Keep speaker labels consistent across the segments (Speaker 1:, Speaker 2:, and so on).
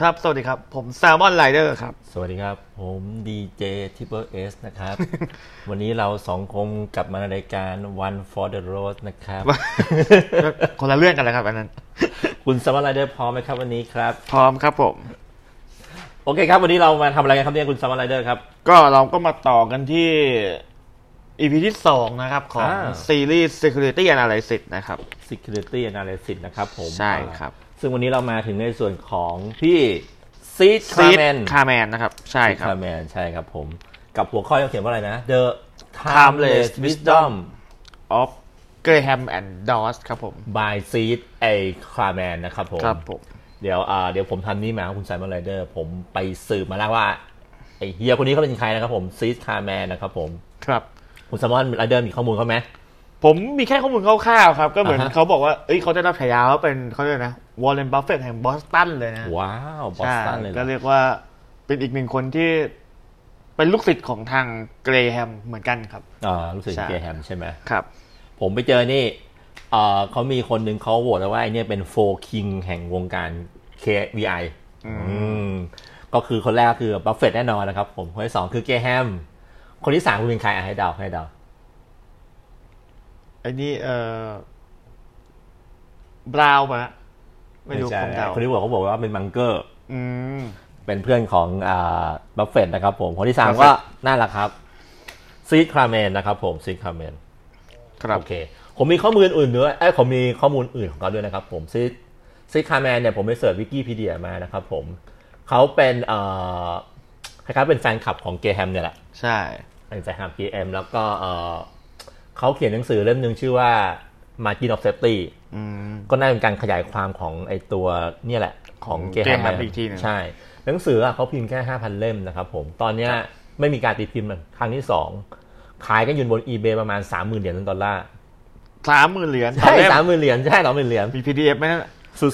Speaker 1: ครับ สวัสดีครับ ผมแซลมอนไ i เดอร์ครับ
Speaker 2: สวัสดีครับ ผมดีเจทิปเปอร์เอสนะครับ วันนี้เราสองคมกลับมาในรายการ One for the Road นะครับ
Speaker 1: คนละเรื่องกันเลยครับ อันนั้น
Speaker 2: คุณสมัครไรเดอร์พร้อมไหมครับวันนี้ครับ
Speaker 1: พร้อมครับผม
Speaker 2: โอเคครับ วันนี้เรามาทำอะไรกันครับเนี่ยคุณสมัครไรเดอร์ครับ
Speaker 1: ก็เราก็มาต่อกันที่ EP ที่ 2 นะครับ ของ
Speaker 2: อ่า
Speaker 1: ซีรีส์ Security Analysis นะครับ
Speaker 2: Security Analysis นะครับผม
Speaker 1: ใช่ครับ
Speaker 2: ซึ่งวันนี้เรามาถึงในส่วนของพี่ซีดคาแมน
Speaker 1: คาแมนนะครับ ใช่ครับ
Speaker 2: คาแมนใช่ครับผม กับหัวข้อที่เขียนว่าอะไรนะ The
Speaker 1: Timeless
Speaker 2: Timeless Wisdom
Speaker 1: of Graham and Dawes ครับผม
Speaker 2: by Seed A Carman นะครับผม
Speaker 1: ครับผม
Speaker 2: เดี๋ยวอ่าเดี๋ยวผมทำนี่มาครับคุณไซมอนไรเดอร์ ผมไปสืบมาแล้วว่าไอเฮียคนนี้เขาเป็นใครนะครับผมซีสคาแมนนะครับผม
Speaker 1: ครับ
Speaker 2: คุณไซมอนไรเดอร์มีข้อมูลเขาไหม
Speaker 1: ผมมีแค่ข้อมูลคร่าวๆครับ ก็เหมือน
Speaker 2: อ่าฮะ
Speaker 1: เขาบอกว่า เอ้ยเขาได้รับฉายาว่าเป็นเขาเรียกนะวอลเลนบัฟเฟตแห่งบอสตันเลยนะ
Speaker 2: ว้าวบอส
Speaker 1: ใช่
Speaker 2: ตันเลยเหร
Speaker 1: ก็
Speaker 2: อ
Speaker 1: เรียกว่าเป็นอีกหนึ่งคนที่เป็นลูกศิษย์ของทางเกรแฮมเหมือนกันครับ
Speaker 2: อ่ารู้สึก
Speaker 1: ใช่
Speaker 2: เจแฮมใช่ไหม
Speaker 1: ครับ
Speaker 2: ผมไปเจอนี่อ่าเขามีคนหนึ่งเขาโหวตแล้วว่าไอเนี่ยเป็นโฟคิงแห่งวงการ KVI อืมก็คือคนแรกคือบัฟเฟตแน่นอนนะครับผมคนที่สองคือเจแฮมคนที่สามคุณเป็นใครอ่ะให้เดาให้เดา
Speaker 1: ไอ้นี่เอ่อบราวน์ปะฮะไม่รู้
Speaker 2: ใช่
Speaker 1: ผมเดา
Speaker 2: คนที่โหวตเขาบอกว่าเป็นมังเกอร์
Speaker 1: อืม
Speaker 2: เป็นเพื่อนของอ่าบัฟเฟตนะครับผม คนที่สาม
Speaker 1: Buffett
Speaker 2: ก็น่ารักครับซีดคราเมนนะครับผมซีดคราเมน
Speaker 1: ครับ
Speaker 2: โอเค ผมมีข้อมูลอื่นด้วยเอ้ยผมมีข้อมูลอื่นของเขาด้วยนะครับผมซีดซีดคราเมนเนี่ยผมไปเสิร์ชวิกิพีเดียมานะครับผมเขาเป็นเอ่อคล้ายๆเป็นแฟนคลับของเกแฮมเนี่ยแหละ
Speaker 1: ใช่
Speaker 2: เป็นแฟนคลับเกแฮมแล้วก็เอ่อเขาเขียนหนังสือเล่มหนึ่งชื่อว่า Margin of Safety
Speaker 1: อืม
Speaker 2: ก็น่าเป็นการขยายความของไอตัวเนี่ยแหละ ของ
Speaker 1: ของ
Speaker 2: เกย์แฮม
Speaker 1: Graham
Speaker 2: ไป
Speaker 1: อีกทีหนึ่ง
Speaker 2: ใช่ หนังสืออะเขาพิมพ์แค่ 5,000 เล่มนะครับผม ตอนเนี้ยไม่มีการตีพิมพ์ครั้งที่ 2 ขายกันอยู่บน eBay ประมาณ 30,000 เหรียญดอลลาร์
Speaker 1: สามหมื่นเหรียญต่อ
Speaker 2: ใช่
Speaker 1: เล่ม
Speaker 2: สามหมื่นเหรียญใช่สามหมื่นเหรียญ
Speaker 1: มี PDF ไหมนั่น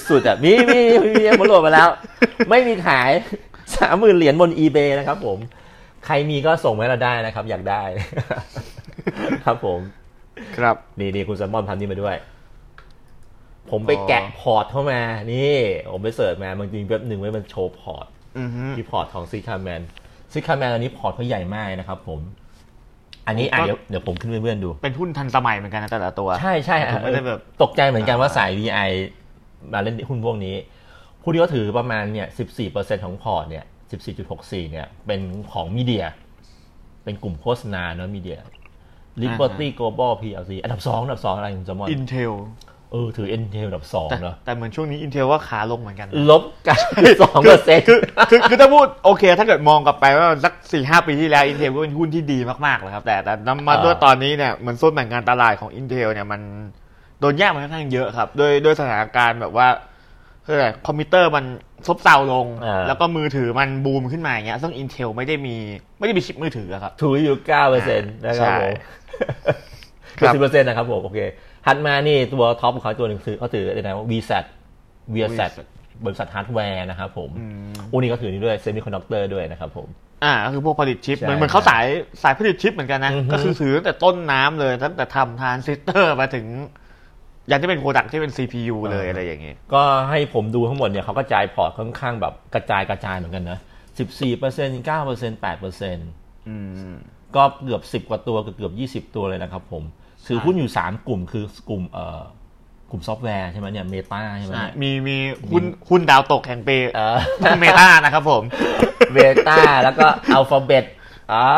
Speaker 2: สุดๆอ่ะมีมีมีมีหมดโหลดมาแล้ว ไม่มีขาย 30,000 เหรียญบน eBay นะครับผม ใครมีก็ส่งมาให้เราได้นะครับ อยากได้ ครับผม
Speaker 1: ครับ
Speaker 2: นี่นี่คุณแซมมอนทำนี่มาด้วย ผมไป
Speaker 1: อ๋อ
Speaker 2: แกะพอร์ตเข้ามา นี่ ผมไปเสิร์ชมาบางทีเว็บหนึ่งไว้มันโชว์พอร์ต
Speaker 1: อือฮึ
Speaker 2: ที่พอร์ตของซีคาแมนซีคาแมนอันนี้พอร์ตเขาใหญ่มากนะครับผม อันนี้อ่ะเดี๋ยวเดี๋ยวผมขึ้นให้เพื่อนๆดู
Speaker 1: เป็นหุ้นทันสมัยเหมือนกันนะแต่ละตัว
Speaker 2: ใช่ใช่
Speaker 1: ผมไม่ได้แบบ
Speaker 2: ตกใจเหมือนกันว่าสาย VI มาเล่นหุ้นพวกนี้ผู้ที่เขาถือประมาณเนี่ย 14%ของพอร์ตเนี่ย 14.64 เนี่ย เป็นของมีเดีย เป็นกลุ่มโฆษณาเนาะมีเดีย Liberty Global PLC อันดับสองอันดับสองอะไรคุณจมอน
Speaker 1: Intel
Speaker 2: เออถือ Intel อันดับสอง
Speaker 1: แต่
Speaker 2: เนาะ
Speaker 1: แต่เหมือนช่วงนี้ Intel ว่าขาลงเหมือนกันนะ
Speaker 2: ลบกันสองเปอร์เซ็นต์
Speaker 1: คือคือคือถ้าพูดโอเค ถ้าเกิดมองกลับไปว่าสักสี่ห้าปีที่แล้ว Intel ก็เป็นหุ้นที่ดีมากๆเลยครับ แต่แต่นำมาด้วยตอนนี้เนี่ยเหมือนส้นแบ่งการตลาดของ Intel เนี่ยมันโดนแย่งมาค่อนข้างเยอะครับโดยโดยสถานการณ์แบบว่าเท่าไหร่คอมพิวเตอร์มันซบเซาลง แล้วก็มือถือมันบูมขึ้นมาอย่างเงี้ยซึ่ง Intel ไม่ได้มีไม่ได้มีชิปมือถืออะครับ
Speaker 2: ถืออยู่เก้าเปอร์เซ็นต์นะครับผม
Speaker 1: ครั
Speaker 2: เกือบ บสิบเปอร์เซ็นต์นะครับผม โอเคถัดมานี่ตัวท็อปของเขาตัวหนึ่งคือเขาถืออะไรนะ VSAT VSAT บริษัทฮาร์ดแวร์นะครับผมอูนี่ก็ถือนี่ด้วยเซมิคอนดักเตอร์ด้วยนะครับผม
Speaker 1: อ่าก็คือพวกผลิตชิป
Speaker 2: ใช่
Speaker 1: เหมือนเหมือนเขาสายสายผลิตชิปเหมือนกันนะ
Speaker 2: อือฮึ
Speaker 1: ก็คือถือตั้งแต่ต้นน้ำเลยตั้งแต่ทำทรานซิสเตอร์มาถึงยันที่เป็นโปรดักที่เป็น CPU เลยอะไรอย่างงี้
Speaker 2: ก็ให้ผมดูทั้งหมดเนี่ยเขากระจายพอร์ตค่อนข้างแบบกระจายกระจายเหมือนกันนะสิบสี่เปอร์เซ็นต์เก้าเปอร์เซ็นต์แปดเปอร์เซ็นต์
Speaker 1: อืม
Speaker 2: ก็เกือบสิบ10 กว่าตัว เกือบเกือบยี่สิบ20 ตัวเลยนะครับผม ถือหุ้นอยู่สามกลุ่มคือกลุ่มเอ่อกลุ่มซอฟต์แวร์ใช่ไหมเนี่ยเมตาใช่ไหมเนี่ย
Speaker 1: มีมีหุ้นหุ้นดาวตกแห่งปี
Speaker 2: เออ
Speaker 1: เมตานะครับผม
Speaker 2: เบต้าแล้วก็อัลฟาเบตอ่า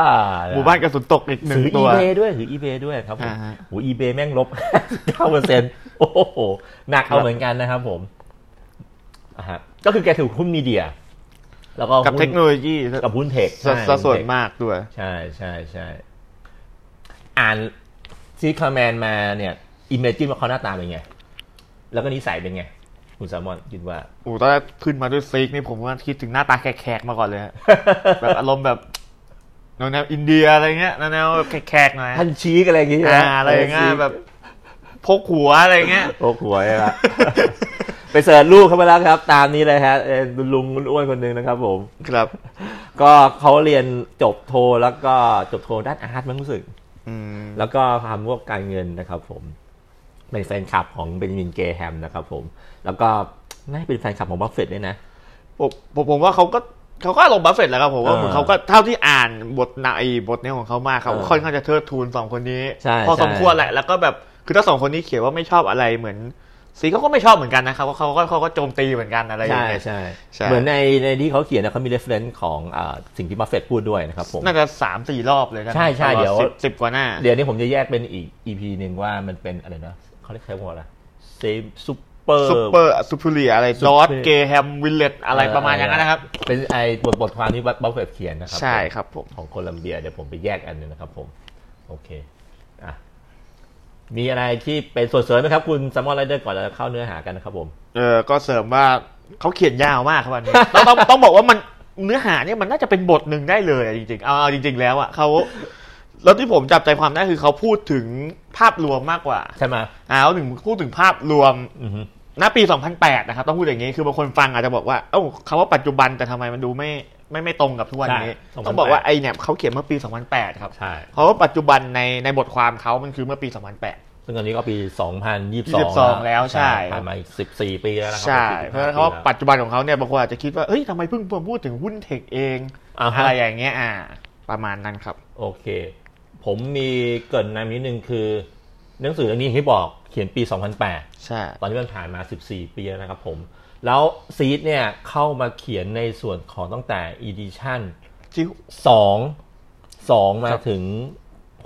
Speaker 1: หมู่บ้านกระสุนตกอีกหนึ่ง
Speaker 2: ถือ
Speaker 1: ตัว
Speaker 2: eBay ด้วยถือ eBay ด้วยครับผม
Speaker 1: อ่าฮะ
Speaker 2: โอ้ eBay แม่งลบ 9เปอร์เซ็นต์โอ้โห หนักเอาเหมือนกันนะครับผมอ่าฮะก็คือแกถือหุ้นมีเดีย แล้วก็
Speaker 1: กับ
Speaker 2: หุ้น
Speaker 1: เทคโนโลยีส
Speaker 2: กับหุ้นเทค
Speaker 1: ส
Speaker 2: ใช่
Speaker 1: สส่วน
Speaker 2: หุ้เทค
Speaker 1: มากด้วย
Speaker 2: ใช่ใช่ใช่ อ่านซีคอมแมนมาเนี่ยอิมเมจินว่าเขาหน้าตาเป็นไง แล้วก็นิสัยเป็นไง คุณแซลมอนคิดว่า
Speaker 1: อูตอนแรกขึ้นมาด้วยซิกนี่ผมก็คิดถึงหน้าตาแขกๆมาก่อนเลยฮะ แบบอารมณ์แบบแนวๆอินเดียอะไรเงี้ยแนวๆแบบแขกๆ หน่อย
Speaker 2: ท่านชี้กันอะไรอย่างงี้ใช่ไหม
Speaker 1: อ่าอะไรอย่างเงี้ยแบบพกหัวอะไรอย่างเงี้ย
Speaker 2: โอ้หัวใช่ไหม ไปเสิร์ชรูปเข้ามาแล้วครับ ตามนี้เลยฮะเอ่อลุงอ้วนคนหนึ่งนะครับผม
Speaker 1: ครับ
Speaker 2: ก็เขาเรียนจบโทแล้วก็จบโทด้านอาร์ตมั้งรู้สึก
Speaker 1: อืม
Speaker 2: แล้วก็ทำพวกการเงินนะครับผม เป็นแฟนคลับของเบนจามินเกรแฮมนะครับผม แล้วก็น่าจะเป็นแฟนคลับของบัฟเฟตต์ด้วยนะ
Speaker 1: ผมผมผมว่าเขาก็เขาก็ลงบัฟเฟตต์แหล้วครับผมว่า
Speaker 2: เออ
Speaker 1: เหมือนเขาก็เท่าที่อ่านบทหนาไอ้บทเนี้ยของเขามาเขา
Speaker 2: เออ
Speaker 1: ค่อนข้างจะเทิดทูนสองคนนี้
Speaker 2: ใช่
Speaker 1: พอสม
Speaker 2: ใช่
Speaker 1: ควรแหละแล้วก็แบบคือถ้าสองคนนี้เขียนว่าไม่ชอบอะไรเหมือนสีเขาก็ไม่ชอบเหมือนกันนะครับเพราะเขาก็เขาก็โจมตีเหมือนกันอะไรอย่าง
Speaker 2: ใช่
Speaker 1: เงี้ย
Speaker 2: ใช่
Speaker 1: ใช่
Speaker 2: เหมือนในในที่เขาเขียนนะเขามี reference ของอ่าสิ่งที่บัฟเฟตต์พูดด้วยนะครับผม
Speaker 1: น่าจะสามสี่รอบเลยนะ
Speaker 2: ใช่ใช่
Speaker 1: ตลอ
Speaker 2: เดี๋ยว
Speaker 1: สิบสิบกว่าหน้า
Speaker 2: เดี๋ยวนี้ผมจะแยกเป็นอีก EP หนึ่งว่ามันเป็นอะไรนะเขาเรียกใช้ว่าอะไรเซมซูเปอร์
Speaker 1: ซุปเปอร์ซูเปอร์เรียอะไร
Speaker 2: Super
Speaker 1: ดอทเกแฮมวิลเลตอะไรประมาณอย่างนั้นนะครับ
Speaker 2: เป็นไอ้บทบทความที่บัฟเฟตต์เขียนนะครับ
Speaker 1: ใช่
Speaker 2: ผม
Speaker 1: ครับผม
Speaker 2: ของโคลัมเบียเดี๋ยวผมไปแยกอันหนึงนะครับผม โอเคอ่ะมีอะไรที่เป็นส่วนเสริมไหมครับ คุณซัมมอนไรเดอร์ก่อนเราจะเข้าเนื้อหากันนะครับผม
Speaker 1: เออก็เสริมว่าเขาเขียนยาวมากครับวันนี้ ต้องต้องต้องบอกว่ามันเนื้อหาเนี่ยมันน่าจะเป็นบทหนึ่งได้เลยอะจริงๆเอาเอาจริง ๆ แล้วอ่ะเขาแล้วที่ผมจับใจความได้คือเขาพูดถึงภาพรวมมากกว่า
Speaker 2: ใช่ไหม
Speaker 1: อ่าเขาถึงพูดถึงภาพรวม
Speaker 2: อือฮึ
Speaker 1: ณปี 2008 นะครับ ต้องพูดอย่างนี้คือบางคนฟังอาจจะบอกว่าเอ้าคำว่าปัจจุบันแต่ทำไมมันดูไม่ไม่ไม่ตรงกับทุกวันนี้ ต้องบอกว่าไอเนี่ยเขาเขียนเมื่อปี 2008 ครับ
Speaker 2: ใช่
Speaker 1: เพราะว่าปัจจุบันในในบทความเขามันคือเมื่อปี 2008
Speaker 2: ซึ่งตอนนี้ก็ปี 2022
Speaker 1: 22แล้วใช่
Speaker 2: ผ่านมาอีก 14 ปีแล้วนะครั
Speaker 1: ใช่
Speaker 2: 14
Speaker 1: เพราะฉะนั้นเขาว่า
Speaker 2: ปีแล้ว
Speaker 1: ปัจจุบันของเขาเนี่ยบางคนอาจจะคิดว่าเอ้ยทำไมเพิ่งมาพูดถึงหุ้นเทคเอง
Speaker 2: อ่าฮะ
Speaker 1: อะไรอย่างเงี้ยอ่า ประมาณนั้นครับ
Speaker 2: โอเค ผมมีเกรินนำนิดนึงคือหนังสือเรื่องนี้อย่างที่บอกเขียนปี 2008
Speaker 1: ใช่
Speaker 2: ตอนนี้มันผ่านมา 14 ปีแล้วนะครับผม แล้วซีดเนี่ยเข้ามาเขียนในส่วนของตั้งแต่ edition
Speaker 1: ที่
Speaker 2: สองสองมา
Speaker 1: ครับ
Speaker 2: ถึง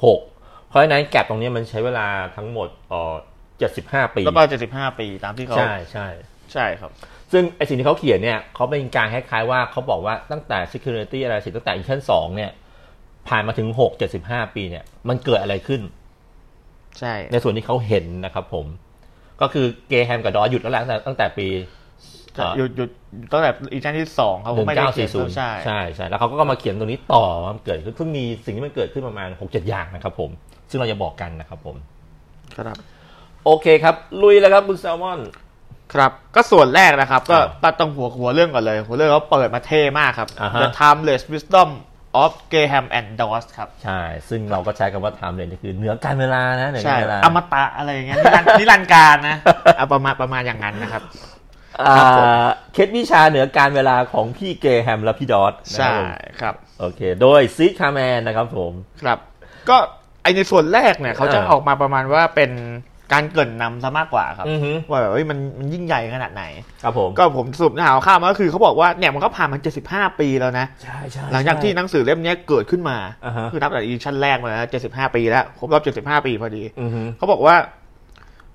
Speaker 2: หกเพราะฉะนั้นแกลบตรงเนี้ยมันใช้เวลาทั้งหมดเอ่อเจ็ดสิบห้าปี
Speaker 1: แล้วก็เจ็ดสิบห้าปีตามที่เขา
Speaker 2: ใช่ใช่
Speaker 1: ใช่ครับ
Speaker 2: ซึ่งไอสิ่งที่เขาเขียนเนี่ยเขาเป็นการคล้ายๆว่าเขาบอกว่าตั้งแต่ security อะไรสิตั้งแต่ edition สองเนี่ย ผ่านมาถึงหกเจ็ดสิบห้าปีเนี่ย มันเกิดอะไรขึ้น
Speaker 1: ใช่
Speaker 2: ในส่วนที่เขาเห็นนะครับผม ก็คือเกแฮมกับดอหยุดแล้วแหละตั้งแต่ตั้งแต่ปีเอ่อ
Speaker 1: หยุดหยุดตั้งแต่อีชั้นที่สองเขาก็
Speaker 2: หนึ่ง
Speaker 1: ไม่ได้
Speaker 2: เก้า
Speaker 1: เขียน
Speaker 2: สี่ศูน
Speaker 1: แล้ว
Speaker 2: ย์
Speaker 1: ใช่
Speaker 2: ใช่ใช่แล้วเขาก็มาเขียนตรงนี้ต่อว่ามันเกิดขึ้นซึ่งมีสิ่งที่มันเกิดขึ้นประมาณหกเจ็ดอย่างนะครับผม ซึ่งเราจะบอกกันนะครับผม
Speaker 1: ครับ
Speaker 2: โอเคครับ ลุยแล้วครับคุณแซลมอน
Speaker 1: ครับ ก็ส่วนแรกนะครับ ก็
Speaker 2: อ่า
Speaker 1: ตัดตรงหัวหัวเรื่องก่อนเลย หัวเรื่องเขาเปิดมาเท่มากครับ
Speaker 2: อ่าฮะ
Speaker 1: The Timeless Wisdom of Graham and Dawes ครับ
Speaker 2: ใช่ ซึ่งเราก็ใช้คำว่าไทม์เลนคือเหนือการเวลานะเหนือ
Speaker 1: ใช่
Speaker 2: การเวลา
Speaker 1: อมตะอะไรอย่างเงี้ยนิรันดร์นิรันดร์การนะ อ่ะประมาณประมาณอย่างนั้นนะครับ
Speaker 2: อ่าเคล็ดวิชาเหนือการเวลาของพี่เกแฮมและพี่ดอทนะค
Speaker 1: ใช่
Speaker 2: รับผม
Speaker 1: ครับ
Speaker 2: โอเค โดยซีดคาแมนนะครับผม
Speaker 1: ครับก็ไอในส่วนแรกเนี่ยเขาจะ
Speaker 2: เออ
Speaker 1: ออกมาประมาณว่าเป็นการเกรินนำซะมากกว่าครับ
Speaker 2: อือฮึ
Speaker 1: ว่าแบบเอ้ยมันมันยิ่งใหญ่ขนาดไหน
Speaker 2: ครับผม
Speaker 1: ก็ผมสรุปเนื้อหาข้าวๆมาก็คือเขาบอกว่าเนี่ยมันก็ผ่านมา75 ปีแล้วนะ
Speaker 2: ใช่ใช่
Speaker 1: หลังจากที่หนังสือเล่มเนี้ยเกิดขึ้นมา
Speaker 2: อ่าฮะ
Speaker 1: คือนับแต่อีดิชั่นแรกมาแล้ว75 ปีแล้วครบรอบ75 ปีพอดี
Speaker 2: อือฮึ
Speaker 1: เขาบอกว่า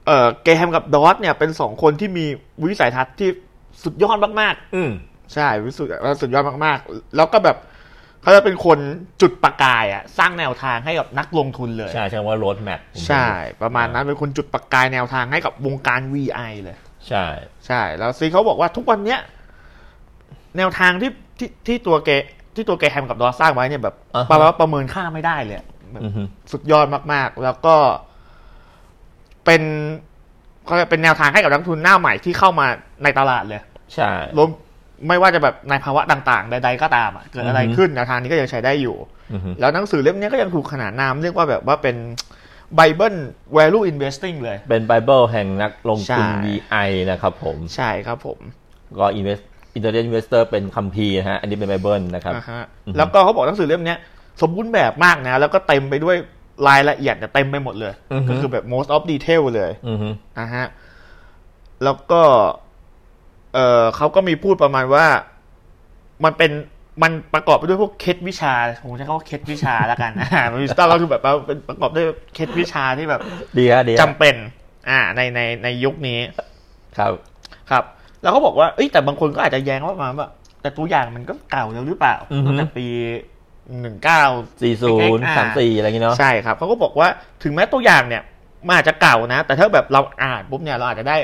Speaker 1: เออเกรแฮมกับดอสเนี่ยเป็นสองคนที่มีวิสัยทัศน์ที่สุดยอดมาก
Speaker 2: อืม
Speaker 1: ๆ ใช่วิสุดสุดยอดมากๆ แล้วก็แบบเขาจะเป็นคนจุดประกายอะสร้างแนวทางให้กับนักลงทุนเลย
Speaker 2: ใช่ใช่ว่าโรดแมพ
Speaker 1: ใช่ ประมาณนั้นเป็นคนจุดประกายแนวทางให้กับวงการ VI เลย
Speaker 2: ใช่
Speaker 1: ใช่ แล้วซีเขาบอกว่าทุกวันเนี้ยแนวทางที่ที่ที่ตัวเกที่ตัวเกแฮมกับดอสสร้างไว้เนี่ยแบบ
Speaker 2: อ่าฮะ
Speaker 1: ประประเมินค่าไม่ได้เลยแบบ
Speaker 2: อือฮึ
Speaker 1: สุดยอดมากๆ แล้วก็เป็นเขาเรียกเป็นแนวทางให้กับนักลงทุนหน้าใหม่ที่เข้ามาในตลาดเลย
Speaker 2: ใช่
Speaker 1: รวมไม่ว่าจะแบบในภาวะต่างๆ ใด ๆ ก็ตามอะเกิดอะไร
Speaker 2: อือฮึ
Speaker 1: ขึ้นแนวทางนี้ก็ยังใช้ได้อยู่
Speaker 2: อือฮึ
Speaker 1: แล้วหนังสือเล่มเนี้ยก็ยังถูกขนานนามเรียกว่าแบบว่าเป็น Bible Value Investing เลย
Speaker 2: เป็นไบเบิลแห่งนักลงทุน
Speaker 1: ใช่
Speaker 2: VI นะครับผม
Speaker 1: ใช่ครับผม
Speaker 2: ก็ invest internet investor เป็นคัมภีร์นะฮะ อันนี้เป็นไบเบิลนะครับ
Speaker 1: นะฮะ
Speaker 2: อือฮึ
Speaker 1: แล้วก็เขาบอกหนังสือเล่มเนี้ยสมบูรณ์แบบมากนะ แล้วก็เต็มไปด้วยรายละเอียดเนี่ยเต็มไปหมดเลย ก็คือแบบ most of detail เลย
Speaker 2: อือฮึ
Speaker 1: นะฮะแล้วก็เออเขาก็มีพูดประมาณว่ามันเป็นมันประกอบไปด้วยพวกเคล็ดวิชาผมจะเรียกว่าเคล็ดวิชาแล้วกันอ่า มันมีสตอร์ก็คือแบบว่าเป็นประกอบด้วยเคล็ดวิชาที่แบบ
Speaker 2: ดีฮะดีฮะ
Speaker 1: จำเป็น อ่า ในในในยุคนี้
Speaker 2: ครับ
Speaker 1: ครับ แล้วเขาบอกว่า เอ้ยแต่บางคนก็อาจจะแย้งว่ามาแบบแต่ตัวอย่างมันก็เก่าแล้วหรือเปล่า
Speaker 2: อือฮึ
Speaker 1: ตั้งแต่ปีหนึ่งเก้า
Speaker 2: 40
Speaker 1: อ่า
Speaker 2: 34 อะไรอย่างเงี้ยเนาะ
Speaker 1: ใช่ครับเขาก็บอกว่าถึงแม้ตัวอย่างเนี่ยมันอาจจะเก่านะ แต่ถ้าแบบเราอ่านปุ๊บเนี่ยเราอาจจะได้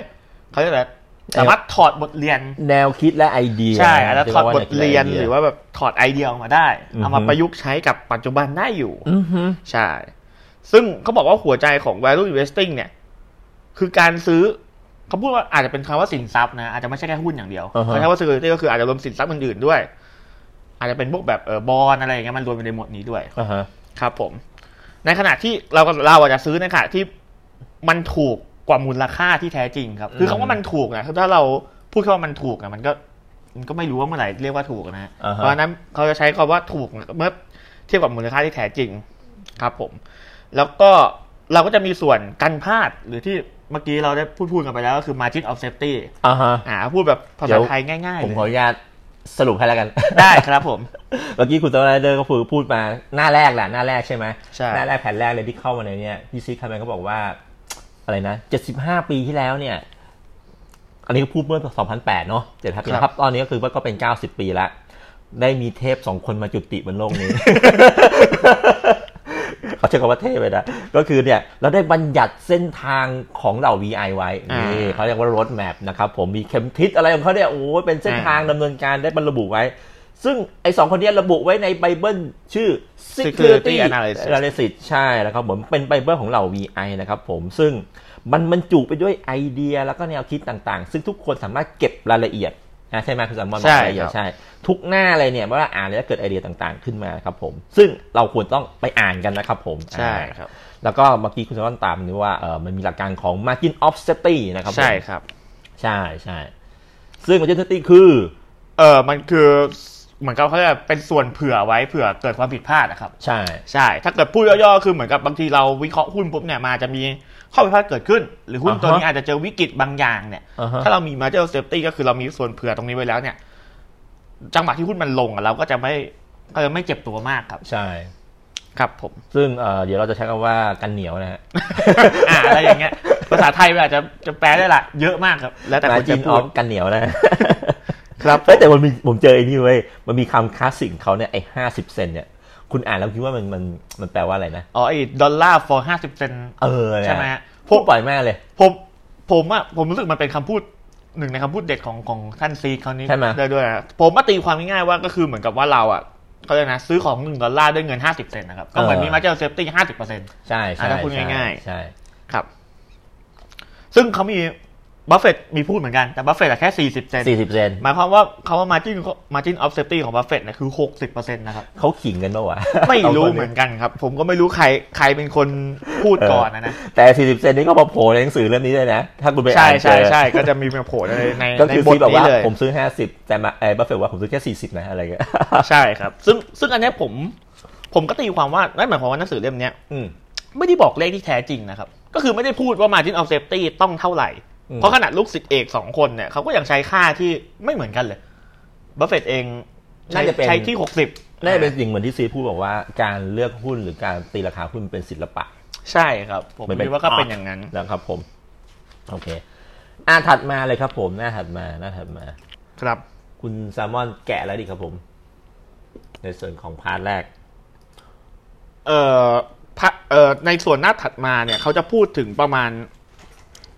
Speaker 1: เขาเรียกอะไรสามารถถอดบทเรียน
Speaker 2: แนวคิดและไอเดีย
Speaker 1: ใช่อาจจะถอดบทเรียน
Speaker 2: ที่
Speaker 1: หรือ
Speaker 2: ว่า
Speaker 1: ว่าแบบถอดไอเดียออกมาได้
Speaker 2: อือฮึ
Speaker 1: เอามาประยุกต์ใช้กับปัจจุบันได้อยู่
Speaker 2: อือฮึ
Speaker 1: ใช่ ซึ่งเขาบอกว่าหัวใจของ value investing เนี่ย คือการซื้อเขาพูดว่าอาจจะเป็นคำว่าสินทรัพย์นะ อาจจะไม่ใช่แค่หุ้นอย่างเดียวเขาใช้ว่า security ก็คืออาจจะรวมสินทรัพย์อื่นๆด้วย อาจจะเป็นพวกแบบเออบอลอะไรอย่างเงี้ยมันรวมอยู่ในหมวดนี้ด้วย
Speaker 2: อ่าฮะ
Speaker 1: ครับผม ในขณะที่เราเราอาจจะซื้อในขณะที่มันถูกกว่ามูลค่าที่แท้จริงครับ คือคำว่ามันถูกนะถ้าเราพูดแค่ว่ามันถูกนะมันก็ ก็ไม่รู้ว่าเมื่อไหร่เรียกว่าถูกนะฮะ
Speaker 2: อ่าฮะ
Speaker 1: เพราะฉะนั้นเขาจะใช้คำว่าถูกเมื่อเทียบกับมูลค่าที่แท้จริงครับผม แล้วก็เราก็จะมีส่วนกันพลาดหรือที่เมื่อกี้เราได้พูดพูดกันไปแล้วก็คือ margin of safety
Speaker 2: อ่าฮะ
Speaker 1: อ่าพูดแบบภา
Speaker 2: เดี๋
Speaker 1: ษา
Speaker 2: ยว
Speaker 1: ไทยง่ายๆ
Speaker 2: ผมข
Speaker 1: เล
Speaker 2: อยอนุญาตสรุปให้แล้วกัน
Speaker 1: ได้ครับผม
Speaker 2: เมื่อกี้คุณตอนไรเดอร์ก็พูดพูดมาหน้าแรกแหละหน้าแรกใช่ไหม
Speaker 1: ใช่
Speaker 2: หน้าแรกแผ่นแรกเลยที่เข้ามาในเนี้ยพี่ซีคาร์แมนก็บอกว่า อะไรนะเจ็ดสิบห้าปีที่แล้วเนี่ย อันนี้ก็พูดเมื่อสองพันแปดเนาะเจ็ดพันปีนะครับ ตอนนี้ก็คือว่าก็เป็นเก้าสิบปีละ ได้มีเทพสองคนมาจุติบนโลกนี้ เขาใช้คำว่าเทพเลยนะ ก็คือเนี่ย เราได้บัญญัติเส้นทางของเหล่า VI ไว้นี่
Speaker 1: อ่า
Speaker 2: เขาเรียกว่ารถแมพนะครับผมมีเข็มทิศอะไรของเขาเนี่ยโอ้ยเป็นเส้นทางดำเนินการได้บรรบุไว้ ซึ่งไอ้สองคนเนี้ยระบุไว้ในไบเบิลชื่อ
Speaker 1: Security Analysis
Speaker 2: Analysis ใช่แล้วครับผมเป็นไบเบิลของเหล่า VI นะครับผมซึ่งมันบรรจุไปด้วยไอเดียแล้วก็แนวคิดต่างๆ ซึ่งทุกคนสามารถเก็บรายละเอียดนะใช่ไหมคุณสมบัติ
Speaker 1: ใช่
Speaker 2: รายละเอียด
Speaker 1: ครับ
Speaker 2: ใช่ ทุกหน้าเลยเนี่ยเวลาอ่านแล้วจะเกิดไอเดียต่างๆ ขึ้นมาครับผม ซึ่งเราควรต้องไปอ่านกันนะครับผม
Speaker 1: ใช่
Speaker 2: อ่า
Speaker 1: ครับ
Speaker 2: แล้วก็เมื่อกี้คุณสมบัติตามนี่ว่าเออมันมีหลักการของ margin of safety นะครับผม
Speaker 1: ใช่ครับ
Speaker 2: ใช่ใช่ซึ่ง margin of safety คือ
Speaker 1: เออมันคือเหมือนกับเขาจะเป็นส่วนเผื่อไว้เผื่อเกิดความผิดพลาดนะครับ
Speaker 2: ใช่
Speaker 1: ใช่ ถ้าเกิดพูดย่อๆ คือเหมือนกับบางทีเราวิเคราะห์หุ้นปุ๊บเนี่ยมาจะมีข้อผิดพลาดเกิดขึ้น หรือหุ้น
Speaker 2: อ่าฮะ
Speaker 1: ตัวนี้อาจจะเจอวิกฤตบางอย่างเนี่ย
Speaker 2: อ่าฮะ
Speaker 1: ถ้าเรามี margin of safety ก็คือเรามีส่วนเผื่อตรงนี้ไว้แล้วเนี่ย จังหวะที่หุ้นมันลงอะเราก็จะไม่ก็จะไม่เจ็บตัวมากครับ
Speaker 2: ใช่
Speaker 1: ครับผม
Speaker 2: ซึ่งเอ่อเดี๋ยวเราจะใช้คำว่ากันเหนียวนะฮะ
Speaker 1: อ่าอะไรอย่างเงี้ย ภาษาไทยมันอาจจะจะแปลได้ละเยอะมากครับ แล้วแต่
Speaker 2: มา
Speaker 1: คน
Speaker 2: จิ
Speaker 1: จะ
Speaker 2: นอ
Speaker 1: พู
Speaker 2: อ
Speaker 1: ด
Speaker 2: ฟกันเหนียวนะ
Speaker 1: ครับ
Speaker 2: เอ้ยแต่มันมีผมเจอไอ้นี่เว้ยมันมีคำคลาสสิกของเขาเนี่ยไอ้ห้าสิบเซนเนี่ย คุณอ่านแล้วคิดว่ามันมันมันแปลว่าอะไรนะ
Speaker 1: อ๋อไอ้ดอลลาร์ for ห้าสิบเซน
Speaker 2: เออเนี่ย
Speaker 1: ใช่ไหมฮะพ
Speaker 2: พู
Speaker 1: ว
Speaker 2: ด
Speaker 1: ก
Speaker 2: ปล่อยแม่เลย
Speaker 1: ผมผมอะผมรู้สึกมันเป็นคำพูดหนึ่งในคำพูดเด็ดของของท่านซีเขานี้
Speaker 2: ใช่ไหม
Speaker 1: ได้ด้วยนะผมมาตีความง่ายๆว่าก็คือเหมือนกับว่าเราอะเขาเรียกนะซื้อของหนึ่งดอลลาร์ด้วยเงินห้าสิบเซนต์นะครับ ก็เหมือนมีมาเจลเซฟตี้ห้าสิบเปอร์เซ็นต์
Speaker 2: ใช่ใช่
Speaker 1: อ่ะถ้าพูด
Speaker 2: ใช่
Speaker 1: ง่ายๆ
Speaker 2: ใช่
Speaker 1: ครับ ซึ่งเขามีบัฟเฟตมีพูดเหมือนกันแต่บัฟเฟตแค่สี่สิบเซนต์
Speaker 2: สี่สิบเซน
Speaker 1: หมายความว่าคำว่า margin margin of safety ของบัฟเฟตเนี่ยคือหกสิบเปอร์เซ็นต์นะครับ
Speaker 2: เขาขิงกันปะวะ
Speaker 1: ไม่รู้เหมือนกันครับ ผมก็ไม่รู้ใครใครเป็นคนพูดก่อนนะนะ
Speaker 2: แต่สี่สิบเซนนี่ก็มาโผล่ในหนังสือเล่มนี้ด้วยนะ ถ้าคุณไป
Speaker 1: ใช่
Speaker 2: อ่านเจ
Speaker 1: ใช่
Speaker 2: อ
Speaker 1: ใช่ก็จะมีมาโผล่ในใน
Speaker 2: ก็
Speaker 1: ใน
Speaker 2: คือบ
Speaker 1: ท
Speaker 2: ซีแบบ
Speaker 1: นี้
Speaker 2: ว่า
Speaker 1: เลย
Speaker 2: ผมซื้อห้าสิบแต่มาไอ้บัฟเฟตว่าผมซื้อแค่สี่สิบนะอะไรเงี้ย
Speaker 1: ใช่ครับ ซึ่งซึ่งอันเนี้ยผม ผมก็ตีความว่านั่นหมายความว่าหนังสือเล่มเนี้ย
Speaker 2: อืม
Speaker 1: ไม่ได้บอกเลขที่แท้จริงนะครับ ก็คือไม่ได้พูดว่า margin of safety ต้องเท่าไหร่
Speaker 2: อืม
Speaker 1: เพราะขนาดลูกศิษย์เอกสองคนเนี่ยเขาก็ยังใช้ค่าที่ไม่เหมือนกันเลยบัฟเฟตเองใช้
Speaker 2: น่าจะเป็น
Speaker 1: ใช้ที่หกสิบ
Speaker 2: น่าจะเป็นสิ่งเหมือนที่ซีพูดบอกว่าการเลือกหุ้นหรือการตีราคาหุ้นเป็นศิลปะ
Speaker 1: ใช่ครับ ผม
Speaker 2: มันเป็น
Speaker 1: คิดว่าก็เป็นอย่างนั้น
Speaker 2: นะครับผม โอเค อ่าถัดมาเลยครับผม หน้าถัดมา หน้าถัดมา
Speaker 1: ครับ
Speaker 2: คุณแซลมอนแกะแล้วดิครับผม ในส่วนของพาร์ทแรก
Speaker 1: เอ่อพะเอ่อในส่วนหน้าถัดมาเนี่ยเขาจะพูดถึงประมาณ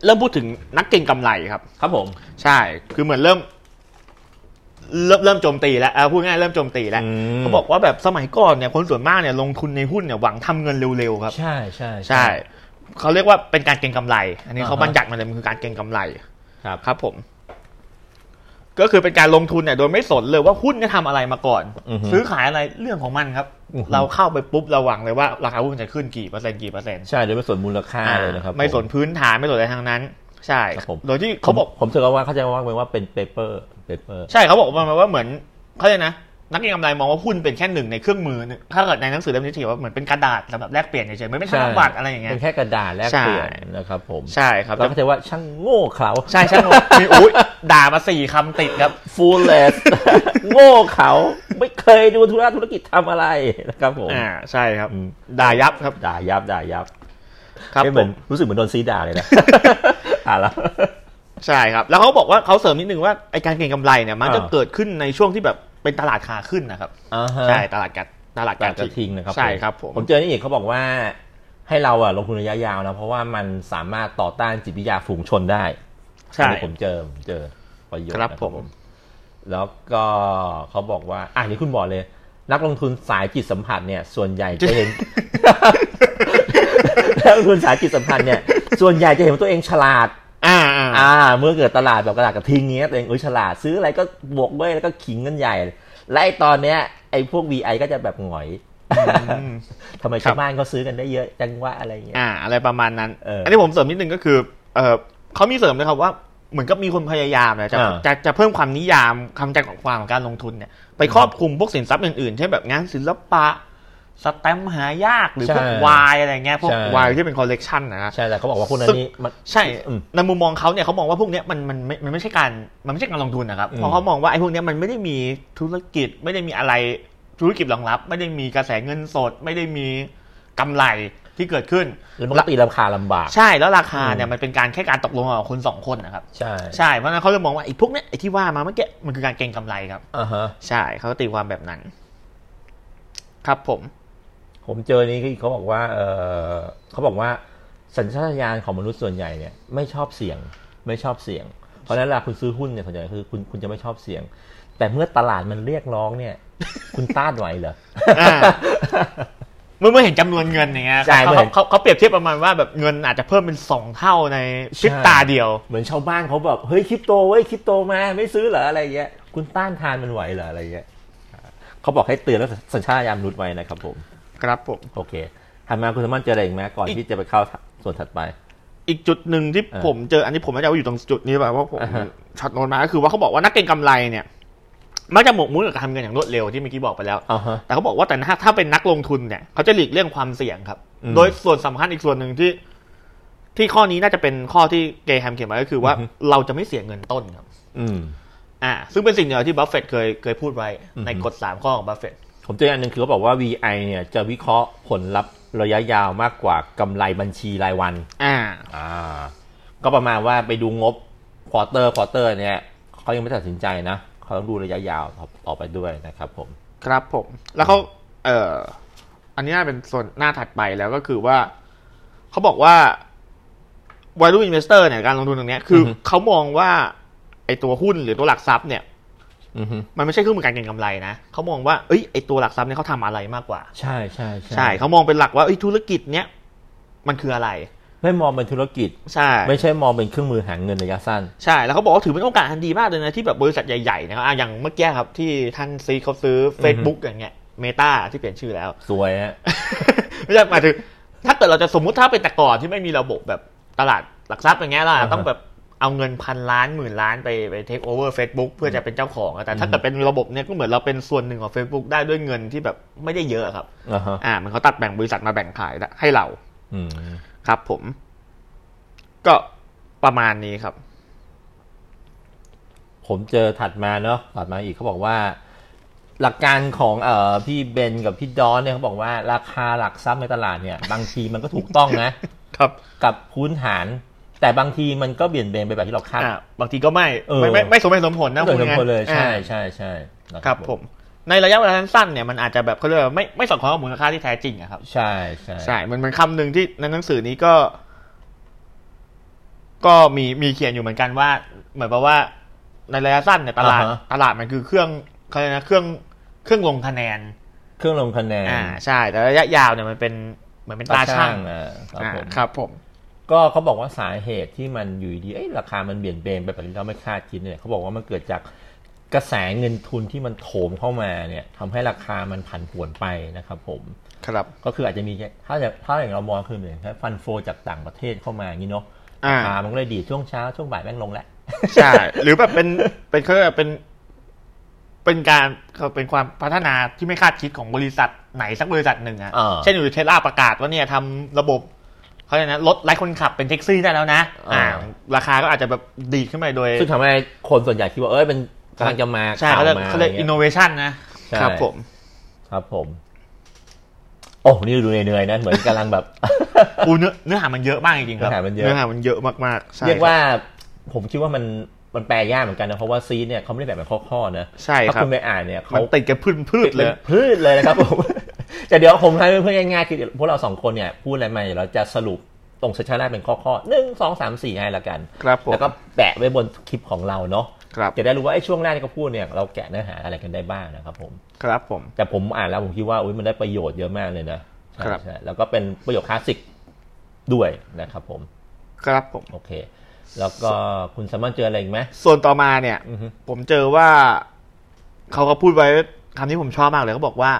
Speaker 1: เริ่มพูดถึงนักเก็งกำไรครับ
Speaker 2: ครับผม
Speaker 1: ใช่ คือเหมือนเริ่ม เริ่มเริ่มโจมตีแล้วเอาพูดง่ายๆเริ่มโจมตีแล้ว
Speaker 2: อืม
Speaker 1: เขาบอกว่าแบบสมัยก่อนเนี่ยคนส่วนมากเนี่ยลงทุนในหุ้นเนี่ยหวังทำเงินเร็วๆครับ
Speaker 2: ใช่ใช่
Speaker 1: ใช่ เขาเรียกว่าเป็นการเก็งกำไร อันนี้เขาบัญญัติมาเลยมันคือการเก็งกำไร
Speaker 2: ครับ
Speaker 1: ครับ ผม ก็คือเป็นการลงทุนเนี่ย โดยไม่สนเลยว่าหุ้นเนี่ยทำอะไรมาก่อน
Speaker 2: อือฮึ
Speaker 1: ซื้อขายอะไรเรื่องของมันครับ
Speaker 2: อือฮึ
Speaker 1: เราเข้าไปปุ๊บเราหวังเลยว่าราคาหุ้นจะขึ้นกี่เปอร์เซ็นต์กี่เปอร์เซ็นต์
Speaker 2: ใช่โดยไม่สนมูลค่าเลยนะครับ
Speaker 1: ไม่สน
Speaker 2: ผ
Speaker 1: พื้นฐานไม่สนอะไรทางนั้น ใช่
Speaker 2: ครับผม
Speaker 1: โดยที่
Speaker 2: ม
Speaker 1: เขาบอก
Speaker 2: ผมผมเชื่อว่าเข้าใจว่าเป็นว่าเป็นเปเปอร์เปเปอร์
Speaker 1: ใช่เขาบอกประมาณว่าเหมือนเขาเลยกนะ นักเก็งกำไรมองว่าหุ้นเป็นแค่หนึ่งในเครื่องมือ ถ้าเกิดในหนังสือเล่มนี้ถือว่าเหมือนเป็นกระดาษสำหรับแลกเปลี่ยนเฉยๆไม่เป็นธนบัตร
Speaker 2: ใช่
Speaker 1: อะไรอย่างเงี้ย
Speaker 2: เป็นแค่กระดาษแลก
Speaker 1: ใช่
Speaker 2: เปลี่ยนนะครับผม
Speaker 1: ใช่ครับ
Speaker 2: เราเข้าใจว่าช่างโง่เขลา
Speaker 1: ใช่ใช่ผมมีอุ้ยด่ามาสี่คำติดครับ
Speaker 2: ฟูลเลส โง่เขา ไม่เคยดูธุระธุรกิจทำอะไรนะครับผม
Speaker 1: อ่าใช่ครับ
Speaker 2: อืม
Speaker 1: ด่ายับครับ
Speaker 2: ด่ายับด่ายับ
Speaker 1: ครับ
Speaker 2: ไม่เห
Speaker 1: ผ
Speaker 2: มือน
Speaker 1: ม
Speaker 2: รู้สึกเหมือนโดนซีด่าเลยนะ อ่าแล้ว
Speaker 1: ใช่ครับ แล้วเขาบอกว่าเขาเสริมนิดนึงว่าไอการเก็งกำไรเนี่ยมันจะ
Speaker 2: อ่า
Speaker 1: เกิดขึ้นในช่วงที่แบบเป็นตลาดขาขึ้นนะครับ
Speaker 2: อ่าฮะ
Speaker 1: ใช่ตลาดกัดตลาด
Speaker 2: กา
Speaker 1: การ ร
Speaker 2: กระทิงนะครับ
Speaker 1: ใช่ครับผม
Speaker 2: ผมเจอนี่อีกเขาบอกว่า ให้เราอะลงทุนระยะยาวนะ เพราะว่ามันสามารถต่อต้านจิตวิทยาฝูงชนได้
Speaker 1: ใช่
Speaker 2: อันนี้ผมเจอผมเจอประโยชน์
Speaker 1: ครับ
Speaker 2: นะ
Speaker 1: ผม
Speaker 2: แล้วก็เขาบอกว่า อ่ะนี่คุณบอกเลย นักลงทุนสายจิตสัมผัสเนี่ย ส่วนใหญ่จะ เห็น นักลงทุนสายจิตสัมผัสเนี่ย ส่วนใหญ่จะเห็นว่าตัวเองฉลาด
Speaker 1: อ่าอ่า
Speaker 2: อ่าเมื่อเกิดตลาดแบบกระดาษกับทิ้งเงี้ยตัวเองเอ้ยฉลาดซื้ออะไรก็บวกด้วยแล้วก็ขิงกันใหญ่ และไอตอนเนี้ยไอพวก VI ก็จะแบบหงอย
Speaker 1: อืม
Speaker 2: ทำไม
Speaker 1: ครั
Speaker 2: ชา
Speaker 1: บ
Speaker 2: วบ้านก็ซื้อกันได้เยอะจังว่าอะไรเงี้ย
Speaker 1: อ่า อะไรประมาณนั้น
Speaker 2: เอออั
Speaker 1: อันนี้ผมเสริมนิดนึงก็คือ เออเขามีเสริมนะครับว่า เหมือนกับมีคนพยายามนะจะ
Speaker 2: อ่า
Speaker 1: จะจะเพิ่มความนิยามคำจำกัดความของการลงทุนเนี่ยไปครอบคลุมพวกสินทรัพย์อื่นๆเช่นแบบงานศิลปะสแตมป์หายากหรือพวก
Speaker 2: ใช่
Speaker 1: วายอะไรเงี้ยพวก
Speaker 2: ใช่
Speaker 1: วายที่เป็นคอลเลกชันนะฮะ
Speaker 2: ใช่แต่เขาบอกว่าพวกนั้นนี่มัน
Speaker 1: ใช่
Speaker 2: อืม
Speaker 1: ในมุมมองเขาเนี่ยเขามองว่าพวกเนี้ยมันมันมันมันไม่ใช่การมันไม่ใช่การลงทุนนะครับ
Speaker 2: อืม
Speaker 1: เพราะเขามองว่าไอ้พวกเนี้ยมันไม่ได้มีธุรกิจไม่ได้มีอะไรธุรกิจรองรับ ไม่ได้มีกระแสเงินสด ไม่ได้มีกำไรที่เกิดขึ้น
Speaker 2: แล้วมันก็ตีราคาลำบาก
Speaker 1: ใช่แล้วราคาเนี่ย
Speaker 2: อืม
Speaker 1: มันเป็นการแค่การตกลงของคนสองคนนะครับ
Speaker 2: ใช่
Speaker 1: ใช่เพราะฉะนั้นเขาเลยมองว่าไอ้พวกเนี้ยไอ้ที่ว่ามาเมื่อกี้มันคือการเก็งกำไรครับ
Speaker 2: อ่าฮะ
Speaker 1: ใช่เขาก็ตีความแบบนั้น ครับผม
Speaker 2: ผมเจอนี้เขาบอกว่า เออเขาบอกว่าสัญชาตญาณของมนุษย์ส่วนใหญ่เนี่ยไม่ชอบเสี่ยง ไม่ชอบเสี่ยง เพราะฉะนั้นเวลาคุณซื้อหุ้นเนี่ยส่วนใหญ่คือคุณคุณจะไม่ชอบเสี่ยง แต่เมื่อตลาดมันเรียกร้องเนี่ย คุณต้านไหวเหรอ
Speaker 1: อ่า เมื่อเมื่อเห็นจำนวนเงินอย่างเงี้ย
Speaker 2: ใช่
Speaker 1: เขา
Speaker 2: เมื่อเห็น
Speaker 1: เขาเขาเปรียบเทียบประมาณว่าแบบเงินอาจจะเพิ่มเป็นสองเท่าในพริบ
Speaker 2: ใช่
Speaker 1: ตาเดียว
Speaker 2: เหมือนชาวบ้านเขาแบบเฮ้ยคริปโตเว้ยคริปโตมาไม่ซื้อเหรออะไรเงี้ยคุณต้านทานมันไหวเหรออะไรเงี้ยเขาบอกให้เตือนแล้วสัญชาตญาณมนุษย์ไว้นะครับผม
Speaker 1: ครับผม
Speaker 2: โอเคถัดมาคุณสมานเจออะไรอีกไหมก่อนที่จะไปเข้าส่วนถัดไป
Speaker 1: อีกจุดหนึ่งที่
Speaker 2: เออ
Speaker 1: ผมเจออันนี้ผมไม่ได้ว่าอยู่ตรงจุดนี้แบบว่าผม
Speaker 2: อ่าฮะ
Speaker 1: ช็อตโน้นมาก็คือว่าเขาบอกว่านักเก็งกำไรเนี่ยมักจะหมกมุ่นกับการทำเงินอย่างรวดเร็วที่เมื่อกี้บอกไปแล้ว
Speaker 2: อ่าฮะ
Speaker 1: แต่เขาบอกว่าแต่ถ้าถ้าเป็นนักลงทุนเนี่ยเขาจะหลีกเลี่ยงความเสี่ยงครับ
Speaker 2: อืม
Speaker 1: โดยส่วนสำคัญอีกส่วนหนึ่งที่ ที่ข้อนี้น่าจะเป็นข้อที่เกย์แฮมเขียนไว้ก็คือว่า
Speaker 2: อือฮึ
Speaker 1: เราจะไม่เสียเงินต้นครับ
Speaker 2: อืม
Speaker 1: อ่า ซึ่งเป็นสิ่งเดียวที่บัฟเฟตต์เคยเคยพูดไว้
Speaker 2: อือฮึ
Speaker 1: ในกฎสามข้อของบัฟเฟตต์
Speaker 2: ผมเจออันหนึ่งคือเขาบอกว่า VI เนี่ยจะวิเคราะห์ผลลัพธ์ระยะยาวมากกว่ากำไรบัญชีรายวัน
Speaker 1: อ่า
Speaker 2: อ่า ก็ประมาณว่าไปดูงบควอเตอร์ควอเตอร์เนี่ยเขายังไม่ตัดสินใจนะเขาต้องดูระยะยาวต่อต่อไปด้วยนะครับผม
Speaker 1: ครับผม แล้วเขาเอ่อ อันนี้น่าเป็นส่วนหน้าถัดไปแล้วก็คือว่า เขาบอกว่า value investor เนี่ยการลงทุนตรงเนี้ยคือ
Speaker 2: อฮึ
Speaker 1: เขามองว่าไอตัวหุ้นหรือตัวหลักทรัพย์เนี่ย
Speaker 2: อือฮึ
Speaker 1: มันไม่ใช่เครื่องมือการเก็งกำไรนะเขามองว่าเอ้ยไอตัวหลักทรัพย์เนี่ยเขาทำอะไรมากกว่า
Speaker 2: ใช่ใช่ใช่
Speaker 1: ใช่เขามองเป็นหลักว่าเอ้ยธุรกิจเนี้ยมันคืออะไร
Speaker 2: ไม่มองเป็นธุรกิจ
Speaker 1: ใช่
Speaker 2: ไม่ใช่มองเป็นเครื่องมือหาเงินระยะสั้น
Speaker 1: ใช่ แล้วเขาบอกว่าถือเป็นโอกาสอันดีมากเลยนะที่แบบบริษัทใหญ่ๆนะครับอ่ะอย่างเมื่อกี้ครับที่ท่านซีเขาซื้อ Facebook อย่างเงี้ยเมตาที่เปลี่ยนชื่อแล้ว
Speaker 2: สวยฮะ
Speaker 1: ไม่ใช่หมายถึงถ้าเกิดเราจะสมมุติถ้าเป็นแต่ก่อนที่ไม่มีระบบแบบตลาดหลักทรัพย์อย่างเงี้ยล่ะ
Speaker 2: อ่าฮะ
Speaker 1: ต้องแบบเอาเงินพันล้านหมื่นล้านไปไปเทคโอเวอร์เฟซบุ๊กเพื่อจะเป็นเจ้าของอะแต่ถ้า
Speaker 2: อืม
Speaker 1: เกิดเป็นระบบเนี้ยก็เหมือนเราเป็นส่วนหนึ่งของ Facebook ได้ด้วยเงินที่แบบไม่ได้เยอะครับ
Speaker 2: อ่าฮะ
Speaker 1: อ่ามันเขาตัดแบ่งบริษัทมาแบ่งขายละให้เรา
Speaker 2: อืม
Speaker 1: ครับผม ก็ประมาณนี้ครับ
Speaker 2: ผมเจอถัดมาเนาะถัดมาอีกเขาบอกว่า หลักการของเอ่อพี่เบนกับพี่ดอนเนี่ยเขาบอกว่าราคาหลักทรัพย์ในตลาดเนี่ย บางทีมันก็ถูกต้องนะ
Speaker 1: ครับ
Speaker 2: กับพื้นฐาน แต่บางทีมันก็เบี่ยนเบนไปแบบที่เราคาด
Speaker 1: อ่าบางทีก็ไม่
Speaker 2: เออ
Speaker 1: ไม่ไม่ไม่สมเหตุสมผลนะ
Speaker 2: ไม่โดย
Speaker 1: พู
Speaker 2: ส
Speaker 1: ด
Speaker 2: ม
Speaker 1: ง่า
Speaker 2: ควรเลยใช่
Speaker 1: อ่า
Speaker 2: ใช่ใช่นะครับ
Speaker 1: ผม ในระยะเวลาสั้นๆเนี่ยมันอาจจะแบบเขาเรียกว่าไม่ไม่สอดคล้องกับมูลค่าที่แท้จริงอะครับ
Speaker 2: ใช่ใช่
Speaker 1: ใช่ มันมันคำหนึ่งที่ในหนังสือนี้ก็ ก็มีมีเขียนอยู่เหมือนกันว่า เหมือนแปลว่า ในระยะสั้นเนี่ยตลาด ตลาดมันคือเครื่องเขาเรียกนะเครื่องเครื่องลงคะแนน
Speaker 2: เครื่องลงคะแนน
Speaker 1: อ่า ใช่ แต่ระยะยาวเนี่ยมันเป็นเหมือนเป็นตาช่าง
Speaker 2: อ่าครับ
Speaker 1: อ่า
Speaker 2: ผม
Speaker 1: ครับผม
Speaker 2: ก็เขาบอกว่าสาเหตุที่มันอยู่ดีๆเอ้ยราคามันเบี่ยนเบนไปแบบที่เราไม่คาดคิดเนี่ยเขาบอกว่ามันเกิดจากกระแสเงินทุนที่มันโถมเข้ามาเนี่ยทำให้ราคามันผันผวนไปนะครับผม
Speaker 1: ครับ
Speaker 2: ก็คืออาจจะมีถ้าจะถ้าอย่างเรามองคือเหมือนฟันโฟจากต่างประเทศเข้ามาอย่างนี้เนาะ
Speaker 1: อ่า
Speaker 2: ราคามันก็เลยดีดช่วงเช้าช่วงบ่ายแม่งลงแล้ว
Speaker 1: ใช่ หรือแบบเป็นเป็นเขาเรียกว่าเป็น เป็นการเป็นความพัฒนาที่ไม่คาดคิดของบริษัทไหนสักบริษัทหนึ่งอะ
Speaker 2: อ่า
Speaker 1: เช่นอยู่เทสลาประกาศว่าเนี่ยทำระบบเขาเรียกนะรถไร้คนขับเป็นแท็กซี่ได้แล้วนะ
Speaker 2: อ่า
Speaker 1: ราคาก็อาจจะแบบดีดขึ้นไปโดย
Speaker 2: ซึ่งทำให้คนส่วนใหญ่คิดว่าเอ้ยมันกำลังจะมา
Speaker 1: ใช่
Speaker 2: ข่า
Speaker 1: เขา
Speaker 2: ว
Speaker 1: เรียก
Speaker 2: มา
Speaker 1: เขาเรียก
Speaker 2: ะ
Speaker 1: อิ
Speaker 2: ไรงี้
Speaker 1: น
Speaker 2: ย
Speaker 1: โนเวชันนะ
Speaker 2: ใช่
Speaker 1: ครับผม
Speaker 2: ครับผม โอ้นี่ดูเหนื่อยๆนะ เหมือนกำลังแบบ
Speaker 1: อูเนื้อเนื้อหามันเยอะมากจริงๆครับ
Speaker 2: เนื้อหามันเยอะ
Speaker 1: เนื้อหามันเยอะมากๆใช่
Speaker 2: เรียกว่า ผมคิดว่ามันมันแปลยากเหมือนกันนะ เพราะว่าซีดเนี่ยเขาไม่ได้แบ่งเป็นข้อๆนะ
Speaker 1: ใช่
Speaker 2: ถ้า
Speaker 1: ครับ
Speaker 2: คุณไปอ่านเนี่ย
Speaker 1: มั
Speaker 2: เขา
Speaker 1: นติดกับพืชพืช
Speaker 2: ติด
Speaker 1: เล
Speaker 2: เลย ยพืชเลยนะครับผม แต่เดี๋ยวผมให้เพื่อนๆง่ายๆคือพวกเราสองคนเนี่ย พูดอะไรมาเดี๋ยวเราจะสรุปตรงเซสชันแรกเป็นข้อๆหนึ่งสองสามสี่ให้ละกัน
Speaker 1: ครับผม
Speaker 2: แล้วก็แปะไว้บนคลิปของเราเนาะ
Speaker 1: ครับ
Speaker 2: จะได้รู้ว่าไอ้ช่วงแรกที่เขาพูดเนี่ยเราแกะเนื้อหาอะไรกันได้บ้างนะครับผม
Speaker 1: ครับผม
Speaker 2: แต่ผมอ่านแล้วผมคิดว่าอุยมันได้ประโยชน์เยอะมากเลยนะครับ ใช่แล้วก็เป็นประโยคคลาสสิกด้วยนะครับผม
Speaker 1: ครับผม
Speaker 2: โอเค แล้วก็คุณสามารถเจออะไรอีกไหม
Speaker 1: ส่วนต่อมาเนี่ย
Speaker 2: อือฮึ
Speaker 1: ผมเจอว่าเขาก็พูดไว้คำที่ผมชอบมากเลยเขาบอกว่า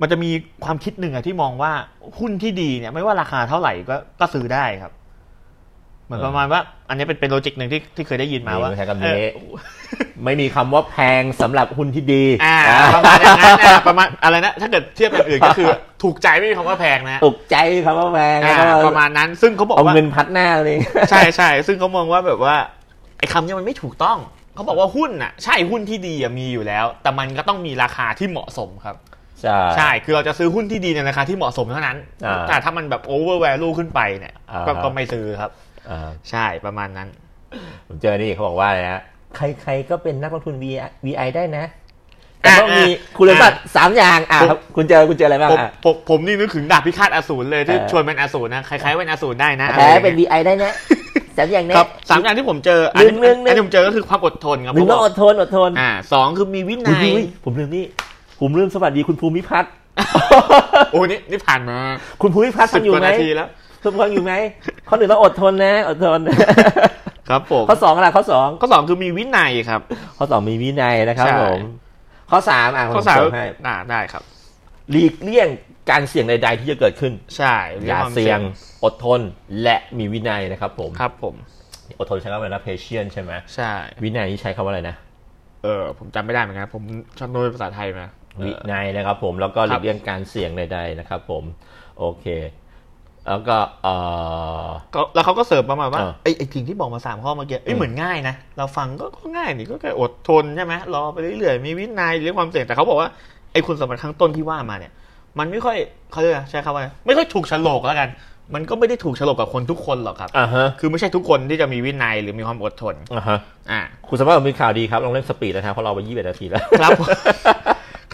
Speaker 1: มันจะมีความคิดหนึ่งอะที่มองว่าหุ้นที่ดีเนี่ย ไม่ว่าราคาเท่าไหร่ก็ก็ซื้อได้ครับ เหมือนประมาณว่า อันนี้เป็นเป็นโลจิกหนึ่งที่ที่เคยได้ยินมาว่า
Speaker 2: ไม่ใช้คำ
Speaker 1: เอ
Speaker 2: นี้
Speaker 1: อ
Speaker 2: ไม่มีคำว่าแพงสำหรับหุ้นที่ดี
Speaker 1: อ่าป
Speaker 2: อ่า
Speaker 1: ระมาณอย่างนั้นอ่ะประมาณอะไรนะถ้าเกิดเทียบกับอื่นก็คือ ถูกใจไม่มีคำว่าแพงนะ
Speaker 2: ตกใจคำว่าแพง
Speaker 1: อ่า
Speaker 2: แล้วก็
Speaker 1: ประมาณนั้นซึ่งเขาบอก
Speaker 2: เอา
Speaker 1: ว่า
Speaker 2: เงินพัดหน้าเลย
Speaker 1: ใช่ใช่ซึ่งเขามองว่าแบบว่าไอ้คำเนี้ยมันไม่ถูกต้อง เขาบอกว่าหุ้นน่ะใช่หุ้นที่ดีอะมีอยู่แล้ว แต่มันก็ต้องมีราคาที่เหมาะสมครับ
Speaker 2: ใช่
Speaker 1: ใช่คือเราจะซื้อหุ้นที่ดีในราคาที่เหมาะสมเท่านั้น
Speaker 2: อ่า
Speaker 1: แต่ถ้ามันแบบโอเวอร์แวลูขึ้นไปเนี่ย
Speaker 2: อ่า
Speaker 1: ก็ก็ไม่ซื้อครับ
Speaker 2: อ่า
Speaker 1: ใช่ประมาณนั้น
Speaker 2: ผมเจอนี่เขาบอกว่าอะไรนะใครๆก็เป็นนักลงทุน VI VI ได้นะ แต่ต้องมี
Speaker 1: อ่ะ
Speaker 2: คุณสมบัติสามอย่างอ่ะ
Speaker 1: ผม
Speaker 2: ครับคุณเจอคุณเจออะไรบ้าง
Speaker 1: ผม
Speaker 2: อ่ะ
Speaker 1: ผมผมนี่นึกถึงดาบพิฆาตอสูรเลยที่
Speaker 2: เออ
Speaker 1: ชวนเป็นอสูรนะคล้ายๆเป็นอสูรได้นะอะไรอ
Speaker 2: แพ้
Speaker 1: ย่าง
Speaker 2: เป็น
Speaker 1: เงี้ย
Speaker 2: VI ได้นะสามอย่างเนี้
Speaker 1: ค
Speaker 2: ย
Speaker 1: รับสามอย่างที่ผมเจออัน
Speaker 2: หนึ่งหนึ่งหนึ่ง
Speaker 1: อันที่ผมเจอก็คือความอดทนครับ
Speaker 2: หนึ่งต้องอดทนอดทน
Speaker 1: อ่าสองคือมีวิ
Speaker 2: อุ๊ย
Speaker 1: นัย
Speaker 2: อุ๊ยผมลืมนี่ผมลืมสวัสดีคุณภูมิ พัฒน์
Speaker 1: โอ้นี่นี่ผ่านมา
Speaker 2: คุณภูมิพัฒน์
Speaker 1: สิ
Speaker 2: ฟั
Speaker 1: บ
Speaker 2: งอยู่
Speaker 1: กว่า
Speaker 2: ไหม
Speaker 1: นาทีแล้ว
Speaker 2: คุณฟังอยู่ไหมข้อหนึ่งต้องอดทนนะ อดทน
Speaker 1: ครับผม
Speaker 2: ข้อสองอะไรข้อสอง
Speaker 1: ข้อสองคือมีวินัยครับ
Speaker 2: ข้อสองมีวินัยนะครับ
Speaker 1: ใช่
Speaker 2: ผมข้อสามอ่ะผม
Speaker 1: ข้อสาม
Speaker 2: ส่งให้
Speaker 1: อ่าได้ครับ
Speaker 2: หลีกเลี่ยงการเสี่ยงใด ๆ ที่จะเกิดขึ้น
Speaker 1: ใช่
Speaker 2: อย่าเสี่ยงอดทนและมีวินัยนะครับผม
Speaker 1: ครับผม
Speaker 2: อดทนใช้คำว่าอะไรนะ patient ใช่ไหม
Speaker 1: ใช่
Speaker 2: วินัยนี่ใช้คำว่าอะไรนะ
Speaker 1: เออผมจำไม่ได้เหมือนกันผมชอบโน้ตภาษาไทยมา
Speaker 2: วินัยนะครับผมแล้วก็ห
Speaker 1: ครั
Speaker 2: ลี
Speaker 1: บ
Speaker 2: กเลี่ยงการเสี่ยงใดๆนะครับผมโอเค แล้วก็เอ่อ
Speaker 1: ก็แล้วเขาก็เสริมประมาณว่า
Speaker 2: เออ
Speaker 1: ไอ้ไอ้สิ่งที่บอกมาสามข้อเมื่อกี้เอ้ย
Speaker 2: อืม
Speaker 1: เหมือนง่ายนะ เราฟังก็ก็ง่ายนี่ก็แค่อดทนใช่ไหมรอไปเรื่อยๆมีวินัยเรื่องความเสี่ยงแต่เขาบอกว่าไอ้คุณสมบัติข้างต้นที่ว่ามาเนี่ย มันไม่ค่อยเขาเรียกอะไรใช้คำว่าอะไรไม่ค่อยถูกโฉลกแล้วกัน มันก็ไม่ได้ถูกโฉลกกับคนทุกคนหรอกครับ
Speaker 2: อ่าฮะ
Speaker 1: คือไม่ใช่ทุกคนที่จะมีวินัยหรือมีความอดทน
Speaker 2: อ่าฮะ
Speaker 1: อ่า
Speaker 2: คุณสามารถมีข่าวดีครับลองเล่นสปีดนะครับเพราะเราไป21นาทีแล้ว
Speaker 1: ครับผม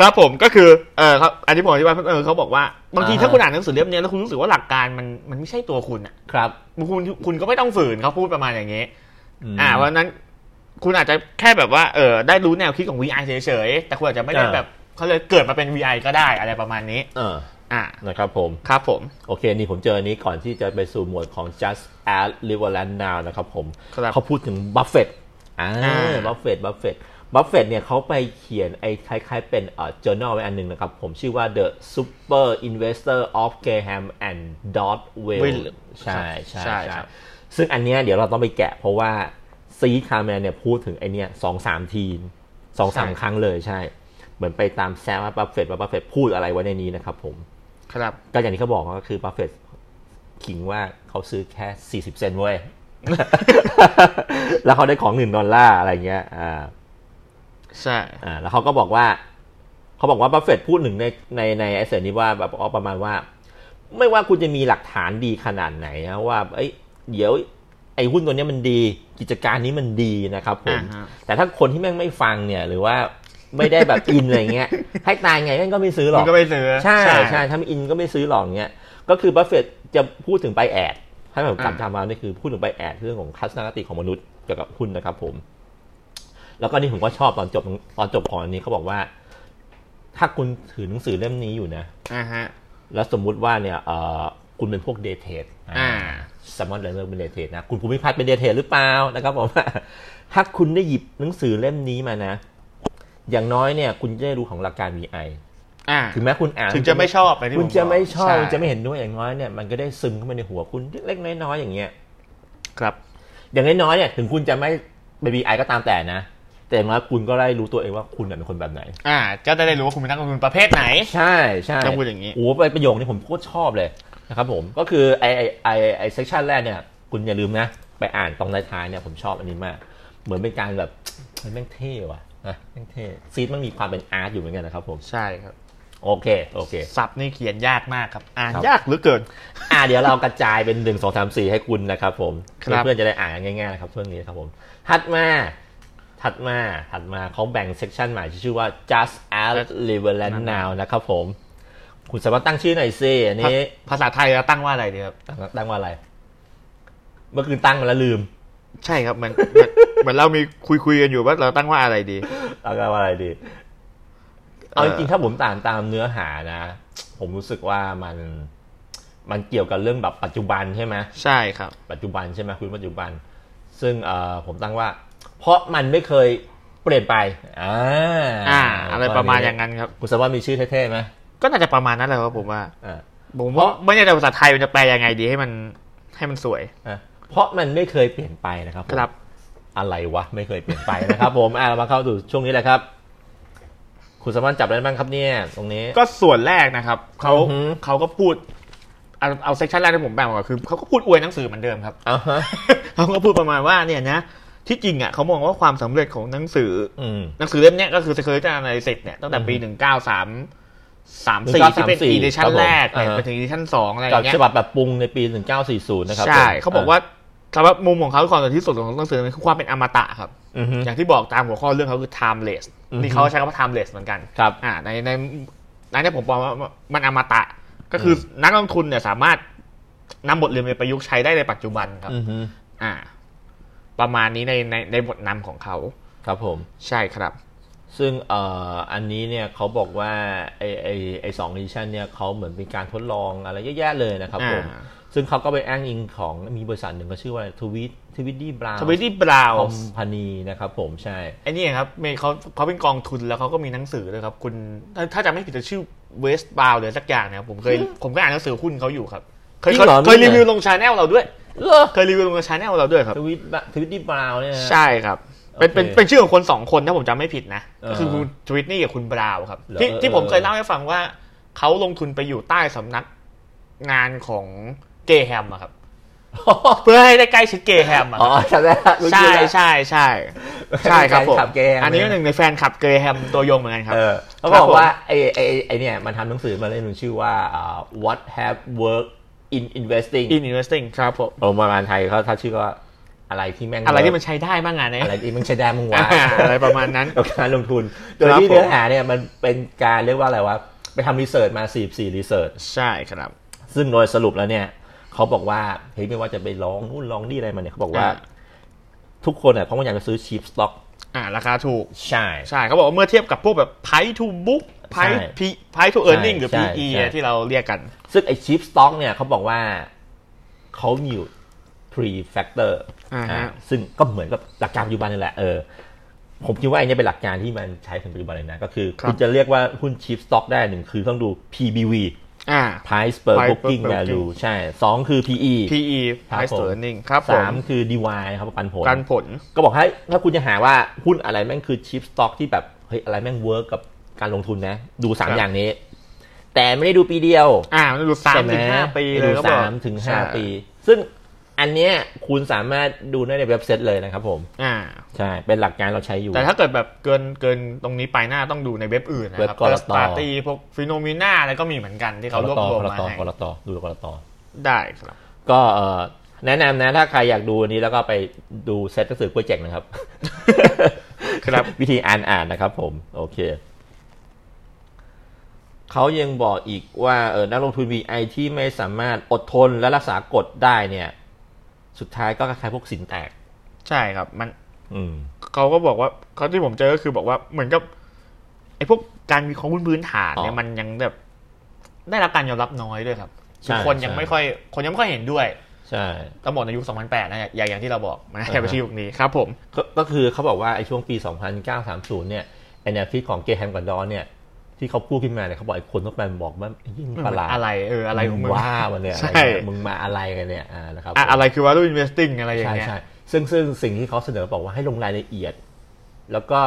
Speaker 1: ครับผมก็คือเออครับอันนี้ผมอธิบายเพิ่มเออเขาบอกว่าบางที
Speaker 2: อ่าฮะ
Speaker 1: ถ้าคุณอ่านหนังสือเล่มเนี้ยแล้วคุณรู้สึกว่าหลักการมันมันไม่ใช่ตัวคุณอ่ะ
Speaker 2: ครับ
Speaker 1: คุณคุณก็ไม่ต้องฝืนเขาพูดประมาณอย่างเงี้ย
Speaker 2: ม
Speaker 1: อ่าเพราะฉะนั้นคุณอาจจะแค่แบบว่าเออได้รู้แนวคิดของ VI เฉยๆแต่คุณอาจจะไม่ได้
Speaker 2: อ่า
Speaker 1: แบบเขาเลยเกิดมาเป็น VI ก็ได้อะไรประมาณนี้
Speaker 2: เออ
Speaker 1: อ่า
Speaker 2: นะครับผม
Speaker 1: ครับผม
Speaker 2: โอเค นี่ผมเจออันนี้ก่อนที่จะไปสู่หมวดของ just as l i v e r a n d now นะครับผม
Speaker 1: ครับ
Speaker 2: เขาพูดถึงบัฟเฟตอ่า
Speaker 1: อ่า
Speaker 2: บัฟเฟตบัฟเฟตบัฟเฟตเนี่ยเขาไปเขียนไอ้คล้ายๆเป็นเอ่อ journal ไว้อันหนึ่งนะครับ ผมชื่อว่า the super investor of Graham and Dodd w e l l
Speaker 1: Will
Speaker 2: ใช่ใช่
Speaker 1: ใช่
Speaker 2: ใช่
Speaker 1: ครับ
Speaker 2: ซึ่งอันเนี้ยเดี๋ยวเราต้องไปแกะเพราะว่าซีคาร์แมนเนี่ยพูดถึงไอเนี้ยสองสามทีสองสามครั้งเลยใช่ เหมือนไปตามแซวว่าบัฟเฟตว่าบัฟเฟตพูดอะไรไว้ในนี้นะครับผม
Speaker 1: ครับ
Speaker 2: ก็อย่างที่เขาบอกก็คือบัฟเฟตต์ขิงว่าเขาซื้อแค่ 40 เซนต์เว้ย แล้วเขาได้ของหนึ่งดอลลาร์อะไรเงี้ย อ่า
Speaker 1: ใช่
Speaker 2: อ่า แล้วเขาก็บอกว่า เขาบอกว่าบัฟเฟตต์พูดหนึ่งในในในไอเซนนี้ว่าแบบออกประมาณว่า ไม่ว่าคุณจะมีหลักฐานดีขนาดไหนนะว่า เอ้ย เดี๋ยว ไอ้หุ้นตัวเนี้ยมันดี กิจการนี้มันดีนะครับผม
Speaker 1: อ่าฮะ
Speaker 2: แต่ถ้าคนที่แม่งไม่ฟังเนี่ย หรือว่าไม่ได้แบบอินอะไรเงี้ย ให้ตายไงแม่งก็ไม่ซื้อหร
Speaker 1: คุ
Speaker 2: อ
Speaker 1: ณ
Speaker 2: ก
Speaker 1: ก็ไม่ซื้อ
Speaker 2: ใช่ใช่ถ้าไม่อินก็ไม่ซื้อหรอกเงี้ยก็คือบัฟเฟตต์จะพูดถึงไปแอด ถ้าผมกลับ
Speaker 1: อ่า
Speaker 2: จำมานี่คือพูดถึงไปแอดเรื่องของทัศนคติของมนุษย์เกี่ยวกับหุ้นนะครับผม แล้วก็นี่ผมก็ชอบตอนจบตอนจบของอันนี้เขาบอกว่า ถ้าคุณถือหนังสือเล่มนี้อยู่นะ
Speaker 1: อ่าฮะ
Speaker 2: แล้วสมมุติว่าเนี่ยเออคุณเป็นพวกเดทเทส
Speaker 1: อ่า
Speaker 2: สมอนเลนเดอร์เป็นเดทเทสนะ คุณภูมิพัฒน์เป็นเดทเทสหรือเปล่านะครับผม ถ้าคุณได้หยิบหนังสือเล่มนี้มานะ อย่างน้อยเนี่ย คุณจะได้รู้ของหลักการ VI
Speaker 1: อ่า
Speaker 2: ถึงแม้คุณอ่าน
Speaker 1: ถึงจะไม่ชอบไปที่
Speaker 2: คุณจะไม่ชอบ
Speaker 1: ใ
Speaker 2: คุณจะไม่เห็นด้วยอย่างน้อยเนี่ยมันก็ได้ซึมเข้าไปในหัวคุณเล็กๆน้อยๆอย่างเงี้ย
Speaker 1: ครับ
Speaker 2: อย่างน้อยๆเนี่ยถึงคุณจะไม่เป็นบีไอก็ตามแต่นะ แต่อย่างน้อยคุณก็ได้รู้ตัวเองว่าคุณเป็นคนแบบไหน
Speaker 1: อ่าก็จะได้รู้ว่าคุณเป็นนักลงทุนประเภทไหน
Speaker 2: ใช่ใช่
Speaker 1: ต้องพูดอย่างนี้
Speaker 2: โอ้ไปประโยคนี้ผมโคตรชอบเลยนะครับผมก็คือไอไอไอไอเซสชันแรกเนี่ย คุณอย่าลืมนะ ไปอ่านตอนท้ายๆเนี่ยผมชอบอันนี้มาก เหมือนเป็นการแบบเฮ้ยแม่งเท่ว่ะนะแม่งเท่ซีดมันมีความเป็นอาร์ตอยู่เหมือนกันนะครับผม
Speaker 1: ใช่ครับ
Speaker 2: โอเคโอเค
Speaker 1: สับนี่เขียนยากมากครับ อ่าน
Speaker 2: ครับ
Speaker 1: ยากเหลือเกิน
Speaker 2: อ่าเดี๋ยวเรากระจายเป็นหนึ่งสองสามสี่ให้คุณนะครับผม
Speaker 1: ครับ
Speaker 2: เพื่อนๆจะได้อ่านกันง่ายๆนะครับช่วงนี้นะครับผม ถัดมา ถัดมาถัดมาเขาแบ่งเซกชันใหม่ที่ชื่อว่า just as r e v e r a n d now นะครับผม คุณสามารถตั้งชื่อหน่อยสิอันนี้
Speaker 1: ภาษาไทยเราตั้งว่าอะไรดีครับ
Speaker 2: ตั้งตั้งว่าอะไร เมื่อคืนตั้งมาแล้วลืม
Speaker 1: ใช่ครับมันมัน เหมือนเรามีคุยคุยกันอยู่ว่าเราตั้งว่าอะไรดี
Speaker 2: ตั้งว่าอะไรดี เอาจริงๆถ้าผมตามตามเนื้อหานะ ผมรู้สึกว่ามันมันเกี่ยวกับเรื่องแบบปัจจุบันใช่ไหม
Speaker 1: ใช่ครับ
Speaker 2: ปัจจุบันใช่ไหมคุณปัจจุบัน ซึ่งเอ่อผมตั้งว่า เพราะมันไม่เคยเปลี่ยนไปอ่า
Speaker 1: อ่า อะไรประมาณอย่างนั้นครับ
Speaker 2: คุณสามารถมีชื่อเท่ๆไหม
Speaker 1: ก็น่าจะประมาณนั้นแหละครับผมว่า
Speaker 2: อ่า
Speaker 1: ผม
Speaker 2: เพ
Speaker 1: ว่า
Speaker 2: ราะ
Speaker 1: ไม่แน่ใจภาษาไทยมันจะแปลยังไงดีให้มันให้มันสวย
Speaker 2: อ่ะ เพราะมันไม่เคยเปลี่ยนไปนะครับผม
Speaker 1: ครับ
Speaker 2: อะไรวะไม่เคยเปลี่ยนไปนะครับ ผม อ่ะเรามาเข้าสู่ช่วงนี้แหละครับ คุณสามารถจับได้บ้างครับเนี่ย ตรงนี้
Speaker 1: ก็ส่วนแรกนะครับเขา
Speaker 2: อือหือ
Speaker 1: เขาก็พูดเอาเอาเซกชันแรกที่ผมแบ่งมาก่อนคือเขาก็พูดอวยหนังสือเหมือนเดิมครับ
Speaker 2: เอาฮะ
Speaker 1: เขาก็พูดประมาณว่าเนี่ยนะที่จริงอ่ะเขามองว่าความสำเร็จของหนังสือ
Speaker 2: อืม
Speaker 1: หนังสือเล่มเนี้ยก็คือ Security Analysis เนี่ยตั้งแต่ปี
Speaker 2: อืม
Speaker 1: 1933 34 ที่เป็น
Speaker 2: 1934
Speaker 1: edition
Speaker 2: ครับผม
Speaker 1: แรกเนี่ย
Speaker 2: อ่า
Speaker 1: ไปถึง edition 2อะไรอ
Speaker 2: กั
Speaker 1: ย่า
Speaker 2: บ
Speaker 1: งเงี้
Speaker 2: ฉ
Speaker 1: ย
Speaker 2: บับแบบปรุงในปี 1940 นะครับ
Speaker 1: ใช่
Speaker 2: ผม
Speaker 1: เขาบอกว่าสำหรับมุมของเขาความสำคัญที่สุดของหนังสือมันคือความเป็นอมตะครับ
Speaker 2: อือฮึ
Speaker 1: อย่างที่บอกตามหัวข้อเรื่องเขาคือ timeless
Speaker 2: อือฮึ
Speaker 1: นี่เขาใช้คำว่า timeless เหมือนกัน
Speaker 2: ครับ
Speaker 1: อ่าในในในนี้ผมบอกว่ามันอมตะก็คืออนักลงทุนเนี่ยสามารถนำบทเรียนไปประยุกต์ใช้ได้ในปัจจุบันครับ
Speaker 2: อือฮึ
Speaker 1: อ่า ประมาณนี้ในในในบทนำของเขา
Speaker 2: ครับผม
Speaker 1: ใช่ครับ
Speaker 2: ซึ่งเอ่ออันนี้เนี่ยเขาบอกว่าไอไอไอสองดิชันเนี่ยเขาเหมือนเป็นการทดลองอะไรเยอะแยะเลยนะครับผม
Speaker 1: อ่า
Speaker 2: ซึ่งเขาก็ไปอ้างอิงของมีบริษัทหนึ่งก็ชื่อว่าทวิตทวิตดี้บราว
Speaker 1: ทวิตตี้บราว
Speaker 2: คอม
Speaker 1: ส์
Speaker 2: พานีนะครับผมใช่
Speaker 1: ไอ้นี่ครับเมย์เขาเขาเป็นกองทุนแล้วเขาก็มีหนังสือเลยครับคุณถ้าถ้าจำไม่ผิดจะชื่อเวสบาวเลยสักอย่างนะครับผมเคยผมก็อ่านหนังสือหุ้นเขาอยู่ครับ เคย
Speaker 2: จริงเหรอ
Speaker 1: เคย
Speaker 2: มี
Speaker 1: รี
Speaker 2: เหรอ
Speaker 1: วิวลงชาแนลเราด้วย
Speaker 2: เลอ
Speaker 1: เคยรีวิวลงชาแนลเราด้วยครับ
Speaker 2: ทวิตทวิตดี้บราวเนี่ยนะ
Speaker 1: ใช่ครับ เป็นเป็น
Speaker 2: โอเค
Speaker 1: เป็นชื่อของคนสองคนถ้าผมจำไม่ผิดนะ
Speaker 2: เออ
Speaker 1: คือคุณทวิตนี่กับคุณบราวครับ
Speaker 2: เหรอ
Speaker 1: ที่
Speaker 2: เออ
Speaker 1: ที่ผมเคย
Speaker 2: เออ
Speaker 1: เล่าให้ฟังว่าเขาลงทุนไปอยู่ใต้สำนักงานของเกแฮมอะครับ เพื่อให้ได้ใกล้ชิดเกแฮมอะค
Speaker 2: อ๋อ
Speaker 1: รับ
Speaker 2: จำได้ละรู้
Speaker 1: ใช่
Speaker 2: ชื่อละ
Speaker 1: ใช่ใช่ใช่ครับผม
Speaker 2: แฟนคลับ Graham
Speaker 1: อันนี้ก็
Speaker 2: นะ
Speaker 1: หนึ่งในแฟนคลับเกแฮมตัวยงเหมือนกันครับ
Speaker 2: เออเขา
Speaker 1: ครับ บอก ผม
Speaker 2: ว่าไอไอไอ้ไอเนี่ยมันทำหนังสือมาเล่มหนึ่งชื่อว่าอ่า what have worked in investing
Speaker 1: in investing ครับผม
Speaker 2: โอประมาณไทยเขาถ้าชื่อว่าอะไรที่แม่ง
Speaker 1: อะไรที่มันใช้ได้บ้างงานเนี่ย
Speaker 2: อะไรที่มันใช้ได้มึงวะ
Speaker 1: อ่าอะไรประมาณนั้น
Speaker 2: กับการลงทุน โดย
Speaker 1: ครับ
Speaker 2: ที่เนื้อ
Speaker 1: ผม
Speaker 2: หาเนี่ยมันเป็นการเรียกว่าอะไรวะ ไปทำรีเสิร์ชมา 44รีเสิร์ช
Speaker 1: ใช่ครับ
Speaker 2: ซึ่งโดยสรุปแล้วเนี่ยเขาบอกว่าเฮ้ยไม่ว่าจะไปลองนู่นลองนี่อะไรมาเนี่ยเขาบอกว่า
Speaker 1: อ่า
Speaker 2: ทุกคนเนี่ยเพราะมันอยากจะซื้อชีพสต็อก
Speaker 1: อ่าราคาถูก
Speaker 2: ใช่
Speaker 1: ใช่เขาบอกว่าเมื่อเทียบกับพวกแบบ price to book price
Speaker 2: ใช่
Speaker 1: P- price to earning หรือ
Speaker 2: ใช่
Speaker 1: PE
Speaker 2: ใช่
Speaker 1: อะที่เราเรียกกัน
Speaker 2: ซึ่งไอชีพสต็อกเนี่ยเขาบอกว่าเขามีอยู่ three factor
Speaker 1: อ่าฮะ
Speaker 2: อ่าซึ่งก็เหมือนกับหลักการปัจจุบันนี่แหละเออผมคิดว่าไอันนี้เป็นหลักการที่มันใช้ถึงปัจจุบันเลยนะ ก็คือคุณจะเรียกว่าหุ้นชีพสต็อกได้หนึ่งคือต้องดู PBV
Speaker 1: อ่า
Speaker 2: Price per
Speaker 1: Price per
Speaker 2: booking
Speaker 1: booking
Speaker 2: value ใช่สองคือ PE
Speaker 1: PE
Speaker 2: ครับ
Speaker 1: price
Speaker 2: ผม
Speaker 1: to earning ครับผ
Speaker 2: สาม มคือ DY ครับปันผล
Speaker 1: การผล
Speaker 2: ก็บอกให้ถ้าคุณจะหาว่าหุ้นอะไรแม่งคือชิปสต็อกที่แบบ เฮ้ย อะไรแม่งเวิร์กกับการลงทุนนะ ดูสาม
Speaker 1: ครับ
Speaker 2: อย่างนี้ แต่ไม่ได้ดูปีเดียว
Speaker 1: อ่ามันดูสาม
Speaker 2: ใช่ไ
Speaker 1: ถึงห้าปีเลย
Speaker 2: ดู
Speaker 1: เขาบอก
Speaker 2: สามถึงห้า
Speaker 1: ใช่
Speaker 2: ปี ซึ่งอันเนี้ยคุณสามารถดูได้ในเว็บไซต์เลยนะครับผม
Speaker 1: อ่า
Speaker 2: ใช่ เป็นหลักการเราใช้อยู่
Speaker 1: แต่ถ้าเกิดแบบเกินเกินตรงนี้ไปหน้าต้องดูในเว็บอื่นนะครั
Speaker 2: เว็บกลต
Speaker 1: สตาร์ตีพวกฟิโนม e นาอะไรก็มีเหมือนกันที่
Speaker 2: ก
Speaker 1: เขา
Speaker 2: ร
Speaker 1: รวบ
Speaker 2: ต
Speaker 1: รวม
Speaker 2: กร
Speaker 1: มา
Speaker 2: ต
Speaker 1: ให้
Speaker 2: กรตดูกรต
Speaker 1: ได้ครับ
Speaker 2: ก็เอ่อแนะนำนะ ถ้าใครอยากดูอันนี้แล้วก็ไปดูเซตหนังสือกล้วยเจ๋งนะครับ
Speaker 1: ครับ
Speaker 2: วิธีอ่านอ่านนะครับผม โอเค เขายังบอกอีกว่าเออนักลงทุน VI ที่ไม่สามารถอดทนและรักษากฎได้เนี่ย สุดท้ายก็คล้ายๆพวกสินแตก
Speaker 1: ใช่ครับมัน
Speaker 2: อืม
Speaker 1: เขาก็บอกว่าเขาที่ผมเจอก็คือบอกว่าเหมือนกับไอ้พวกการมีข้อมูลพื้นฐานเนี่ย
Speaker 2: อ๋อ
Speaker 1: มันยังแบบได้รับการยอมรับน้อยด้วยครับ
Speaker 2: ใช่
Speaker 1: คือคนยัง
Speaker 2: ใช่
Speaker 1: ไม่ค่อย คนยังไม่ค่อยเห็นด้วย
Speaker 2: ใช่
Speaker 1: ตำรวจในยุค 2008นะอย่างอย่างที่เราบอกนะ
Speaker 2: อ่าฮะ
Speaker 1: แค่ไปที่ยุคนี้ครับผม
Speaker 2: ก็ก็คือเขาบอกว่าไอ้ช่วงปี 2009-30 เนี่ยไอแนวคิดของเกแฮมกับดอนเนี่ย ที่เขาพูดขึ้นมาเนี่ยเขาบอกไอ้คนทั่วไปบอกว่ายิ่งประหลาด
Speaker 1: อะไรเอออะไรของมึง
Speaker 2: ว่ามันเนี่ยอะไร
Speaker 1: ใช่
Speaker 2: เนี่ยมึงมาอะไรกันเนี่ยอ่านะครับ
Speaker 1: อะอะไรคือว่าด้วย investing อะไรอย่าง
Speaker 2: ใช่
Speaker 1: เงี้ย
Speaker 2: ใช่ซึ่งซึ่งสิ่งที่เขาเสนอบอกว่าให้ลงรายละเอียด แล้วก็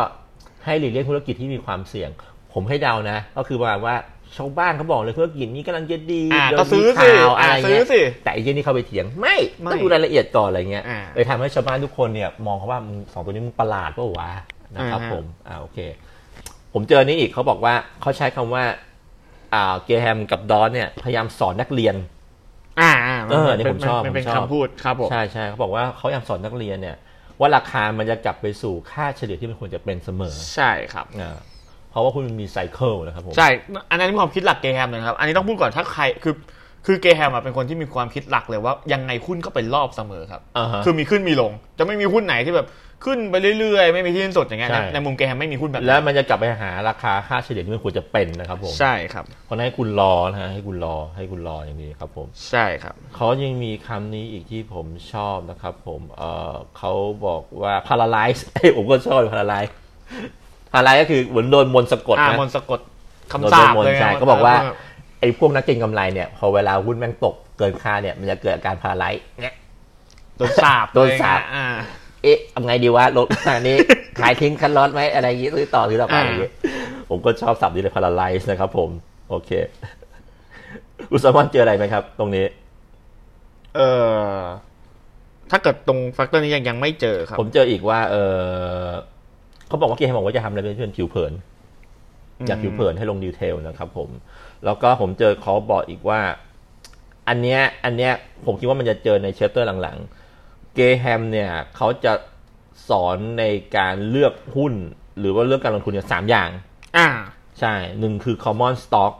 Speaker 2: ให้หลีกเลี่ยงธุรกิจที่มีความเสี่ยง ผมให้เดานะ ก็คือว่าว่าชาวบ้านเขาบอกเลยธุรกิจนี้กำลังจะดี
Speaker 1: อ่า
Speaker 2: เดี๋ยว
Speaker 1: ก็ซื้อสิ
Speaker 2: มีข่าวอะไร
Speaker 1: อ่าซื้อ
Speaker 2: เงี้ย
Speaker 1: สิ
Speaker 2: แต่ไอ้เจ้ยนี่เขาไปเถียง ไม่
Speaker 1: ไม่
Speaker 2: ต้องดูรายละเอียดก่อนอะไรเงี้ย
Speaker 1: อ่า
Speaker 2: เลยทำให้ชาวบ้านทุกคนเนี่ยมองเขาว่ามึงสองตัวนี้มึงประหลาดเปล่าวะนะครับ
Speaker 1: อ่าฮะ
Speaker 2: ผมอ่าโอเค ผมเจอนี้อีกเขาบอกว่าเขาใช้คำว่าอ่าเกรแฮมกับดอนเนี่ยพยายามสอนนักเรียน
Speaker 1: อ่าอ่า
Speaker 2: เออเนี่ยผมชอบ
Speaker 1: มันเป็น
Speaker 2: ผมชอบ
Speaker 1: คำพูดครับผม
Speaker 2: ใช่ใช่เขาบอกว่าเขายังสอนนักเรียนเนี่ย ว่าราคามันจะกลับไปสู่ค่าเฉลี่ยที่มันควรจะเป็นเสมอ
Speaker 1: ใช่ครับ
Speaker 2: อ่าเพราะว่าคุณมันมีไซเคิลนะครับผม
Speaker 1: ใช่ อันนั้นเป็นความคิดหลักเกแฮมเลยนะครับ อันนี้ต้องพูดก่อนถ้าใครคือคือเกแฮมอะเป็นคนที่มีความคิดหลักเลยว่ายังไงหุ้นก็เป็นรอบเสมอครับ
Speaker 2: อ่าฮะ
Speaker 1: คือมีขึ้นมีลง จะไม่มีหุ้นไหนที่แบบขึ้นไปเรื่อยๆ ไม่มีที่สิ้นสุดอย่างเงี้ย
Speaker 2: ใช่
Speaker 1: นะในมุมเกแฮมไม่มีหุ้นแบบนั้น
Speaker 2: แล้วมันจะกลับไปหาราคาค่าเฉลี่ยที่มันควรจะเป็นนะครับผม
Speaker 1: ใช่ครับ
Speaker 2: เพราะฉะนั้นให้คุณรอนะฮะให้คุณรอให้คุณรออย่างนี้ครับผม
Speaker 1: ใช่ครับ
Speaker 2: เขายังมีคำนี้อีกที่ผมชอบนะครับผมเออเขาบอกว่า paralyze เอ้ยผมก็ชอบ paralyze paralyze ก็คือเหมือนโดนมนต์สะกด
Speaker 1: อ่า
Speaker 2: นะ
Speaker 1: มนต์สะกดคำ
Speaker 2: โดน
Speaker 1: สา
Speaker 2: โดน
Speaker 1: ป
Speaker 2: มน
Speaker 1: เลย
Speaker 2: ต์ใช่
Speaker 1: นะ
Speaker 2: ก็บอกว่า
Speaker 1: เ
Speaker 2: ไอ้พวกนักเก็งกำไรเนี่ย พอเวลาหุ้นแม่งตกเกินค่าเนี่ย มันจะเกิดอาการพาไลท์เนี่ย
Speaker 1: โดนสาบ
Speaker 2: โดนสาป
Speaker 1: อะไรอย่งเงี้ยอ่า
Speaker 2: เอ๊ะทำไงดีวะรถอันนี้ ขายทิ้งคันร้อนไหมอะไรอย่างงี้ซื้อต่อซื้อต่อไป
Speaker 1: อ่า
Speaker 2: อย่างงี้ผมก็ชอบสับนี้เลยพาราไลซ์นะครับผม โอเค อุสมอนเจออะไรไหมครับ ตรงนี้
Speaker 1: เออถ้าเกิดตรงแฟกเตอร์นี้ยังยังไม่เจอครับ
Speaker 2: ผมเจออีกว่า เออเขาบอกว่าเกียร์บอกว่าจะทำอะไรเป็นผิวเผิน อยากผิวเผินให้ลงดีเทลนะครับผม แล้วก็ผมเจอเขาบอกอีกว่า อันเนี้ยอันเนี้ยผมคิดว่ามันจะเจอในเชปเตอร์หลังๆ เกแฮมเนี่ยเขาจะสอนในการเลือกหุ้น หรือว่าเลือกการลงทุนเนี่ยสามอย่าง
Speaker 1: อ่า
Speaker 2: ใช่หนึ่งคือ common stock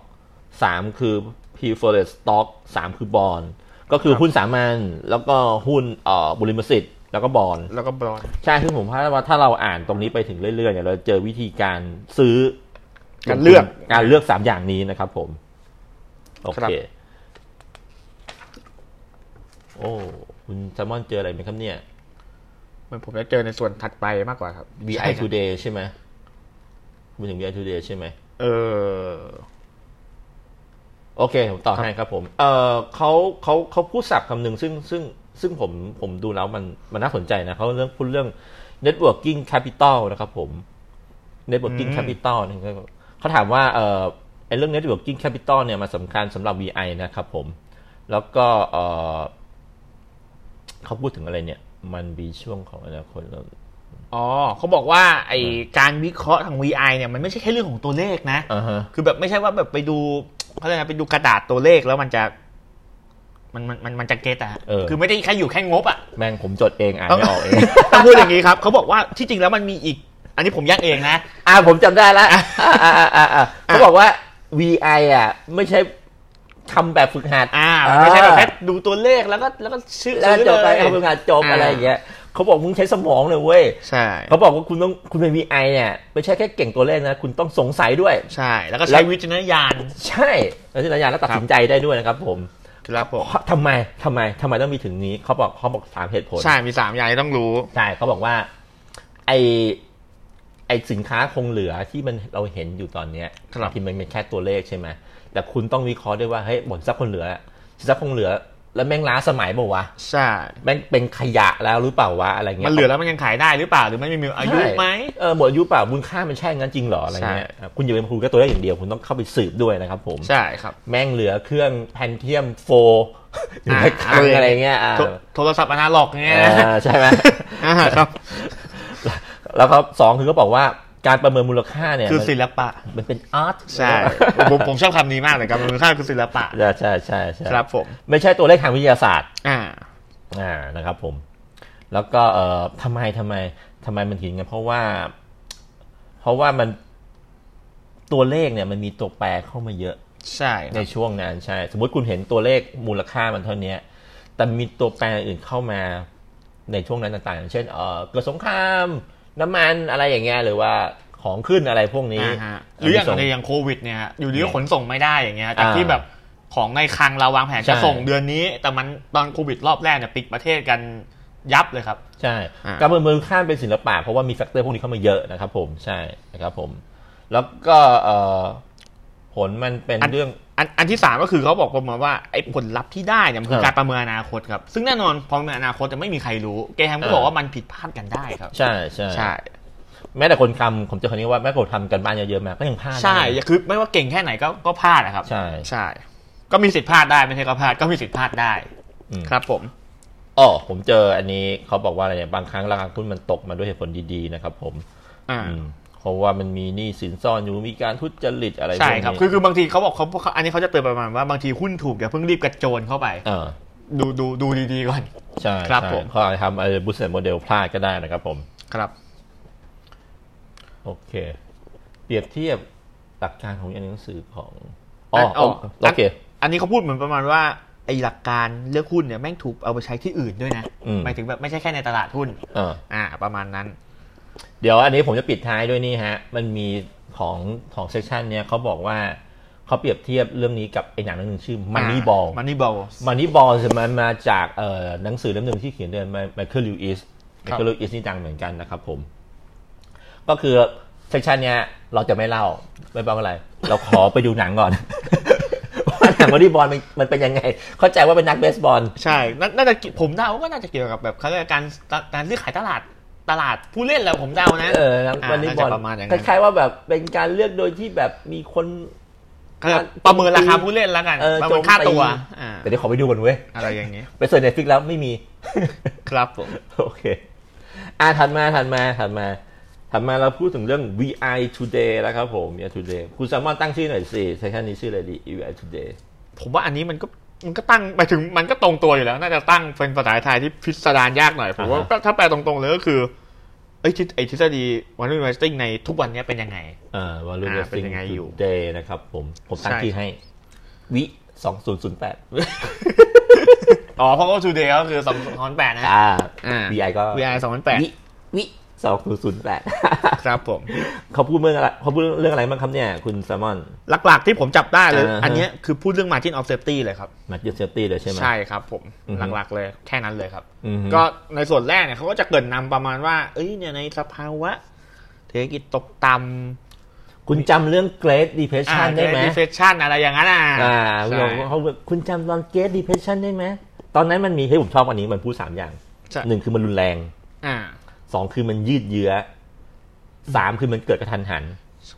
Speaker 2: สามคือ preferred stock สามคือ bond ก็คื
Speaker 1: ค
Speaker 2: อ
Speaker 1: รับ
Speaker 2: หุ้นสามัญแล้วก็หุ้นเอ่อบุริมสิทธิ์แล้วก็ bond
Speaker 1: แล้วก็บรอน
Speaker 2: ใช่คือผมว่าถ้าเราอ่านตรงนี้ไปถึงเรื่อยๆเนี่ยเราเจอวิธีการซื้อ
Speaker 1: การเลือก
Speaker 2: การเลือกสามอย่างนี้นะครับผม โอ
Speaker 1: ครั
Speaker 2: เค
Speaker 1: บ
Speaker 2: โอ้คุณแซมมอนเจออะไรไหมครับเนี่ย
Speaker 1: มันผมจะเจอในส่วนถัดไปมากกว่าครับ
Speaker 2: VI Today ใช่ไหมคุณถึง VI Today ใช่ไหม
Speaker 1: เออ
Speaker 2: โอเค ผมต่อให้ครับผม เออเขาเขาเขาพูดศัพท์คำหนึ่งซึ่งซึ่งซึ่งผมผมดูแล้วมันมันน่าสนใจนะเขาเรื่องพูดเรื่อง networking capital นะครับผม networking
Speaker 1: อืม
Speaker 2: capital นี่ก็เขาถามว่าเออไอเรื่อง networking capital เนี่ยมันสำคัญสำหรับ VI นะครับผม แล้วก็เออเขาพูดถึงอะไรเนี่ย มันมีช่วงของอนาคตแล้ว
Speaker 1: อ๋อเขาบอกว่าไอการวิเคราะห์ทาง VI เนี่ยมันไม่ใช่แค่เรื่องของตัวเลขนะ
Speaker 2: อ่าฮะ
Speaker 1: คือแบบไม่ใช่ว่าแบบไปดูเขาเรียกนะไปดูกระดาษตัวเลขแล้วมันจะ มันมันมันมันจะเก็ตอะ
Speaker 2: เออ
Speaker 1: คือไม่ได้แค่อยู่แค่งบอะ
Speaker 2: แม่งผมจดเองอ่านไม่ออกเอง
Speaker 1: ต้องพูดอย่างนี้ครับเขาบอกว่าที่จริงแล้วมันมีอีก อันนี้ผมยักเองนะ
Speaker 2: อ่าผมจำได้ละอ่ะอ่ะอ่ะอ่ะอ่ะเขาบอกว่า VI อ่ะ ไม่ใช่ทำแบบฝึกหัด
Speaker 1: อ่ามันไม่ใช่แบบแค่ดูตัวเลขแล้วก็แล้วก็ชื่อ
Speaker 2: แล้ว
Speaker 1: ซื้อ
Speaker 2: จบไป
Speaker 1: เลย
Speaker 2: ทำฝึกหัดจบ
Speaker 1: อ่า
Speaker 2: อะไรอย่างเงี้ยเขาบอกมึงใช้สมองเลยเว้ย
Speaker 1: ใช่
Speaker 2: เขาบอกว่าคุณต้องคุณเป็น VI เนี่ยไม่ใช่แค่เก่งตัวเลขนะ คุณต้องสงสัยด้วย
Speaker 1: ใช่ แล้วก็ใช้วิจารณญาณ
Speaker 2: ใช่แล้วที่ระยะแล้วตัดสินใจได้ด้วยนะครับผม
Speaker 1: ครับผม
Speaker 2: ทำไมทำไมทำไมต้องมีถึงนี้เขาบอกเขาบอกสามเหตุผล
Speaker 1: ใช่มีสามอย่างที่ต้องรู้
Speaker 2: ใช่เขาบอกว่าไอไอสินค้าคงเหลือที่มันเราเห็นอยู่ตอนเนี้ย
Speaker 1: ครับ
Speaker 2: ที่มันเป็นแค่ตัวเลขใช่ไหมแต่คุณต้องวิเคราะห์ด้วยว่าเฮ้ยบนทรัพย์คงเหลือสินทรัพย์คงเหลือ แล้วแม่งล้าสมัยเปล่าวะ
Speaker 1: ใช่
Speaker 2: แม่งเป็นขยะแล้วหรือเปล่าวะอะไรเงี้ย
Speaker 1: มันเหลือแล้วมันยังขายได้หรือเปล่าหรือไม่มีมีอายุ
Speaker 2: ใช่
Speaker 1: ไหม
Speaker 2: เออหมดอายุเปล่ามูลค่ามันใช่งั้นจริงเหรออะไรเงี้ยคุณอย่าเป็นครูแค่ตัวเลขอย่างเดียวคุณต้องเข้าไปสืบด้วยนะครับผม
Speaker 1: ใช่ครับ
Speaker 2: แม่งเหลือเครื่องแพนเทียมโฟอยู่
Speaker 1: อ่า
Speaker 2: ในคลังอะไรเงี้ยอ่า
Speaker 1: โทโทรศัพท์อนาล็อกเนี่ยนะ
Speaker 2: อ่าใช่ไหม
Speaker 1: อ่าครับ
Speaker 2: แล้วครับสองคือก็บอกว่าการประเมินมูลค่าเนี่ย
Speaker 1: คือศิลปะ
Speaker 2: มันมันเป็นอาร์ต
Speaker 1: ใช่ผมผมชอบคำนี้มากเลยครับมันคือค่าคือศิลปะ
Speaker 2: ใช่ใช่ใช่ใช่
Speaker 1: ครับผม
Speaker 2: ไม่ใช่ตัวเลขทางวิทยาศาสตร์
Speaker 1: อ่า
Speaker 2: อ่านะครับผม แล้วก็เอ่อทำไมทำไมทำไมมันถึงกันเพราะว่า เพราะว่ามันตัวเลขเนี่ย มันมีตัวแปรเข้ามาเยอะ
Speaker 1: ใช่ค
Speaker 2: ใน
Speaker 1: รับ
Speaker 2: ช่วงนั้นใช่ สมมติคุณเห็นตัวเลขมูลค่ามันเท่าเนี้ย แต่มีตัวแปรอื่นเข้ามาในช่วงนั้นต่างๆอย่างเช่นเออเกิดสงคราม น้ำมันอะไรอย่างเงี้ยหรือว่าของขึ้นอะไรพวกนี้
Speaker 1: อ่าฮะหรืออย่างในอย่างโควิดเนี่ยฮะอยู่ดีก็ขนส่งไม่ได้อย่างเงี้ยจาก
Speaker 2: อ่า
Speaker 1: ที่แบบของในคลังเราวางแผน
Speaker 2: ใช่
Speaker 1: จะส่งเดือนนี้ แต่มันตอนโควิดรอบแรกเนี่ยปิดประเทศกันยับเลยครับ
Speaker 2: ใช่
Speaker 1: อ่า
Speaker 2: การประเมินค่าเป็นศิลปะเพราะว่ามีแฟกเตอร์พวกนี้เข้ามาเยอะนะครับผมใช่นะครับผม แล้วก็เอ่อผลมันเป็นเรื่อง
Speaker 1: อันอันที่สามก็คือเขาบอกประมาณว่าไอ้ผลลัพธ์ที่ได้เนี่ยมันคือ
Speaker 2: ครับ
Speaker 1: การประเมินอนาคตครับ ซึ่งแน่นอนพอประเมินอนาคตจะไม่มีใครรู้เกแฮมก็
Speaker 2: อ่า
Speaker 1: บอกว่ามันผิดพลาดกันได้ครับ
Speaker 2: ใช่ใช่
Speaker 1: ใช่
Speaker 2: แม้แต่คนทำผมจะคนนี้ว่าแม้แต่คนทำกันบ้านเยอะๆมาก็ยังพลาด
Speaker 1: ใช่
Speaker 2: นะ
Speaker 1: คือไม่ว่าเก่งแค่ไหนก็ก็พลาดนะครับ
Speaker 2: ใช่
Speaker 1: ใช่ ก็มีสิทธิ์พลาดได้ไม่ใช่ก็พลาดก็มีสิทธิ์พลาดได้
Speaker 2: อืม
Speaker 1: ครับผม
Speaker 2: อ๋อผมเจออันนี้เขาบอกว่าอะไรเนี่ยบางครั้งราคาหุ้นมันตกมาด้วยเหตุผลดีๆนะครับผม
Speaker 1: อ่า
Speaker 2: อืมเพราะว่ามันมีหนี้สินซ่อนอยู่มีการทุจริตอะไรพวก
Speaker 1: ใช่
Speaker 2: นี้
Speaker 1: ครับ คือคือบางทีเขาบอกเขาเขาอันนี้เขาจะเตือนประมาณว่าบางทีหุ้นถูกอย่าเพิ่งรีบกระโจนเข้าไป
Speaker 2: เออ
Speaker 1: ดูดูดูดีๆก่อน
Speaker 2: ใช่
Speaker 1: ครับ
Speaker 2: ใช่
Speaker 1: ผม
Speaker 2: เขาอาจจะทำอะไร business model พลาดก็ได้นะครับผม
Speaker 1: ครับ
Speaker 2: โอเค เปรียบเทียบหลักการของอันหนังสือของอ๋อ
Speaker 1: อ๋
Speaker 2: อ๋
Speaker 1: อ
Speaker 2: อ
Speaker 1: อัน
Speaker 2: โอเค
Speaker 1: อันนี้เขาพูดเหมือนประมาณว่าไอ้หลักการเลือกหุ้นเนี่ยแม่งถูกเอาไปใช้ที่อื่นด้วยนะ
Speaker 2: อืม
Speaker 1: หมายถึงแบบไม่ใช่แค่ในตลาดหุ้น
Speaker 2: เออ
Speaker 1: อ่า ประมาณนั้น
Speaker 2: เดี๋ยวอันนี้ผมจะปิดท้ายด้วยนี่ฮะ มันมีของของเซสชันเนี่ยเขาบอกว่าเขาเปรียบเทียบเรื่องนี้กับไอ้หนังเรื่องหนึงชื่อ Moneyball
Speaker 1: มันนี่บอล
Speaker 2: มันนี่บอลมันมาจากเอ่อหนังสือเล่มหนึ่งที่เขียนโดยไมเคิลลิวอิสไม
Speaker 1: ครับ
Speaker 2: เคิลลิวอิสนี่ดังเหมือนกันนะครับผม ก็คือเซสชันเนี้ยเราจะไม่เล่า ไม่เล่าอะไร เราขอไปดูหนังก่อน ว่าหนังวอลเลย์บอลมันมันเป็นยังไง เข้าใจว่าเป็นนักเบสบอล
Speaker 1: ใช่น่าน่าจะเกี่ยวผมเดาว่าน่าจะเกี่ยวกับแบบเขาเรียกว่าการตะการซื้อขายตลาดตลาดผู้เล่นแหละผมเดานะ
Speaker 2: เออนักวอลเลย์บอล
Speaker 1: น่าจะประมาณอย่างนั้
Speaker 2: คน ล้ายๆว่าแบบเป็นการเลือกโดยที่แบบมีคน
Speaker 1: เขาเรียกว่าประเมินราคาผู้เล่นแล้วกัน
Speaker 2: เออ
Speaker 1: ประเมินค่า
Speaker 2: โจมตี
Speaker 1: ตัวอ่า
Speaker 2: แต่เดี๋ยวขอไปดูก่อนเว้ย
Speaker 1: อะไรอย่างนี้
Speaker 2: ไปเสิร์ชเน็ตฟิกแล้วไม่มี
Speaker 1: ครับผม
Speaker 2: โอเค อ่ะถัดมาถัดมาถัดมาถัดมาเราพูดถึงเรื่อง VI Today แล้วครับผม VI Today คุณแซมมอนตั้งชื่อหน่อยสิเซสชันนี้ชื่ออะไรดี VI Today
Speaker 1: ผมว่าอันนี้มันก็มันก็ตั้งไปถึงมันก็ตรงตัวอยู่แล้ว น่าจะตั้งเป็นภาษาไทยที่พิสดารยากหน่อยผมว่า
Speaker 2: อ่าฮะ
Speaker 1: ก็ถ้าแปลตรงๆเลยก็คือไอ้ยทฤษไอ้ทฤษฎีวันนี้มาร์ติ้งในทุกวันเนี้ยเป็นยังไง
Speaker 2: อ่าวอลลุ่ม
Speaker 1: อ่าเป็นยังไงอยู่
Speaker 2: เดย์นะครับผม ผมตั้งชื่อให้ วิสองศูนย์ศูนย์แป ด
Speaker 1: อ๋อเพราะว่าทูเดย์ก็คือสองสองพันแปดนะ
Speaker 2: อ่า
Speaker 1: อ่า
Speaker 2: VI ก็
Speaker 1: VI สองพันแปด
Speaker 2: วิวิสองศูนย์ศูนย์แปด
Speaker 1: ครับผม
Speaker 2: เขาพูดเรื่องอะไรเขาพูดเรื่องอะไรบ้างครับเนี่ย คุณแซมมอน
Speaker 1: หลักๆที่ผมจับได้เลย
Speaker 2: อ่าฮะ
Speaker 1: อันเนี้ยคือพูดเรื่อง margin of safety เลยครับ
Speaker 2: มาเจอเซฟตี้เลยใช่ไหม
Speaker 1: ใช่ครับผม
Speaker 2: อือฮึ
Speaker 1: หลักๆเลยแค่นั้นเลยครับ
Speaker 2: อือฮึ
Speaker 1: ก็ในส่วนแรกเนี่ยเขาก็จะเกรินนำประมาณว่า เอ้ยเนี่ยในสภาวะเศรษฐกิจตกต่ำ
Speaker 2: คุณจำเรื่อง Great Depression ได้ไหม
Speaker 1: เฟชชั่นอะไรอย่างนั้นอ่ะ
Speaker 2: อ่า
Speaker 1: ใช่
Speaker 2: เขาบอกคุณจำตอน Great Depression ได้ไหม ตอนนั้นมันมีเฮ้ยผมชอบอันนี้มันพูดสามอย่าง
Speaker 1: ใช่
Speaker 2: หนึ่งคือมันรุนแรง
Speaker 1: อ่า
Speaker 2: สองคือมันยืดเยื้อ สามคือมันเกิดกระทันหัน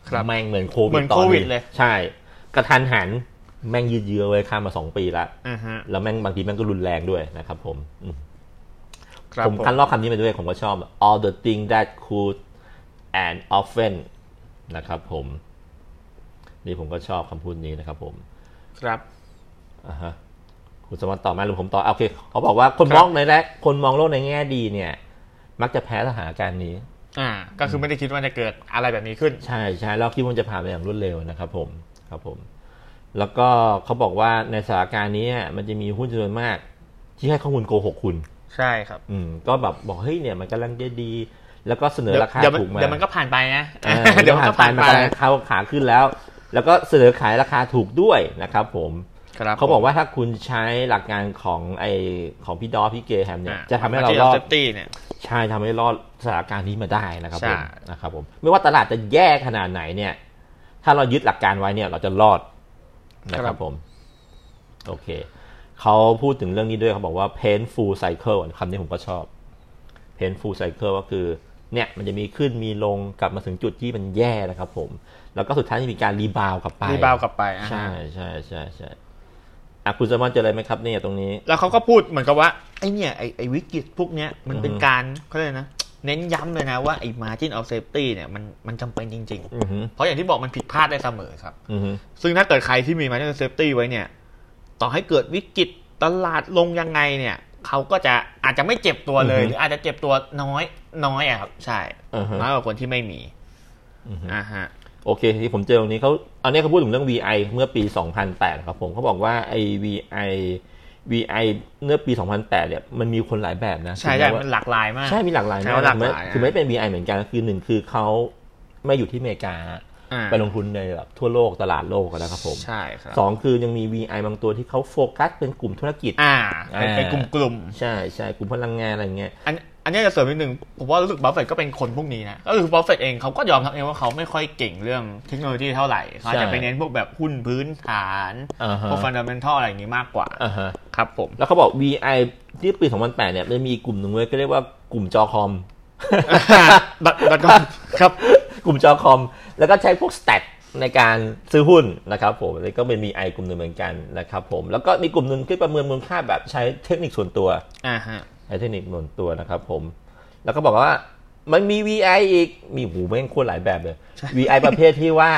Speaker 1: ครับ
Speaker 2: แม่งเหมือนโควิด
Speaker 1: เหมือน
Speaker 2: ต
Speaker 1: โควิดเลย
Speaker 2: ใช่ กระทันหัน แม่งยืดเยื้อเว้ยข้ามมาสองปีละ
Speaker 1: อ่าฮะ
Speaker 2: แล้วแม่งบางทีแม่งก็รุนแรงด้วยนะครับผมอืม
Speaker 1: ครับ
Speaker 2: ผมคันลอกคำนี้มาด้วยผมก็ชอบ all the thing that could and often นะครับผม นี่ผมก็ชอบคำพูดนี้นะครับผม
Speaker 1: ครับ
Speaker 2: อ่าฮะคุณสมบัติต่อไหมาหรือผมต่ออ่ะโอเค เขาบอกว่าคนมองในแรกคนมองโลกในแง่ดีเนี่ย มักจะแพ้สถานการณ์นี้
Speaker 1: อ่า ก็คือไม่ได้คิดว่าจะเกิดอะไรแบบนี้ขึ้น
Speaker 2: ใช่ใช่แล้วคิดว่ามันจะผ่านไปอย่างรวดเร็วนะครับผมครับผม แล้วก็เขาบอกว่าในสถานการณ์นี้มันจะมีหุ้นจำนวนมาก ที่ให้ข้อมูลโกหกคุณ
Speaker 1: ใช่ครับ
Speaker 2: อืม ก็แบบบอกเฮ้ยเนี่ยมันกำลังจะดี แล้วก็เสนอ
Speaker 1: เดี๋ยว
Speaker 2: ราคา
Speaker 1: เดี๋ยวมัน
Speaker 2: ถูกมา
Speaker 1: เดี๋ยวมันก็ผ่านไปนะ
Speaker 2: อ่า
Speaker 1: เดี๋ยวมันก็ผ่านไป
Speaker 2: มันก็ผ่านไปมันกำลังเข้าขาขึ้นแล้ว แล้วก็เสนอขายราคาถูกด้วยนะครับผม
Speaker 1: ครับ
Speaker 2: เขาบอกว่าถ้าคุณใช้หลักการของไอของพี่ดอฟพี่เกแฮมเนี่ย จะทำให้เรารอด
Speaker 1: ตี้เนี่ย
Speaker 2: ใช่ทำให้รอดสถานการณ์นี้มาได้นะครับ
Speaker 1: ใช่
Speaker 2: ผมนะครับผม ไม่ว่าตลาดจะแย่ขนาดไหนเนี่ย ถ้าเรายึดหลักการไว้เนี่ย เราจะรอดนะครับผม โอเค เขาพูดถึงเรื่องนี้ด้วยเขาบอกว่า painful cycle คำนี้ผมก็ชอบ painful cycle ก็คือ เนี่ย มันจะมีขึ้นมีลงกลับมาถึงจุดที่มันแย่นะครับผม แล้วก็สุดท้ายจะมีการรีบาวกลับไป
Speaker 1: รีบาวกลับไปอ่า
Speaker 2: ใช่ใช่ใช่ใช่อ่ะคุณสมอนเจออะไรไหมครับเนี่ยตรงนี้
Speaker 1: แล้วเขาก็พูดเหมือนกับว่าไอเนี่ยไอไอวิกฤตพวกเนี้ยมันเป็น
Speaker 2: อือฮึ
Speaker 1: การเขาเรียกนะ เน้นย้ำเลยนะว่าไอ้ margin of safety เนี่ยมันมันจำเป็นจริง ๆ
Speaker 2: อือฮึ
Speaker 1: เพราะอย่างที่บอกมันผิดพลาดได้เสมอครับ
Speaker 2: อือฮึ
Speaker 1: ซึ่งถ้าเกิดใครที่มี margin of safety ไว้เนี่ย ต่อให้เกิดวิกฤตตลาดลงยังไงเนี่ย เขาก็จะอาจจะไม่เจ็บตัวเลย หรืออาจจะเจ็บตัวน้อยน้อยอะครับ ใช่
Speaker 2: อือฮึ
Speaker 1: น้อยกว่าคนที่ไม่มี
Speaker 2: อือฮึ
Speaker 1: อ่าฮะ
Speaker 2: โอเคที่ผมเจอตรงนี้เขาอันนี้เขาพูดถึงเรื่อง VI เมื่อปี 2008 ครับผมเขาบอกว่าไอ้ VI VI เมื่อปี 2008 เนี่ยมันมีคนหลายแบบนะ
Speaker 1: ใช่
Speaker 2: ถึง
Speaker 1: ใช่
Speaker 2: แม้ว่า
Speaker 1: มันหลากหลายมาก
Speaker 2: ใช่มีหลากหลาย
Speaker 1: ใช่
Speaker 2: มาก
Speaker 1: หลากหลาย
Speaker 2: ถึง
Speaker 1: อ่ะ
Speaker 2: แม้ถึงไม่เป็น VI เหมือนกันคือหนึ่งคือเขาไม่อยู่ที่อเมริกา
Speaker 1: อ่า
Speaker 2: ไปลงทุนในแบบทั่วโลกตลาดโลกอะนะครับผม
Speaker 1: ใช่ครับ
Speaker 2: สองคือยังมี VI บางตัวที่เขาโฟกัสเป็นกลุ่มธุรกิจ
Speaker 1: อ่าเป็นเป็นก
Speaker 2: อ่า
Speaker 1: ลุ่มกลุ่ม
Speaker 2: ใช่ใช่กลุ่มพลังงานอะไรเงี้ย
Speaker 1: ๆอันอันนี้จะเสริมนิดหนึ่งผมว่ารู้สึกบัฟเฟตก็เป็นคนพวกนี้นะก็คือบัฟเฟตเองเขาก็ยอมรับเองว่าเขาไม่ค่อยเก่งเรื่องเทคโนโลยีเท่าไหร่เขาอาจจะไปเน้นพวกแบบหุ้นพื้นฐาน
Speaker 2: อ่าฮะ
Speaker 1: พวกฟันดัมเบลทัลอะไรอย่างนี้มากกว่า
Speaker 2: อ่าฮะ
Speaker 1: ครับผม
Speaker 2: แล้วเขาบอก VI ที่ปี 2008 เนี่ยมันมีกลุ่มหนึ่งเว้ยก็เรียกว่ากลุ่มจอคอม
Speaker 1: บัตรบัตรก่อนครับ
Speaker 2: กลุ่มจอคอม แล้วก็ใช้พวกส t a ทในการซื้อหุ้นนะครับผมนี่ก็เป็นมีไอกลุ่มหนึ่งเหมือนกันนะครับผม แล้วก็มีกลุ่มหนึ่งที่ประเมินมูลค่าแบบใช้เทคนิคส่วนตัว
Speaker 1: อ่าฮะ
Speaker 2: ใช้เทคนิคส่วนตัวนะครับผม แล้วก็บอกว่ามันมี VI อีก มีหูแม่งโคตรหลายแบบเลย VI ประเภทที่ว่า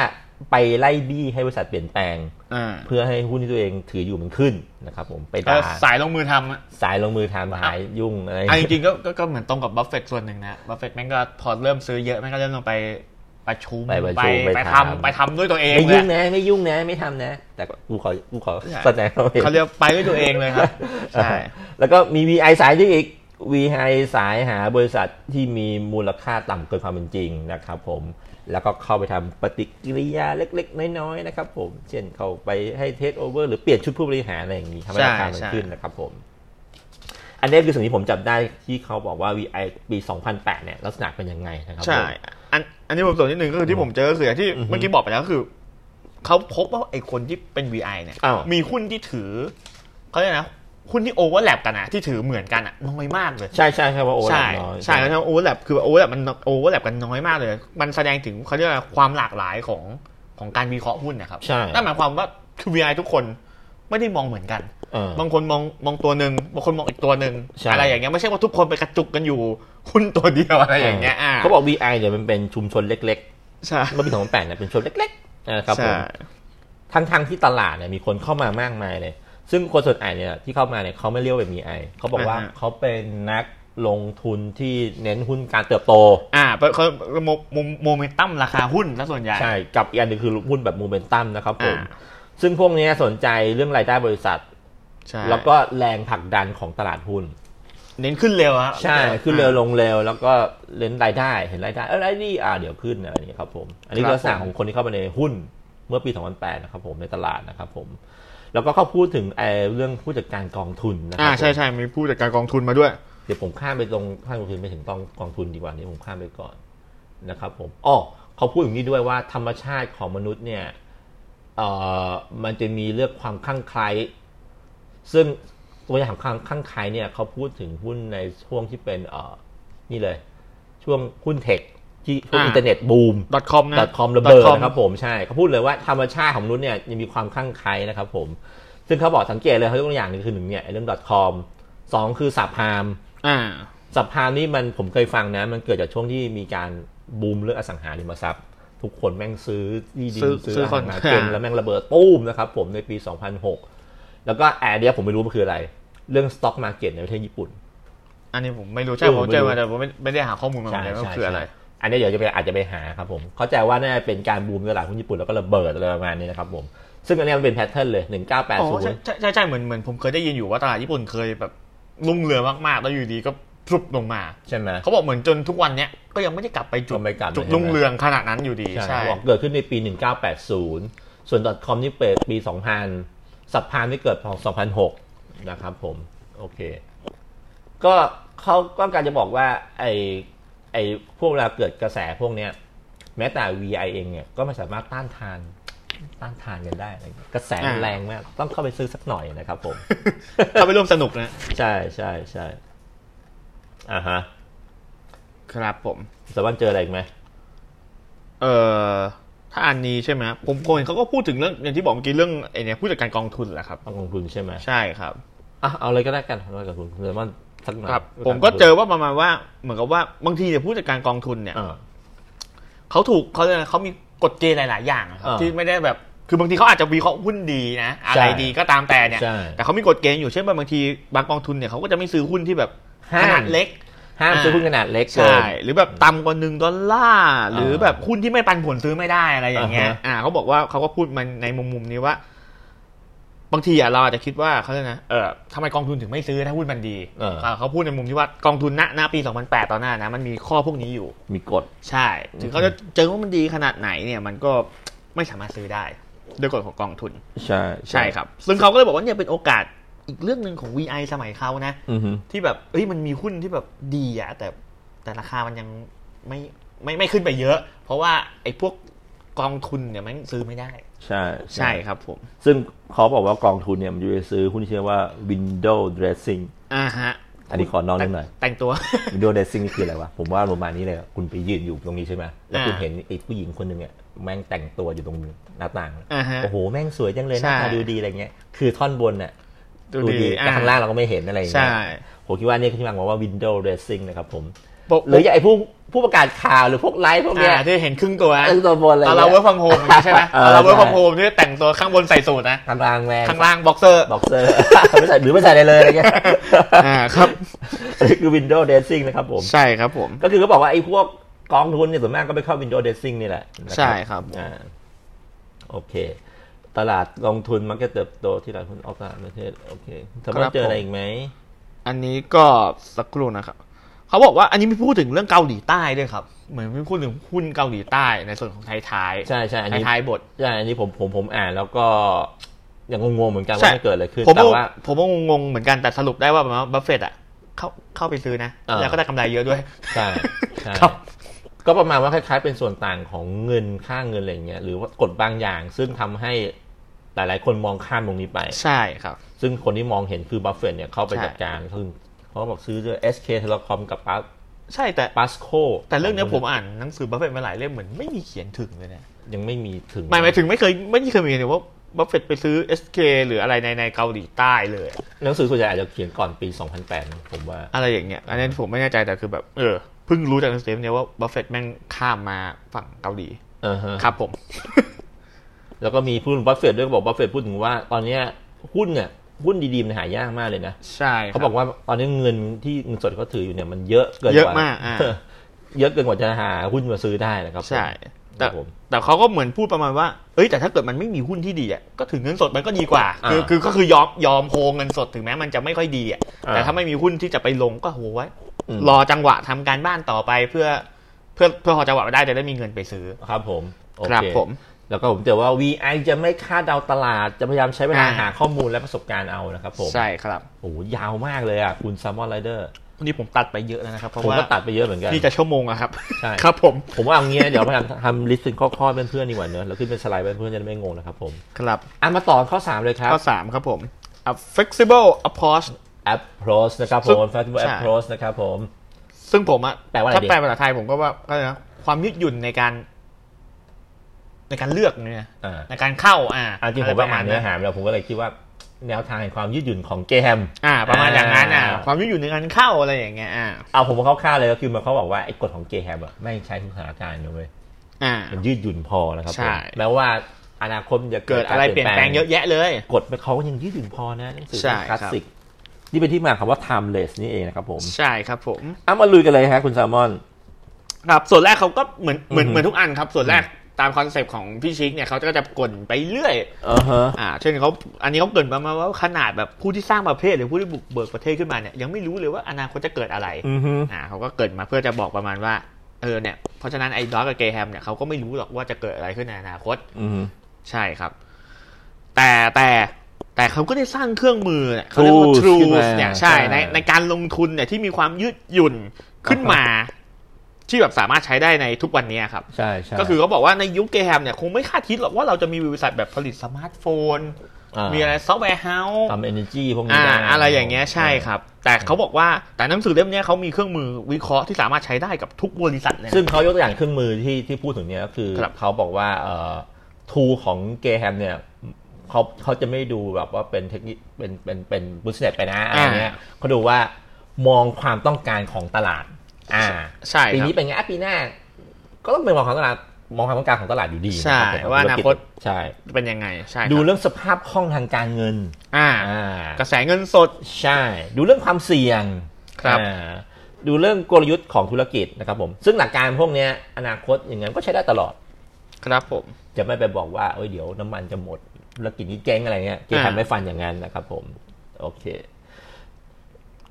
Speaker 2: ไปไล่บี้ให้บริษัทเปลี่ยนแปลง
Speaker 1: อ่า
Speaker 2: เพื่อให้หุ้นที่ตัวเองถืออยู่มันขึ้นนะครับผมไป
Speaker 1: แล้ว
Speaker 2: ด่า
Speaker 1: สายลงมือทำอะ
Speaker 2: สายลงมือทำหายยุ่งอะไร
Speaker 1: อ่ะจริงๆก็ก็ก็เหมือนตรงกับบัฟเฟตส่วนหนึ่งนะบัฟเฟตแม่งก็พอเริ่มซื้อเยอะแม่งก็เริ่มลงไปประชุม
Speaker 2: ไปประชุมไป
Speaker 1: ไป
Speaker 2: ถาม
Speaker 1: ทำไปทำด้วยตัวเอง
Speaker 2: ไม่
Speaker 1: เล
Speaker 2: ยุ่
Speaker 1: ย
Speaker 2: งนะไม่ยุ่งนะไม่ทำนะ แต่กูขอกูขอ
Speaker 1: ใช่
Speaker 2: แสดงความห็น
Speaker 1: เขาเรียกไปด้วยตัวเองเลย ครับ ใช่
Speaker 2: แล้วก็มี VI สายที่อีก VI สายหาบริษัทที่มีมูลค่าต่ำเกินความเป็นจริงนะครับผม แล้วก็เข้าไปทำปฏิกิริยาเล็กๆ น้อยๆนะครับผม เช่นเข้าไปให้เทคโอเวอร์หรือเปลี่ยนชุดผู้บริหารอะไรอย่างนี้ทำให้ราคามันขึ้นนะครับผม อันนี้คือสิ่งที่ผมจับได้ที่เขาบอกว่า VI ปี 2008 เนี่ยลักษณะเป็นยังไงนะครับผม
Speaker 1: ใช่อันอันนี้ผมส่วนนิดหนึ่งก็คือที่ผมเจอก็คืออย่างที่เมื่อกี้บอกไปแล้วก็คือ เขาพบว่าไอ้คนที่เป็น VI เนี่ย
Speaker 2: อ้าว
Speaker 1: มีหุ้นที่ถือเขาเรียกนะหุ้นที่โอเวอร์แลปกันอะที่ถือเหมือนกันอะน้อยมากเลย
Speaker 2: ใช่ใช่ใช่ว่าโอ้
Speaker 1: ใช่
Speaker 2: น้อย
Speaker 1: ใช่แล้วโอเวอร์แลปคือโอเวอร์แลปมันโอเวอร์แลปกันน้อยมากเลย มันแสดงถึงเขาเรียกว่าความหลากหลายของของการวิเคราะห์หุ้นนะครับ
Speaker 2: ใช่
Speaker 1: นั่นหมายความว่าคือ VI ทุกคนไม่ได้มองเหมือนกัน
Speaker 2: เออ
Speaker 1: บางคนมองมองตัวหนึ่งบางคนมองอีกตัวหนึ่ง
Speaker 2: ใช่
Speaker 1: อะไรอย่างเงี้ยไม่ใช่ว่าทุกคนไปกระจุกกันอยู่หุ้นตัวเดียวอะไรอย่างเงี้ยอ่า
Speaker 2: เขาบอก VI เนี่ยมันเป็นชุมชนเล็ก
Speaker 1: ใช่
Speaker 2: ๆเมื่อปี2008เนี่ยเป็นชุมชนเล็กๆนะครับผ
Speaker 1: ใช่
Speaker 2: ม ทั้งทางๆที่ตลาดเนี่ยมีคนเข้ามามากมายเลย ซึ่งคนส่วนใหญ่เนี่ยที่เข้ามาเนี่ยเขาไม่เรียกว่าเป็น VI เขาบอกว่าเขาเป็นนักลงทุนที่เน้นหุ้นการเติบโต
Speaker 1: อ่าเพราะเขาโมเมนตัมราคาหุ้นแล้วส่วนใหญ่
Speaker 2: ใช่ กับอีกอันหนึงคือหุ้นแบบโมเมนตัมนะครับผม
Speaker 1: อ่า
Speaker 2: ซึ่งพวกเนี้ยสนใจเรื่องรายได้บริษัท
Speaker 1: ใช่
Speaker 2: แล้วก็แรงผลักดันของตลาดหุ้น
Speaker 1: เน้นขึ้นเร็วครับ
Speaker 2: ใช่ ขึ้นเร็วลงเร็ว แล้วก็เล่นรายได้ เห็นรายได้เออรายได้ดีอ่าเดี๋ยวขึ้นอะไรอย่างนี้ยครับผม อันนี้คือลักษณะของคนที่เข้ามาในหุ้นเมื่อปี 2008 นะครับผมในตลาดนะครับผม แล้วก็เขาพูดถึงไอ้เรื่องผู้จัดการกองทุนนะครั
Speaker 1: อ่า
Speaker 2: ผม
Speaker 1: ใช่ใช่มีผู้จัดการกองทุนมาด้วย
Speaker 2: เดี๋ยวผมข้ามไปตรงข้ามกองทุนไปถึงกองกองทุนดีกว่านี้ผมข้ามไปก่อนนะครับผมอ๋อเขาพูดอย่างนี้ด้วยว่าธรรมชาติของมนุษย์เนี่ยเอ่อมันจะมีเรื่องความคลั่งไคล้ซึ่งตัวอย่างความคลั่งไคล้เนี่ยเขาพูดถึงหุ้นในช่วงที่เป็นเอ่อนี่เลย ช่วงหุ้นเทคที่ช่วง
Speaker 1: อ่า
Speaker 2: อินเทอร์เน็ตบูม
Speaker 1: dot .com นะ
Speaker 2: ดอทคอมระเบิด
Speaker 1: .com
Speaker 2: นะครับผมใช่เขาพูดเลยว่าธรรมชาติของมนุษย์เนี่ยยังมีความคลั่งไคล้นะครับผม ซึ่งเขาบอกสังเกตเลยเขายกตัวอย่างหนึงคือหนึ่งเนี่ยไอ้เรื่องดอทคอมสองคือสับพาม
Speaker 1: อ่า
Speaker 2: สับพามนี่มันผมเคยฟังนะ มันเกิดจากช่วงที่มีการบูมเรื่องอสังหาริมทรัพย์ ทุกคนแม่งซื้อที่ดิน
Speaker 1: ซื้อ
Speaker 2: ซื้อ
Speaker 1: ซื้อ
Speaker 2: อสังหา
Speaker 1: คอนโด
Speaker 2: เก่งแล้วแม่งระเบิดตู้มนะครับผมในปี 2006 แล้วก็แอร์เดียผมไม่รู้มันคืออะไร เรื่องสต็อกมาเก็ตในประเทศญี่ปุ่น
Speaker 1: อันนี้ผมไม่รู้ใช่
Speaker 2: เออ
Speaker 1: ผมเจอ
Speaker 2: ไม่รู้
Speaker 1: มาแต่ผมไม่ไม่ได้หาข้อมูลมาเหมือนกันว่าคืออะไร
Speaker 2: อันนี้เดี๋ยวจะไปอาจจะไปหาครับผม เข้าใจว่าน่าจะเป็นการบูมในตลาดหุ้นญี่ปุ่นแล้วก็ระเบิดอะไรประมาณนี้นะครับผม ซึ่งอันนี้มันเป็นแพทเทิร์นเลย
Speaker 1: อ๋อใช่
Speaker 2: 1980
Speaker 1: ใช่ใช่ใช่เหมือนเหมือนผมเคยได้ยินอยู่ว่าตลาดญี่ปุ่นเคยแบบลุ่งเรืองมากๆ แล้วอยู่ดีก็พรุบลงมา
Speaker 2: ใช่ไหม
Speaker 1: เขาบอกเหมือนจนทุกวันเนี้ยก็ยังไม่ได้กลับไปจุด
Speaker 2: ก็ไม่กลับ
Speaker 1: จุด
Speaker 2: ใช่ไหม
Speaker 1: ลุ่งเรืองขนาดนั้นอยู่ดี
Speaker 2: ใช่
Speaker 1: ใช่
Speaker 2: บอกเกิดขึ้นในปี 1980 ส่วน .com นี่เปิดปี 2000 สับพามนี่เกิดของ2006 นะครับผม โอเค ก็เขาก็การจะบอกว่า ไอไอพวกเวลาเกิดกระแสพวกเนี้ย แม้แต่ VI เองเนี่ย ก็ไม่สามารถต้านทาน ต้านทานกันได้อะไรเงี้ยกระแสมัน
Speaker 1: อ่า
Speaker 2: แรงมาก ต้องเข้าไปซื้อสักหน่อยนะครับ ผม
Speaker 1: เขาไปร่วมสนุกนะ
Speaker 2: ใช่ใช่ใช่อ่าฮะ
Speaker 1: ครับผม
Speaker 2: สวันเจออะไรอีกไหม
Speaker 1: เอ่อถ้าอันนี้ใช่ไหมผมคนเขาก็พูดถึงเรื่องอย่างที่บอกเมื่อกี้เรื่องไอเนี่ยผู้จัดการกองทุนแหละครับ
Speaker 2: ต้องลงทุนใช่ไหม
Speaker 1: ใช่ครับ
Speaker 2: อ่ะเอาเลยก็ได้กันเอาเลยกับคุณคุณเลมอนสักหน่อย
Speaker 1: ครับ ผมก็เจอว่าประมาณว่าเหมือนกับว่าบางทีเนี่ยผู้จัดการกองทุนเนี่ย
Speaker 2: อ่า
Speaker 1: เขาถูกเขาเรียกอะไรเขามีกฎเกณฑ์หลาย ๆ อย่างอะครับ
Speaker 2: อ่า
Speaker 1: ที่ไม่ได้แบบคือบางทีเขาอาจจะวิเคราะห์หุ้นดีนะ อะไร
Speaker 2: ใช่
Speaker 1: ดีก็ตามแต่เนี่ย
Speaker 2: ใช่
Speaker 1: แต่เขามีกฎเกณฑ์อยู่เช่นว่าบางทีบางกองทุนเนี่ยเขาก็จะไม่ซื้อหุ้นที่แบบ
Speaker 2: ห้าม
Speaker 1: ขนาดเล็ก
Speaker 2: ห้าม
Speaker 1: อ่า
Speaker 2: ซื้อหุ้นขนาดเล็กเกิ
Speaker 1: ใช่
Speaker 2: น
Speaker 1: หรือแบบต่ำกว่าหนึ่งดอลลาร์หรือแบบหุ้นที่ไม่ปันผลซื้อไม่ได้อะไรอย่างเงี้ย
Speaker 2: อ่าฮะ
Speaker 1: อ่าเขาบอกว่าเขาก็พูดมันในมุมมุมนี้ว่า บางทีอะเราอาจจะคิดว่าเขาเนี่ยกนะเออทำไมกองทุนถึงไม่ซื้อถ้าหุ้นมันดี
Speaker 2: เอออ่
Speaker 1: าเขาพูดในมุมที่ว่ากองทุนณณปี 2008 ตอนหน้านะมันมีข้อพวกนี้อยู่
Speaker 2: มีกฎ
Speaker 1: ใช่ ถึงเขาจะเจอว่ามันดีขนาดไหนเนี่ยมันก็ไม่สามารถซื้อได้ด้วยกฎของกองทุน
Speaker 2: ใช่
Speaker 1: ใช่ครับ ซึ่งเขาก็เลยบอกว่าเนี่ยเป็นโอกาสอีกเรื่องหนึ่งของ VI สมัยเขานะ
Speaker 2: อือฮึ
Speaker 1: ที่แบบเอ้ยมันมีหุ้นที่แบบดีอะแต่แต่ราคามันยังไม่ไม่ไม่ขึ้นไปเยอะ เพราะว่าไอ้พวกกองทุนเนี่ยมันซื้อไม่ได้
Speaker 2: ใช่
Speaker 1: ใช่ครับผม
Speaker 2: ซึ่งเขาบอกว่ากองทุนเนี่ยมันจะไปซื้อหุ้นที่ชื่อว่า window dressing
Speaker 1: อ่าฮะ
Speaker 2: อันนี้ขอนอกนิดหน่อย
Speaker 1: แต่งตัว
Speaker 2: window dressing นี่คืออะไรวะ ผมว่าประมาณนี้เลยอะคุณไปยืนอยู่ตรงนี้ใช่ไหมแล้วคุณ
Speaker 1: อ่า
Speaker 2: เห็นไอ้ผู้หญิงคนหนึ่งเนี่ยแม่งแต่งตัวอยู่ตรงหน้าต่าง
Speaker 1: อ่าฮะ
Speaker 2: โอ้โหแม่งสวยจังเลยห
Speaker 1: ใช่
Speaker 2: น้าตาดูดีอะไรเงี้ยคือท่อนบนน่ะ
Speaker 1: ดู
Speaker 2: ดูดี
Speaker 1: ดี
Speaker 2: แต่ข้างล่างเราก็ไม่เห็นอะไรอย่างเงี้ย
Speaker 1: ใช่
Speaker 2: ผมคิดว่านี่คือที่มาของว่า window dressing นะครับผม
Speaker 1: ปก
Speaker 2: หรืออย่างไอ้ผู้ผู้ประกาศข่าวหรือพวกไลฟ์พวกเนี้ย
Speaker 1: อ่าที่เห็นครึ่งตัว
Speaker 2: ไอ้ตัวบนอะไร
Speaker 1: ตอ
Speaker 2: งี้
Speaker 1: ย นเราเวิร์กฟังโฮมใช่ไหม
Speaker 2: เอ
Speaker 1: ต
Speaker 2: อ
Speaker 1: อนเราเวิร์ก
Speaker 2: ใช่
Speaker 1: ฟังโฮมที่แต่งตัวข้างบนใส่สูทนะ
Speaker 2: กลางๆแมน
Speaker 1: ข้างล่างบ็อกเซอร์
Speaker 2: บ็อกเซอร์ ไม่ใส่หรือไม่ใส่อะไรเลยอะไรเงี้ย
Speaker 1: อ่าครับ
Speaker 2: อันนี้คือ window dressing นะครับผม
Speaker 1: ใช่ครับผม
Speaker 2: ก็คือเขาบอกว่าไอ้พวกกองทุนเนี่ยส่วนมากก็ไปเข้า window dressing นี่แหละนะ
Speaker 1: ใช่ครับ
Speaker 2: อ่าโอเค ตลาดกองทุนมักจะเติบโตที่ตลาดหุ้นออกตลาดประเทศโอเคสมมติเจออะไรอีกไหม
Speaker 1: อันนี้ก็สักครู่นะครับ เขาบอกว่าอันนี้มีพูดถึงเรื่องเกาหลีใต้ด้วยครับ เหมือนมีพูดถึงหุ้นเกาหลีใต้ในส่วนของไทยท้าย
Speaker 2: ใช่ใช่อันนี้
Speaker 1: ไทยท้ายบท
Speaker 2: ใช่อันนี้ผมผมผมอ่านแล้วก็ยังงงๆเหมือนกัน
Speaker 1: ใช่
Speaker 2: ว่ามันเกิดอะไรขึ้น
Speaker 1: ผม
Speaker 2: แต่
Speaker 1: ก็
Speaker 2: ว่า
Speaker 1: ผมก็งงๆเหมือนกันแต่สรุปได้ว่าแบบว่าบัฟเฟตต์อ่ะเข้าเข้าไปซื้อนะ
Speaker 2: เออ
Speaker 1: แล้วก็ได้กำไรเยอะด้วย
Speaker 2: ใช่ใช่
Speaker 1: ครับ
Speaker 2: ก็ประมาณว่าคล้ายๆ เป็นส่วนต่างของเงินค่าเงินอะไรอย่างเงี้ยหรือว่ากฎบางอย่าง ซึ่งทำให้หลายๆ คนมองข้ามตรงนี้ไป
Speaker 1: ใช่ครับ
Speaker 2: ซึ่งคนที่มองเห็นคือบัฟเฟตเนี่ยเข้าไป
Speaker 1: ใช่
Speaker 2: จัดการคือเขาบอกซื้อด้วย SK Telecom กับปา
Speaker 1: ใช่แต่
Speaker 2: ปาสโค
Speaker 1: แต่เรื่องเนี้ยผมอ่านหนังสือบัฟเฟตมาหลายเล่มเหมือนไม่มีเขียนถึงเลยนะ
Speaker 2: ยังไม่มีถึง
Speaker 1: หมายหมายถึงไม่เคยไม่เคยมีเลยว่าบัฟเฟตไปซื้อ SK หรืออะไรในในเกาหลีใต้เลยอะ
Speaker 2: หนังสือส่วนใหญ่อาจจะเขียนก่อนปี 2008นะผมว่า
Speaker 1: อะไรอย่างเงี้ยอันนี้ผมไม่แน่ใจแต่คือแบบเออเพิ่งรู้จากหนังสือเล่มเนี้ยว่าบัฟเฟตแม่งข้ามมาฝั่งเกาหลี
Speaker 2: เออฮะ
Speaker 1: ครับผม
Speaker 2: แล้วก็มีพูดถึงบัฟเฟตต์ด้วยก็บอกบัฟเฟตต์พูดถึงว่าตอนเนี้ยหุ้นเนี่ยหุ้นดีๆมันหายากมากเลยนะ
Speaker 1: ใช่ครั
Speaker 2: เขาบอกว่าตอนนี้เงินที่เงินสดเขาถืออยู่เนี่ยมันเยอะเกิน
Speaker 1: เยอะมากอ่า
Speaker 2: เออเยอะเกินกว่าจะหาหุ้นมาซื้อได้นะครับ
Speaker 1: ใช่
Speaker 2: ค
Speaker 1: แต่
Speaker 2: รับผม
Speaker 1: แต่เขาก็เหมือนพูดประมาณว่า เอ้ยแต่ถ้าเกิดมันไม่มีหุ้นที่ดีอ่ะ ก็ถึงเงินสดมันก็ดีกว่า คือ
Speaker 2: อ่า
Speaker 1: คือก็คือยอมยอมโฮเงินสดถึงแม้มันจะไม่ค่อยดีอ่ะ
Speaker 2: อ่า
Speaker 1: แต่ถ้าไม่มีหุ้นที่จะไปลงก็โหไว้
Speaker 2: อืม
Speaker 1: รอจังหวะทำการบ้านต่อไปเพื่อ เพื่อเพื่อพอจังหวะไปได้จะได้มีเงินไปซื้อ
Speaker 2: ครับผมโอเ
Speaker 1: ครับผม
Speaker 2: แล้วก็ผมเจอว่า VI จะไม่คาดเดาตลาดจะพยายามใช้เวลา
Speaker 1: อ่า
Speaker 2: หาข้อมูลและประสบการณ์เอานะครับผม
Speaker 1: ใช่ครับ
Speaker 2: โอ้โหยาวมากเลยอ่ะคุณซัมมอนไรเดอร์
Speaker 1: วันนี้ผมตัดไปเยอะแล้วนะครับเพราะ
Speaker 2: ผม
Speaker 1: ว่า
Speaker 2: ก็ตัดไปเยอะเหมือนกัน
Speaker 1: นี่จะชั่วโมงอะครับ
Speaker 2: ใช่
Speaker 1: ครับผม
Speaker 2: ผมว่าเอางี้นะเดี๋ยวพยายามทำลิสต์เป็นข้อๆเพื่อนๆดีกว่าเนอะแล้วขึ้นเป็นสไลด์เพื่อนๆจะได้ไม่งงนะครับผม
Speaker 1: ครับ
Speaker 2: อ่ะมาต่อข้อ 3 เลยครับ
Speaker 1: ข้อสามครับผมอ่ะ flexible approach
Speaker 2: approach นะครับผ
Speaker 1: ซึ่ง
Speaker 2: ม flexible
Speaker 1: ใช่
Speaker 2: approach นะครับผม
Speaker 1: ซึ่งผมอะ
Speaker 2: แปลว่าอะไร
Speaker 1: ถ้า
Speaker 2: ดี
Speaker 1: แปลภาษาไทยผมก็ว่าก็เลยนะความยืดหยุ่นในการ ในการเลือกเนี่ย
Speaker 2: อ่า
Speaker 1: ในการเข้าอ่า
Speaker 2: อ่ะจริงผมไปอ่านเนื้อหามาแล้วผมก็เลยคิดว่าแนวทางแห่งความยืดหยุ่นของเกม
Speaker 1: อ่า ประมาณอย่างนั้นอ่า
Speaker 2: อ่า
Speaker 1: ความยืดหยุ่นในการเข้าอะไรอย่างเงี้ยอ่า
Speaker 2: เอาผมเข้าข้าวๆเลยก็คือมันเขาบอกว่าไอ้กฎของเกมอะไม่ใช้ทุกสถานการณ์นะเว้ย
Speaker 1: อ่า
Speaker 2: มันยืดหยุ่นพอนะครับผม
Speaker 1: ใช่
Speaker 2: แม้ว่าอนาคตมันจะ
Speaker 1: เกิ
Speaker 2: เกิ
Speaker 1: ด
Speaker 2: ด
Speaker 1: อะไรเปลี่ยนแปลงเยอะแยะเลย
Speaker 2: กฎเขาก็ยังยืดหยุ่นพอนะหนังสือ
Speaker 1: ใช่
Speaker 2: คลาส
Speaker 1: ครับ
Speaker 2: สิกนี่เป็นที่มาของว่า timeless นี่เองนะครับผม
Speaker 1: ใช่ครับผม
Speaker 2: อ่ะมาลุยกันเลยฮะคุณแซลมอน
Speaker 1: ครับส่วนแรกเขาก็เหมือนเหมือน
Speaker 2: อือฮึ
Speaker 1: เหมือนทุกอันครับ ส่วนแรกตามคอนเซปต์ของพี่ชิคเนี่ยเขาก็จะกลนไปเรื่อย
Speaker 2: อ่าฮะ
Speaker 1: อ่าเช่นเขาอันนี้เขาเกรินประมาณว่าขนาดแบบผู้ที่สร้างประเทศหรือผู้ที่บุกเบิกประเทศขึ้นมาเนี่ยยังไม่รู้เลยว่าอนาคตจะเกิดอะไร
Speaker 2: อือฮึ
Speaker 1: อ่าเขาก็เกิดมาเพื่อจะบอกประมาณว่า เออเนี่ยเพราะฉะนั้นไอ้ดอกกับเกย์แฮมเนี่ยเขาก็ไม่รู้หรอกว่าจะเกิดอะไรขึ้นในอนาคต
Speaker 2: อือฮึ
Speaker 1: ใช่ครับ แต่แต่แต่เขาก็ได้สร้างเครื่องมือเนี่ยเขาเรียกว่า
Speaker 2: Tools ขึ้น
Speaker 1: tools
Speaker 2: มา
Speaker 1: เนี่ยใช่
Speaker 2: ใช่
Speaker 1: ในในการลงทุนเนี่ยที่มีความยืดหยุ่นขึ้นมา ที่แบบสามารถใช้ได้ในทุกวันนี้ครับ
Speaker 2: ใช่ใช่
Speaker 1: ก็คือเขาบอกว่าในยุคเกย์แฮมเนี่ยคงไม่คาดคิดหรอกว่าเราจะมีบริษัทแบบผลิตสมาร์ทโฟน
Speaker 2: า
Speaker 1: มีอะไรซอฟต์แวร์เฮาส์
Speaker 2: ทำ energy พวกนี้
Speaker 1: อ่า
Speaker 2: ด้
Speaker 1: อะไรอย่างเงี้ยใช่ครับ แต่เขาบอกว่าแต่หนังสือเล่มเนี้ยเขามีเครื่องมือวิเคราะห์ที่สามารถใช้ได้กับทุกบริษัทเลยนะ
Speaker 2: ซึ่งเขายกตัวอย่างเครื่องมือที่ที่พูดถึงเนี่ยก็คือ
Speaker 1: ครับ
Speaker 2: เขาบอกว่าเอ่อทูของเกแฮมเนี่ยเขาเขาจะไม่ดูแบบว่าเป็นเทคนิคเป็นเป็นเป็นบุสเนสไปนะอะไรเงี้ยเขาดูว่ามองความต้องการของตลาด อ่า
Speaker 1: ใช่ครับ
Speaker 2: ปีนี้เป็นไงอ่ะปีหน้า ก็ต้องเป็นมองความตลาดมองความต้องการของตลาดอยู่ดี
Speaker 1: ใช่
Speaker 2: ะรับผม
Speaker 1: ว่าอนาคต
Speaker 2: ใช่
Speaker 1: เป็นยังไงใช่ครับ
Speaker 2: ดูเรื่องสภาพคล่องทางการเงิน
Speaker 1: อ่า
Speaker 2: อ่า
Speaker 1: กระแสเงินสด
Speaker 2: ใช่ ดูเรื่องความเสี่ยง
Speaker 1: ครับ
Speaker 2: อ่าดูเรื่องกลยุทธ์ของธุรกิจนะครับผม ซึ่งหลักการพวกเนี้ยอนาคตอย่างนั้นก็ใช้ได้ตลอด
Speaker 1: ครับผม
Speaker 2: จะไม่ไปบอกว่าเอ้ยเดี๋ยวน้ำมันจะหมดธุรกิจนี้เจ๊งอะไรเงี้ยเกี่
Speaker 1: อ่า
Speaker 2: ทำไม่ฟันอย่างนั้นนะครับผม โอเค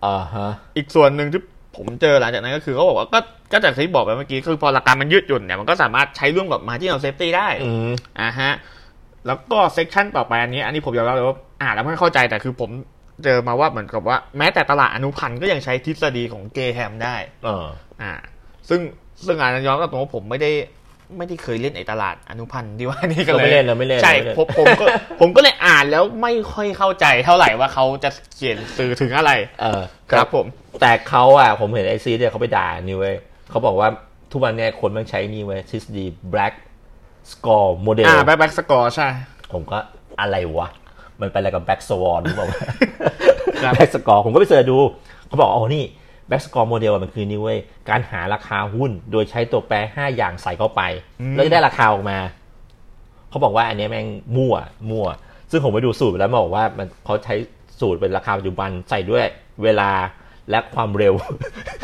Speaker 2: อ่าฮะ
Speaker 1: อีกส่วนหนึ่งที่ผมเจอหลังจากนั้นก็คือเขาบอกว่าก็ก็จากที่บอกไปเมื่อกี้คือพอหลักการมันยืดหยุ่นเนี่ยมันก็สามารถใช้ร่วมกับมาที่เราเซฟตี้ได้
Speaker 2: อืม
Speaker 1: อ่าฮะแล้วก็เซกชันต่อไปอันนี้อันนี้ผมยอมรับเลยว่าอ่านแล้วไม่เข้าใจแต่คือผมเจอมาว่าเหมือนกับว่าแม้แต่ตลาดอนุพันธ์ก็ยังใช้ทฤษฎีของเกย์แฮมได้
Speaker 2: เออ
Speaker 1: อ่าซึ่งซึ่งงานนั้นยอมรับตรงว่าผมไม่ได้ไม่ได้เคยเล่นไอ้ตลาดอนุพันธ์ที่ว่านี่ก็
Speaker 2: เราไม่เล่นเราไม่เล่น
Speaker 1: ใช่
Speaker 2: เราไม่เล่น
Speaker 1: ผมผมก็ ผมก็เลยอ่านแล้วไม่ค่อยเข้าใจเท่าไหร่ว่าเขาจะเขียนสื่อถึงอะไร
Speaker 2: เออ
Speaker 1: ครับผม
Speaker 2: แต่เขาอ่ะ ผมเห็นไอซีเนี่ยเขาไปด่านี่เว้ยเขาบอกว่าทุกวันเนี่ยคนมันใช้นี่เว้ยทฤษฎี black score model
Speaker 1: อ่าแบ็คแบ็คสกอ ร์ใช่
Speaker 2: ผมก็อะไรวะ มันเป็นอะไรกับแบ็กสวอนหรือเปล่า
Speaker 1: ครับ
Speaker 2: แบ็กสกอร์ผมก็ไปเสิร์ชดู เขาบอกอ๋อนี่แบ็กสกอร์โมเดลมันคือนี่เว้ย การหาราคาหุ้นโดยใช้ตัวแปร 5 อย่างใส่เข้าไป แล้วจะได้ราคาออกมา เขาบอกว่าอันเนี้ยแม่งมั่ว มั่ว ซึ่งผมไปดูสูตรแล้วมันบอกว่ามันเขาใช้สูตรเป็นราคาปัจจุบันใส่ด้วยเวลาและความเร็ว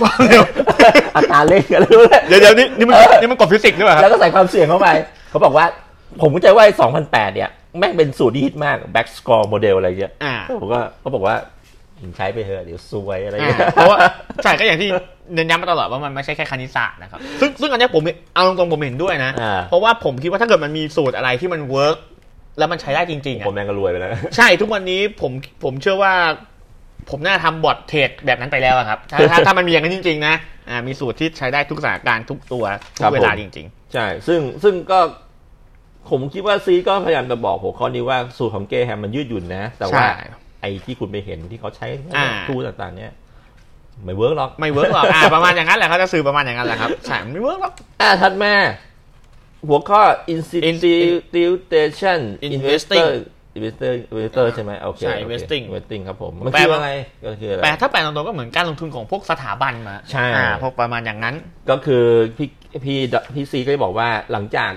Speaker 1: ความเร็ว
Speaker 2: อัตราเร่งอะไรด้วย
Speaker 1: เดี๋ยวเดี๋ยวนี่นี่ มันนี่มันกดฟิสิกส์ด้วยเหรอค
Speaker 2: แล้
Speaker 1: รับ
Speaker 2: วก็ใส่ความเสี่ยงเข้าไป เขาบอกว่า ผมก็ใจว่าไอ้2008 เนี่ย แม่งเป็นสูตรที่ฮิตมาก back score model อะไรเงี้ย
Speaker 1: อ่า
Speaker 2: ผมก็เขาบอกว่ามึงใช้ไปเถอะเดี๋ยวซวยอะไร
Speaker 1: อ่า
Speaker 2: เงี้ย
Speaker 1: เพราะว่า ใช่ก็อย่างที่เน้นย้ำมาตลอดว่ามันไม่ใช่แค่คณิตศาสตร์นะครับ ซึ่งซึ่งอันเนี้ยผมเอาตรงๆผมเห็นด้วยนะ
Speaker 2: อ่า
Speaker 1: เพราะว่าผมคิดว่าถ้าเกิดมันมีสูตรอะไรที่มันเวิร์กแล้วมันใช้ได้จริงๆอะ
Speaker 2: ผมแม่งก็รวยไปแล้ว
Speaker 1: ใช่ทุกวันนี้ผมผมเชื่อว่า ผมน่าทำบอทเทรดแบบนั้นไปแล้วอะครับถ้าถ้าถ้ามันมีอย่างนั้นจริง ๆ นะอ่ามีสูตรที่ใช้ได้ทุกสถานการณ์ทุกตัวทุ
Speaker 2: ครั
Speaker 1: ก
Speaker 2: บผม
Speaker 1: เวลาจริง
Speaker 2: ใช่ ซึ่งซึ่งก็ผมคิดว่าซีก็พยายามจะบอกหัวข้อนี้ว่าสูตรของเกย์แฮมมันยืดหยุ่นนะ แต่ว่า
Speaker 1: ใช่
Speaker 2: ไอ้ที่คุณไปเห็นที่เขาใช้
Speaker 1: อ่า
Speaker 2: ทูต่างๆ เนี่ย ไม่เวิร์กหรอก
Speaker 1: ๆ ไม่เวิร์กหรอกอ่าประมาณอย่างนั้นแหละเขาจะสื่อประมาณอย่างนั้นแหละครับใช่มันไม่เวิร์กหรอก
Speaker 2: อ่าถัดมาหัวข้อ institution
Speaker 1: Investing
Speaker 2: investor investor ใช่ไหมโอเค
Speaker 1: ใช่
Speaker 2: โอเค
Speaker 1: investing
Speaker 2: investing ครับผมมัน
Speaker 1: แปล
Speaker 2: คือ
Speaker 1: ว่า
Speaker 2: อะไรก็คืออะไร
Speaker 1: แต่ถ้าแปลตรงๆก็เหมือนการลงทุนของพวกสถาบันมา
Speaker 2: ใช่
Speaker 1: อ่าพวกประมาณอย่างนั้น
Speaker 2: ก็คือพี่พี่พี่ซีก็จะบอกว่าหลังจาก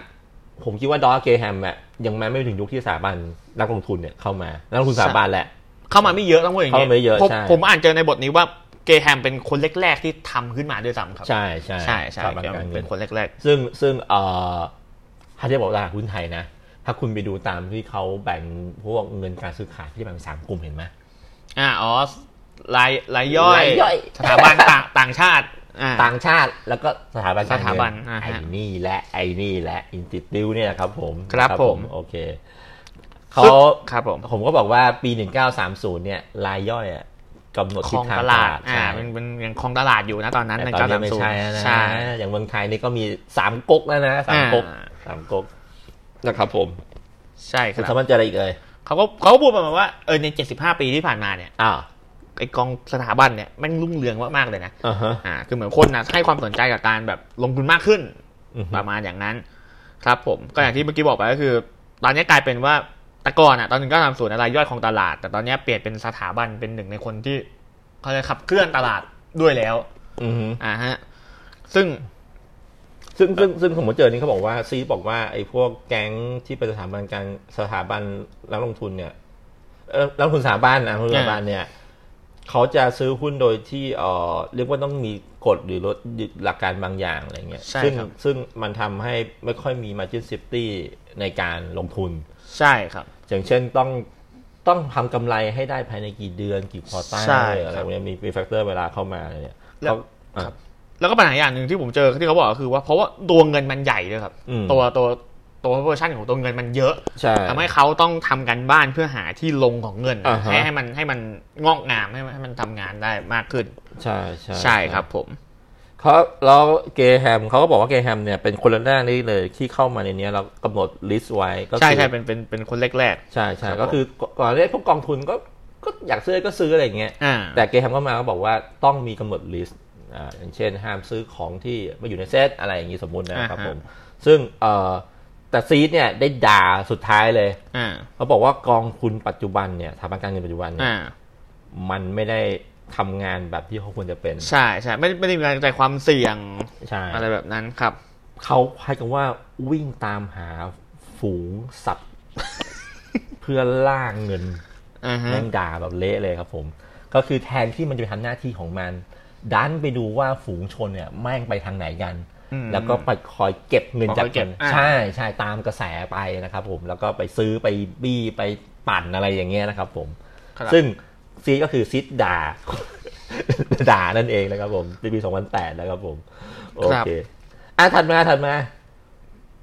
Speaker 2: ผมคิดว่าดอเกย์แฮมอะยังมาไม่ถึงยุคที่สถาบันนักลงทุนเนี่ยเข้ามานักลงทุนสถาบันแหละ
Speaker 1: เข้ามาไม่เยอะต้องพูดอย่างนี้
Speaker 2: เข้ามาไม่เยอะ
Speaker 1: ผม
Speaker 2: ใช่
Speaker 1: ผมอ่านเจอในบทนี้ว่าเกย์แฮมเป็นคนแรกๆที่ทำขึ้นมาด้วยซ้ำครับ
Speaker 2: ใช่ใช่
Speaker 1: ใช่ใช่
Speaker 2: สถาบันการ
Speaker 1: เป็
Speaker 2: เงิน
Speaker 1: นคนแรก
Speaker 2: ซึ่งซึ่งเอ่อถ้าจะบอกตลาดหุ้นไทยนะ ถ้าคุณไปดูตามที่เขาแบ่งพวกเงินการซื้อขายที่แบ่งเป็นสามกลุ่มเห็นไหม
Speaker 1: ๆอ่าอ๋อรายรายย่อย
Speaker 2: รายย่อย
Speaker 1: สถาบันต่างต่างชาติอ่า
Speaker 2: ต่างชาติแล้วก็สถาบันการ
Speaker 1: ส
Speaker 2: เงิ
Speaker 1: ถาบันอ่าฮะ
Speaker 2: ไอ้นี่และไอ้นี่และอินสติทิวเนี่ยครับผม
Speaker 1: ครับผม
Speaker 2: โอเคเขา
Speaker 1: ครับผม
Speaker 2: ผมก็บอกว่าปี 1930 เนี่ยรายย่อยอะกำหนด
Speaker 1: ค
Speaker 2: ทิ
Speaker 1: ล
Speaker 2: ศ
Speaker 1: อง
Speaker 2: ทาง
Speaker 1: ตลาด
Speaker 2: ใช่
Speaker 1: อ่ามันเป็นยังคลองตลาดอยู่นะตอนนั้น
Speaker 2: แต่
Speaker 1: ใน
Speaker 2: ตอน
Speaker 1: เก้าสาม
Speaker 2: นี้ไม่
Speaker 1: ศูนย์
Speaker 2: ใช่แล้วนะ
Speaker 1: ใช่
Speaker 2: อย่างเมืองไทยนี่ก็มีสามก๊กแล้วนะสามก๊ก
Speaker 1: อ่า
Speaker 2: สามก๊กนะครับผม
Speaker 1: ใช่ค
Speaker 2: คุณ
Speaker 1: รั
Speaker 2: สา
Speaker 1: บ
Speaker 2: มารถเจออะไรอีกเลย
Speaker 1: เขาก็เขาก็พูดประมาณว่าเออใน 75 ปีที่ผ่านมาเนี่ย
Speaker 2: อ่าว
Speaker 1: ไอกองสถาบันเนี่ยแมันรุ่งเรืองมากๆเลยนะ
Speaker 2: อ่าฮะ
Speaker 1: อ่าคือเหมือนคนนะให้ความสนใจกับการแบบลงทุนมากขึ้น ประมาณอย่างนั้น ครับผมก็อย่างที่เมื่อกี้บอกไปก็คือ ตอนนี้กลายเป็นว่าแต่ก่อนอ่ะตอนหนึ่งก็ทำศูนย์อะไรายย่อยของตลาด แต่ตอนนี้เปลี่ยนเป็นสถาบันเป็นหนึ่งในคนที่เขาจะขับเคลื่อนตลาดด้วยแล้ว
Speaker 2: อือฮึ
Speaker 1: อ่าฮะ ซึ่ง
Speaker 2: ซึ่งซึ่งซึ่งผมเจอนี่เขาบอกว่าซีบอกว่าไอ้พวกแก๊งที่เป็นสถาบันการสถาบันนักลงทุนเนี่ยเอ่อนักลงทุนสถาบันนะนักลงทุนสถาบันเนี่ยเขาจะซื้อหุ้นโดยที่เอ่อเรียกว่าต้องมีกฎหรือลดหลักการบางอย่างอะไรเงี้ย
Speaker 1: ใช่
Speaker 2: ซึ่ง
Speaker 1: ครับ
Speaker 2: ซึ่งมันทำให้ไม่ค่อยมี margin safety ในการลงทุน
Speaker 1: ใช่ครับ
Speaker 2: อย่างเช่นต้องต้องทำกำไรให้ได้ภายในกี่เดือนกี่ควอเตอร์
Speaker 1: ใช่
Speaker 2: อะไร
Speaker 1: ครับ
Speaker 2: พวกเนี้ยมีมีแฟกเตอร์เวลาเข้ามาเนี่ย
Speaker 1: แล้ว
Speaker 2: เขาอ่ะ
Speaker 1: แล้วก็ปัญหาอย่างหนึ่งที่ผมเจอที่เขาบอกก็คือว่าเพราะว่าตัวเงินมันใหญ่ด้วยครับ
Speaker 2: อืม
Speaker 1: ตัวตัวตัวเวอร์ชันของตัวเงินมันเยอะ
Speaker 2: ใช่
Speaker 1: ทำให้เขาต้องทำกันบ้านเพื่อหาที่ลงของเงิน
Speaker 2: อ่าฮะ
Speaker 1: ให้ให้มันให้มันงอกงามให้มันให้มันทำงานได้มากขึ้น
Speaker 2: ใช่ใช่
Speaker 1: ใช่ครับ ผม
Speaker 2: เขาแล้วเกย์แฮมเขาก็บอกว่าเกย์แฮมเนี่ยเป็นคนแรกๆนี่เลยที่เข้ามาในเนี้ยเรากำหนดลิสต์ไว้ก็คือ
Speaker 1: ใช่ใช่เป็นเป็นเป็นคนแรก
Speaker 2: ใช่ใช่
Speaker 1: ครับ
Speaker 2: ก็คือก่อนเนี้พวกกองทุนก็ก็อยากซื้อก็ซื้ออะไรอย่างเงี้ย
Speaker 1: ๆอ่า
Speaker 2: แต่เกย์แฮมก็มาก็บอกว่าต้องมีกำหนดลิสต์อ่าอย่างเช่น ห้ามซื้อของที่ไม่อยู่ในเซตอะไรอย่างงี้สมมุตินะครับ
Speaker 1: อ่าฮะ
Speaker 2: ผม ซึ่งเอ่อแต่ซีดเนี่ยได้ด่าสุดท้ายเลย
Speaker 1: อ่า
Speaker 2: เขาบอกว่ากองทุนปัจจุบันเนี่ยสถาบันการเงินปัจจุบันเนี่ย
Speaker 1: อ่า
Speaker 2: มันไม่ได้ทำงานแบบที่เขาควรจะเป็น
Speaker 1: ใช่ใช่ไม่ไม่ได้มีการกระจายความเสี่ยง
Speaker 2: ใช่
Speaker 1: อะไรแบบนั้นครับ
Speaker 2: เขาใช้คำว่าวิ่งตามหาฝูงสัตว์ เพื่อล่าเงิน
Speaker 1: อ่าฮะ
Speaker 2: แม่งด่าแบบเละเลยครับผม ก็คือแทนที่มันจะไปทำหน้าที่ของมัน ดันไปดูว่าฝูงชนเนี่ยแม่งไปทางไหนกัน
Speaker 1: อืม
Speaker 2: แล้วก็ไปคอยเก็บเงินจาก
Speaker 1: คอยเก็บ
Speaker 2: มัน
Speaker 1: อ่า
Speaker 2: ใช่ใช่ตามกระแสไปนะครับผมแล้วก็ไปซื้อไปบี้ไปปั่นอะไรอย่างเงี้ยนะครับผม
Speaker 1: ครับ
Speaker 2: ซึ่งซีก็คือซิด ด่า ด่านั่นเองนะครับผมในปี 2008 นะครับผม โอเค อ่ะ ถัดมา ถัดมา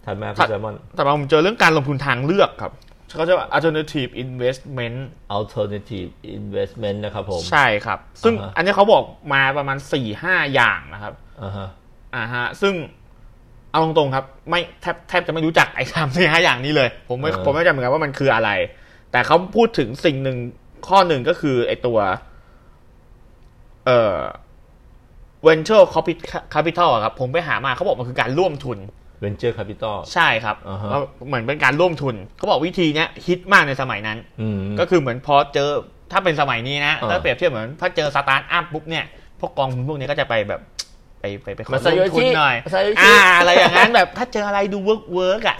Speaker 2: ถัดมาพี่แซมอน
Speaker 1: แต่ว่าผมเจอเรื่องการลงทุนทางเลือกครับเขาจะว่า alternative investment
Speaker 2: alternative investment นะครับผม
Speaker 1: ใช่ครับ ซึ่ง
Speaker 2: อ่าฮะ
Speaker 1: อันนี้เขาบอกมาประมาณ4ี่ห้าอย่างนะครับ
Speaker 2: อ่าฮะ
Speaker 1: อ่าฮะซึ่งเอาตรงๆครับ ไม่แทบแทบจะไม่รู้จักไอ้ สามสี่ห้าอย่างนี้เลย ผมไม่
Speaker 2: อ่า
Speaker 1: ผมไม่จำเหมือนกันว่ามันคืออะไร แต่เขาพูดถึงสิ่งหนึ่งข้อหนึ่งก็คือไอ้ตัว เอ่อ venture capital- capital อะครับ ผมไปหามาเขาบอกมันคือการร่วมทุน
Speaker 2: venture capital
Speaker 1: ใช่ครับ
Speaker 2: อ่าฮะ
Speaker 1: ก็เหมือนเป็นการร่วมทุน เขาบอกวิธีเนี้ยฮิตมากในสมัยนั้น
Speaker 2: อืม
Speaker 1: ก็คือเหมือนพอเจอถ้าเป็นสมัยนี้นะ
Speaker 2: อ่า
Speaker 1: ถ้าเปรียบเทียบเหมือนถ้าเจอสตาร์ทอัพปุ๊บเนี่ยพวกกองทุนพวกนี้ก็จะไปแบบ ไปไปไปขอ
Speaker 2: มา
Speaker 1: ร่วมทุนหน่อย
Speaker 2: ซาโยชิ
Speaker 1: อ่าอะไรอย่างนั้นแบบถ้าเจออะไรดูเวิร์กเวิร์กอ่ะ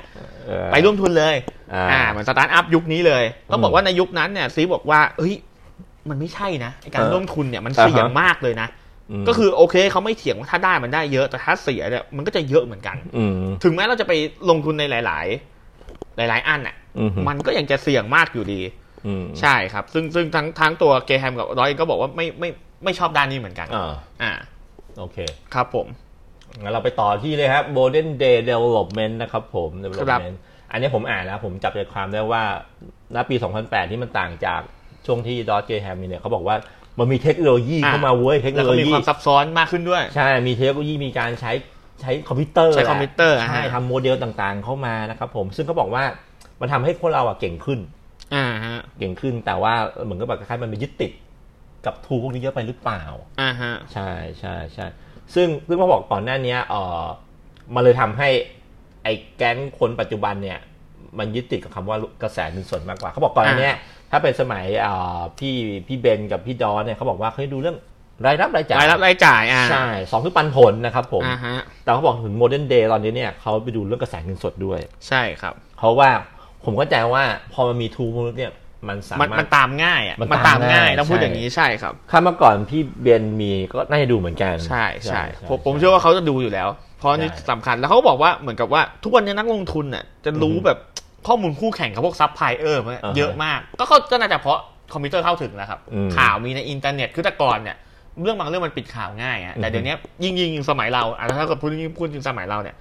Speaker 2: เออ
Speaker 1: ไปร่วมทุนเลย
Speaker 2: อ่า
Speaker 1: อ่าเหมือนสตาร์ทอัพยุคนี้เลยต้องบอก
Speaker 2: อืม
Speaker 1: ว่าในยุคนั้นเนี่ยซีบอกว่าเฮ้ยมันไม่ใช่นะไอ้การ
Speaker 2: เออ
Speaker 1: ร่วมทุนเนี่ยมันเสี่ยง
Speaker 2: อ่าฮะ
Speaker 1: มากเลยนะ
Speaker 2: ม
Speaker 1: ก็คือโอเคเขาไม่เถียงว่าถ้าได้มันได้เยอะแต่ถ้าเสียเนี่ยมันก็จะเยอะเหมือนกัน
Speaker 2: ม
Speaker 1: ถึงแม้เราจะไปลงทุนในหลาย ๆ หลาย ๆ อันอ่ะ
Speaker 2: อืม
Speaker 1: มันก็ยังจะเสี่ยงมากอยู่ดี
Speaker 2: อืม
Speaker 1: ใช่ครับ ซึ่งซึ่งทั้งทั้งตัวเกแฮมกับร้อยเองก็บอกว่าไม่ไม่ไม่ชอบด้านนี้เหมือนกัน
Speaker 2: อ่า
Speaker 1: อ่า
Speaker 2: โอเค
Speaker 1: ครับผม
Speaker 2: งั้นเราไปต่อที่เลยครับ Golden Day Development นะครับผม Development อันนี้ผมอ่านแล้วผมจับใจความได้ว่าณปี 2008 ที่มันต่างจากช่วงที่ดอ g เจแฮมเนี่ยเขาบอกว่า มันมีเทคโนโลยี
Speaker 1: อ่ะ
Speaker 2: เข้ามาเว้ยเทคโน
Speaker 1: แล้ว
Speaker 2: โล
Speaker 1: ก็มี
Speaker 2: ยี
Speaker 1: ความซับซ้อนมากขึ้นด้วย
Speaker 2: ใช่มีเทคโนโลยีมีการใช้ใช้คอมพิวเตอร์
Speaker 1: ใช้คอมพิวเตอร์อ่ะ
Speaker 2: ใช่ทำโมเดลต่างๆเข้ามานะครับผมซึ่งเขาบอกว่ามันทำให้คนเราอะเก่งขึ้น
Speaker 1: อ่าฮะ
Speaker 2: เก่งขึ้นแต่ว่าเหมือนกับแบบคล้ายๆมันไปยึดติดกับทูพวกนี้เยอะไปหรือเปล่า
Speaker 1: อ่าฮะ
Speaker 2: ใช่ใช่ใช่ซึ่งซึ่งมาบอกก่อนหน้าเนี้ยเออมันเลยทำให้ไอ้แก๊งคนปัจจุบันเนี่ย มันยึดติดกับคำว่ากระแสเงินสดมากกว่า เขาบอกก่อนหน้าเนี้ยถ้าเป็นสมัยเอ่อพี่พี่เบนกับพี่ดอนเนี่ยเขาบอกว่าเคยดูเรื่องรายรับรายจ่าย
Speaker 1: รายรับรายจ่ายอ่า
Speaker 2: ใช่สองคือปันผลนะครับผม
Speaker 1: อ่าฮะ
Speaker 2: แต่เขาบอกถึงโมเดิร์นเดย์ตอนนี้เนี่ยเขาไปดูเรื่องกระแสเงินสดด้วย
Speaker 1: ใช่ครับ
Speaker 2: เพราะว่าผมเข้าใจว่าพอมันมีทูมนุษย์เนี่ยมันสา
Speaker 1: มัน
Speaker 2: มาร
Speaker 1: มั
Speaker 2: ถ
Speaker 1: นตามง่ายอ่ะ
Speaker 2: มัน
Speaker 1: มันตาม
Speaker 2: ตามง่าย
Speaker 1: ง่ายต้องพูด
Speaker 2: ใช่
Speaker 1: อย่างนี้ใช่ครับ
Speaker 2: ถ้าเมื่อก่อนพี่เบนมีก็น่าจะดูเหมือนกัน
Speaker 1: ใช่ใช่ผมผมเชื่อว่าเขาจะดูอยู่แล้ว เพราะนี่
Speaker 2: ใช่
Speaker 1: สำคัญแล้วเขาก็บอกว่าเหมือนกับว่าทุกวันนี้นักลงทุนน่ะจะรู้
Speaker 2: อือฮึ
Speaker 1: แบบข้อมูลคู่แข่งกับพวกซัพพลายเออร์
Speaker 2: อ่าฮะ
Speaker 1: เยอะมาก ก็เขาก็น่าจะเพราะคอมพิวเตอร์เข้าถึงแล้วครับ
Speaker 2: อืม
Speaker 1: ข่าวมีในอินเทอร์เน็ตคือแต่ก่อนเนี่ยเรื่องบางเรื่องมันปิดข่าวง่ายอะแต่
Speaker 2: อือฮึ
Speaker 1: เดี๋ยวนี้ยิ่งยิ่งยิ่งสมัยเราอ่ะถ้าเกิดพูดยิ่งพูดถึงสมัยเราเนี่ย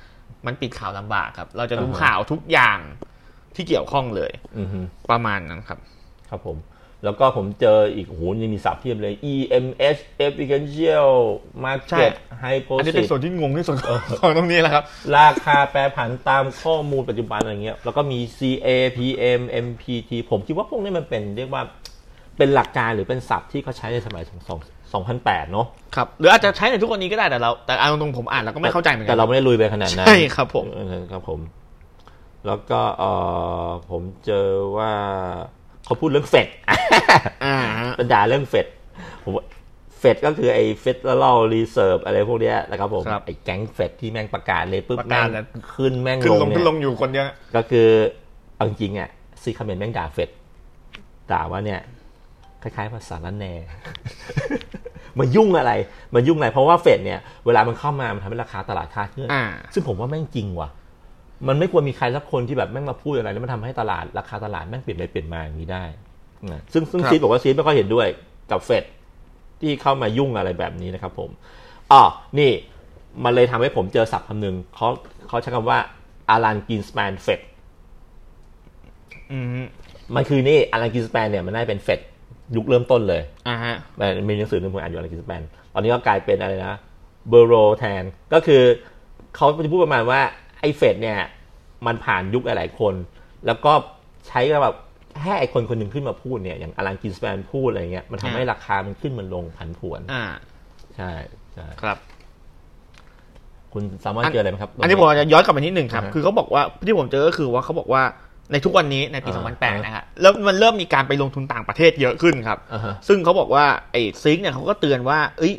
Speaker 1: มันปิดข่าวลำบากครับ เราจะรู้
Speaker 2: อ่าฮะ
Speaker 1: ข่าวทุกอย่างที่เกี่ยวข้องเลย
Speaker 2: อือฮึ
Speaker 1: ประมาณนั้นครับ
Speaker 2: ครับผม แล้วก็ผมเจออีกโอ้โหยังมีศัพท์เพียบเลย EMS Efficiential
Speaker 1: ใช่
Speaker 2: Market
Speaker 1: อันนี้เป็นส่
Speaker 2: Hypothesis
Speaker 1: วนที่งงที่สุดของตรงนี้แหละครับ
Speaker 2: ราคาแปรผันตามข้อมูลปัจจุบันอะไรเงี้ย แล้วก็มี CA PM MPT ผมคิดว่าพวกนี้มันเป็นเรียกว่าเป็นหลักการหรือเป็นศัพท์ที่เขาใช้ในสมัย2 2008 เนอะ
Speaker 1: ครับหรืออาจจะใช้ในทุกวันนี้ก็ได้แต่เราแต่เอาตรงๆผมอ่านแล้วก็ไม่เข้าใจเหมือนกั
Speaker 2: แต่เราไม่ได้ลุยไปขนาดนั้น
Speaker 1: ใช่ครับผม
Speaker 2: เออครับผม แล้วก็เออผมเจอว่าเขาพูดเรื่องเฟด
Speaker 1: อ่าฮะ
Speaker 2: บรรดาเรื่องเฟดผมว่าเฟดก็คือไอ้เฟดลอรีเซิร์ฟอะไรพวกเนี้ยนะครับผม
Speaker 1: ครับ
Speaker 2: ไอ้แก๊งเฟดที่แม่งประกาศเลยปุ๊บ
Speaker 1: ประ
Speaker 2: แม่
Speaker 1: กาศ
Speaker 2: ง
Speaker 1: แล้ว
Speaker 2: ขึ้นแม่ง
Speaker 1: ขึ้นล
Speaker 2: ลง
Speaker 1: ง
Speaker 2: เนี่
Speaker 1: ขึ้นลง
Speaker 2: ย
Speaker 1: อยู่คนเดียวนะ
Speaker 2: ก็คือเอาจริงๆอ่ะซีคาเมนแม่งด่าเฟดด่าว่าเนี่ย คล้ายๆภาษาละแหน มันยุ่งอะไร มันยุ่งอะไร เพราะว่าเฟดเนี่ย เวลามันเข้ามา มันทำให้ราคาตลาดคลาดเคลื่อน
Speaker 1: อ่า
Speaker 2: ซึ่งผมว่าแม่งจริงว่ะ มันไม่ควรมีใครสักคนที่แบบแม่งมาพูดอะไรแล้วมันทำให้ตลาดราคาตลาดแม่งเปลี่ยนไปเปลี่ยนมาอย่างนี้ได้นะซึ่งซึ่ง
Speaker 1: ครับ
Speaker 2: ซีดบอกว่าซีดไม่ค่อยเห็นด้วยกับเฟดที่เข้ามายุ่งอะไรแบบนี้นะครับผมอ๋อนี่มันเลยทำให้ผมเจอศัพท์คำหนึ่งเขาเขาใช้คำว่าอารันกินสแปนเฟด
Speaker 1: อืม
Speaker 2: มันคือนี่อารันกินสแปนเนี่ยมันได้เป็นเฟดยุคเริ่มต้นเลย
Speaker 1: อ่าฮะ
Speaker 2: มันมีหนังสือหนึ่งผมอ่านอยู่อารันกินสแปนตอนนี้ก็กลายเป็นอะไรนะเบอร์โรแทนก็คือเขาจะพูดประมาณว่าไอ้เฟดเนี่ย มันผ่านยุคหลายๆคน แล้วก็ใช้กับแบบให้ไอคนคนหนึ่งขึ้นมาพูดเนี่ย อย่างอลันกินสแปนพูดอะไรเงี้ย มันทำให้ราคามันขึ้นมันลงผันผวน
Speaker 1: อ่า
Speaker 2: ใช่ใช่
Speaker 1: ครับ
Speaker 2: คุณสามารถเจออะไรไหมครับ
Speaker 1: อันนี้ผมจะย้อนกลับไปนิดหนึ่งครับ
Speaker 2: อ่าฮะ
Speaker 1: คือเขาบอกว่าที่ผมเจอก็คือว่าเขาบอกว่าในทุกวันนี้ในปี
Speaker 2: อ่า
Speaker 1: 2008 นะครับแล้วมันเริ่มมีการไปลงทุนต่างประเทศเยอะขึ้นครับ
Speaker 2: อ่าฮะ
Speaker 1: ซึ่งเขาบอกว่าไอ้ซิงเนี่ยเขาก็เตือนว่า เอ้ย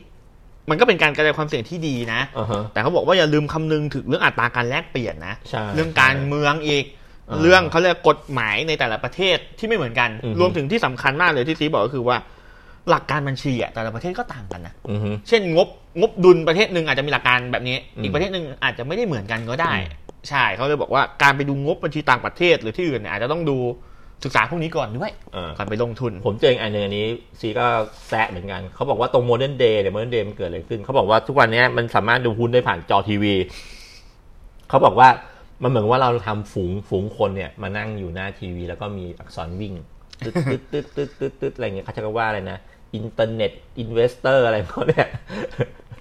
Speaker 1: มันก็เป็นการกระจายความเสี่ยงที่ดีนะ
Speaker 2: อ่าฮะ
Speaker 1: แต่เขาบอกว่าอย่าลืมคำนึงถึงเรื่องอัตราการแลกเปลี่ยนนะ
Speaker 2: ใช่
Speaker 1: เรื่องการเมืองอีก
Speaker 2: อ่า
Speaker 1: เรื่องเขาเรียกกฎหมายในแต่ละประเทศที่ไม่เหมือนกัน
Speaker 2: อือฮึ
Speaker 1: รวมถึงที่สำคัญมากเลยที่ซีบอกก็คือว่า หลักการบัญชีอะแต่ละประเทศก็ต่างกันนะ
Speaker 2: อือฮึ
Speaker 1: เช่นงบงบดุลประเทศหนึ่งอาจจะมีหลักการแบบนี้
Speaker 2: อืม
Speaker 1: อีกประเทศหนึ่งอาจจะไม่ได้เหมือนกันก็ได้
Speaker 2: อืม
Speaker 1: ใช่เขาเลยบอกว่าการไปดูงบบัญชีต่างประเทศหรือที่อื่นเนี่ยอาจจะต้องดูศึกษาพวกนี้ก่อนด้วย
Speaker 2: อ่า
Speaker 1: ก่อนไปลงทุน
Speaker 2: ผมเจออีกอันหนึงอันนี้ซีก็แซะเหมือนกันเขาบอกว่าตรงโมเดิร์นเดย์เนี่ยโมเดิร์นเดย์มันเกิดอะไรขึ้นเขาบอกว่าทุกวันเนี้ยมันสามารถดูหุ้นได้ผ่านจอทีวีเขาบอกว่ามันเหมือนว่าเราทำฝูงฝูงคนเนี่ยมานั่งอยู่หน้าทีวี แล้วก็มีอักษรวิ่งตึ๊ดตึ๊ดตึ๊ดตึ๊ดตึ๊ดตึ๊ดอะไรเงี้ยเขาจะว่าอะไรนะอินเทอร์เน็ตอินเวสเตอร์อะไรพวกเนี้ย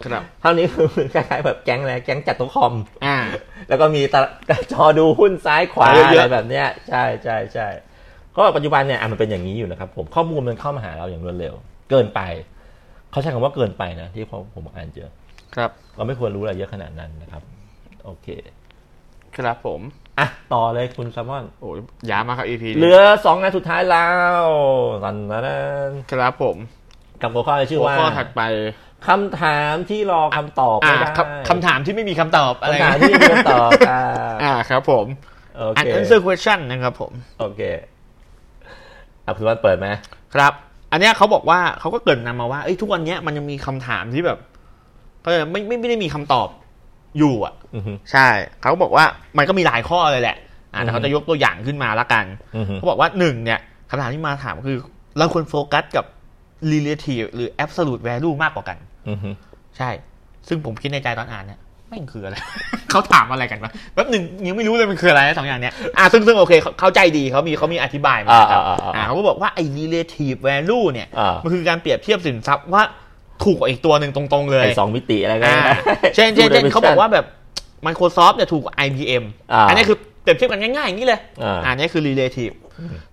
Speaker 1: ครับ
Speaker 2: เท่านี้คือคล้ายๆแบบแก๊งอะไรแก๊งจัดโต๊ะคอม
Speaker 1: อ่า
Speaker 2: แล้วก็มีตาจอดู หุ้นซ้ายขวา
Speaker 1: เยอะๆ
Speaker 2: อะไรแบบเนี้ยใช่ใช่ใช่ก็ปัจจุบันเนี่ยอ่ะมันเป็นอย่างนี้อยู่นะครับผมข้อมูลมันเข้ามาหาเราอย่างรวดเร็ว เกินไป เขาใช้คำว่าเกินไปนะที่ผมผมอ่านเจอ
Speaker 1: ครับ
Speaker 2: เราไม่ควรรู้อะไรเยอะขนาดนั้นนะครับ โอเค
Speaker 1: ครับผม
Speaker 2: อ่ะต่อเลยคุณแซมมอน
Speaker 1: โอ้ยยาวมากครับ EP
Speaker 2: เหลือสองงานสุดท้ายแล้วตันนะนะ
Speaker 1: ครับผม
Speaker 2: กับหัวข้อที่ชื่อ
Speaker 1: หัว
Speaker 2: ว่า
Speaker 1: ข้อถัดไป
Speaker 2: คำถามที่รอคำตอบ
Speaker 1: อ่า
Speaker 2: ไม่ได้
Speaker 1: คำคำถามที่ไม่มีคำตอบอะไร
Speaker 2: คำถามที่ไม่มีคำตอบอ่า
Speaker 1: อ่าครับผม
Speaker 2: โอเค
Speaker 1: unanswered question นะครับผม
Speaker 2: โอเคอ่ะคุณวันเปิดไหม
Speaker 1: ครับ อันเนี้ยเขาบอกว่าเขาก็เกรินนำมาว่าเอ้ยทุกวันเนี้ยมันยังมีคำถามที่แบบเขาเรียกว่าไม่ไม่ไม่ได้มีคำตอบอยู่อ่ะ
Speaker 2: อือฮึ
Speaker 1: ใช่ เขาบอกว่ามันก็มีหลายข้อเลยแหละอ่ะแต่
Speaker 2: อื
Speaker 1: เขา
Speaker 2: อฮึ
Speaker 1: จะยกตัวอย่างขึ้นมาละกัน
Speaker 2: อือฮึ
Speaker 1: เขาบอกว่าหนึ่งเนี่ยคำถามที่มาถามคือ เราควรโฟกัสกับ relative หรือ absolute value มากกว่ากัน
Speaker 2: อือฮึ
Speaker 1: ใช่ ซึ่งผมคิดในใจตอนอ่านเนี่ย ไม่งคืออะไร เขาถามอะไรกันวะแป๊บหนึ่งยังไม่รู้เลยมันคืออะไรนะสองอย่างเนี้ยอ่ะซึ่งซึ่งโอเคเขาเข้าใจดีเขามีเขามีอธิบายมานะครับ
Speaker 2: อ่าอ่าอ่า
Speaker 1: อ่ะเขาก็บอกว่าไอ้ relative value เนี่ย
Speaker 2: อ่ามั
Speaker 1: มันคือการเปรียบเทียบสินทรัพย์ว่าถูกกว่าอีกตัวหนึ่งตรงๆเลย
Speaker 2: ไอ้สองมิติอะไรก็
Speaker 1: อ่า
Speaker 2: ได้
Speaker 1: เช่นเช่นเช่น
Speaker 2: Two dimension
Speaker 1: เขาบอกว่าแบบ Microsoft เนี่ยถูกกว่า IBM
Speaker 2: อ่า
Speaker 1: อันนี้คือเปรียบเทียบกันง่ายๆ อย่างนี้เลย
Speaker 2: อ่า
Speaker 1: อันนี้คือ relative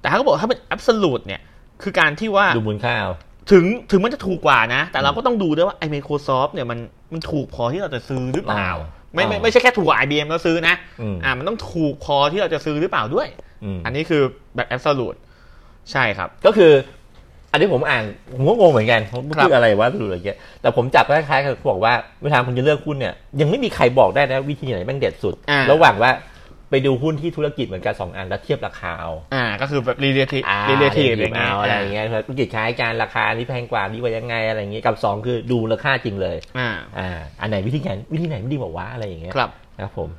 Speaker 1: แต่ถ้าเขาบอกถ้าเป็น absolute เนี่ย คือการที่ว่า
Speaker 2: ดูมูลค่าเอา
Speaker 1: ถึงถึงมันจะถูกกว่านะ แต่เราก็ต้องดูด้วยว่าไอ้ Microsoft เนี่ยมันมันถูกพอที่เราจะซื้อหรือเปล่า
Speaker 2: อ่า
Speaker 1: ไม่ไม่
Speaker 2: อ่า
Speaker 1: ไม่ใช่แค่ถูกกว่า IBM แล้วซื้อนะ
Speaker 2: อืม
Speaker 1: มันต้องถูกพอที่เราจะซื้อหรือเปล่าด้วย
Speaker 2: อืม
Speaker 1: อันนี้คือแบบ absolute ใช่ครับ
Speaker 2: ก็คือ อันนี้ผมอ่านผมก็งงเหมือนกันผมพูดอะไรวะหรืออะไรเงี้ยแต่ผมจับคล้ายๆกับบอกว่าเวลาคุณจะเลือกหุ้นเนี่ยยังไม่มีใครบอกได้นะวิธีไหนแม่งเด็ดสุด
Speaker 1: อ่า
Speaker 2: ระหว่างว่าไปดูหุ้นที่ธุรกิจเหมือนกันสองอันแล้วเทียบราคาเอา
Speaker 1: อ่าก็คือแบบ relative
Speaker 2: อ่า
Speaker 1: relative
Speaker 2: เรี
Speaker 1: อย ย่าง
Speaker 2: บ
Speaker 1: เงี้ย
Speaker 2: เอาอะไรอย่างเงี้ยธุรกิจคล้ายกันราคานี้แพงกว่าดีกว่ายังไงอะไรอย่างเงี้ยกับสองคือดูราคาจริงเลย
Speaker 1: อ่า
Speaker 2: อ่าอันไหนวิธีไหนวิธีไหนไม่ดีบอกว่าอะไรอย่างเงี้ย
Speaker 1: ครับ
Speaker 2: ครับผม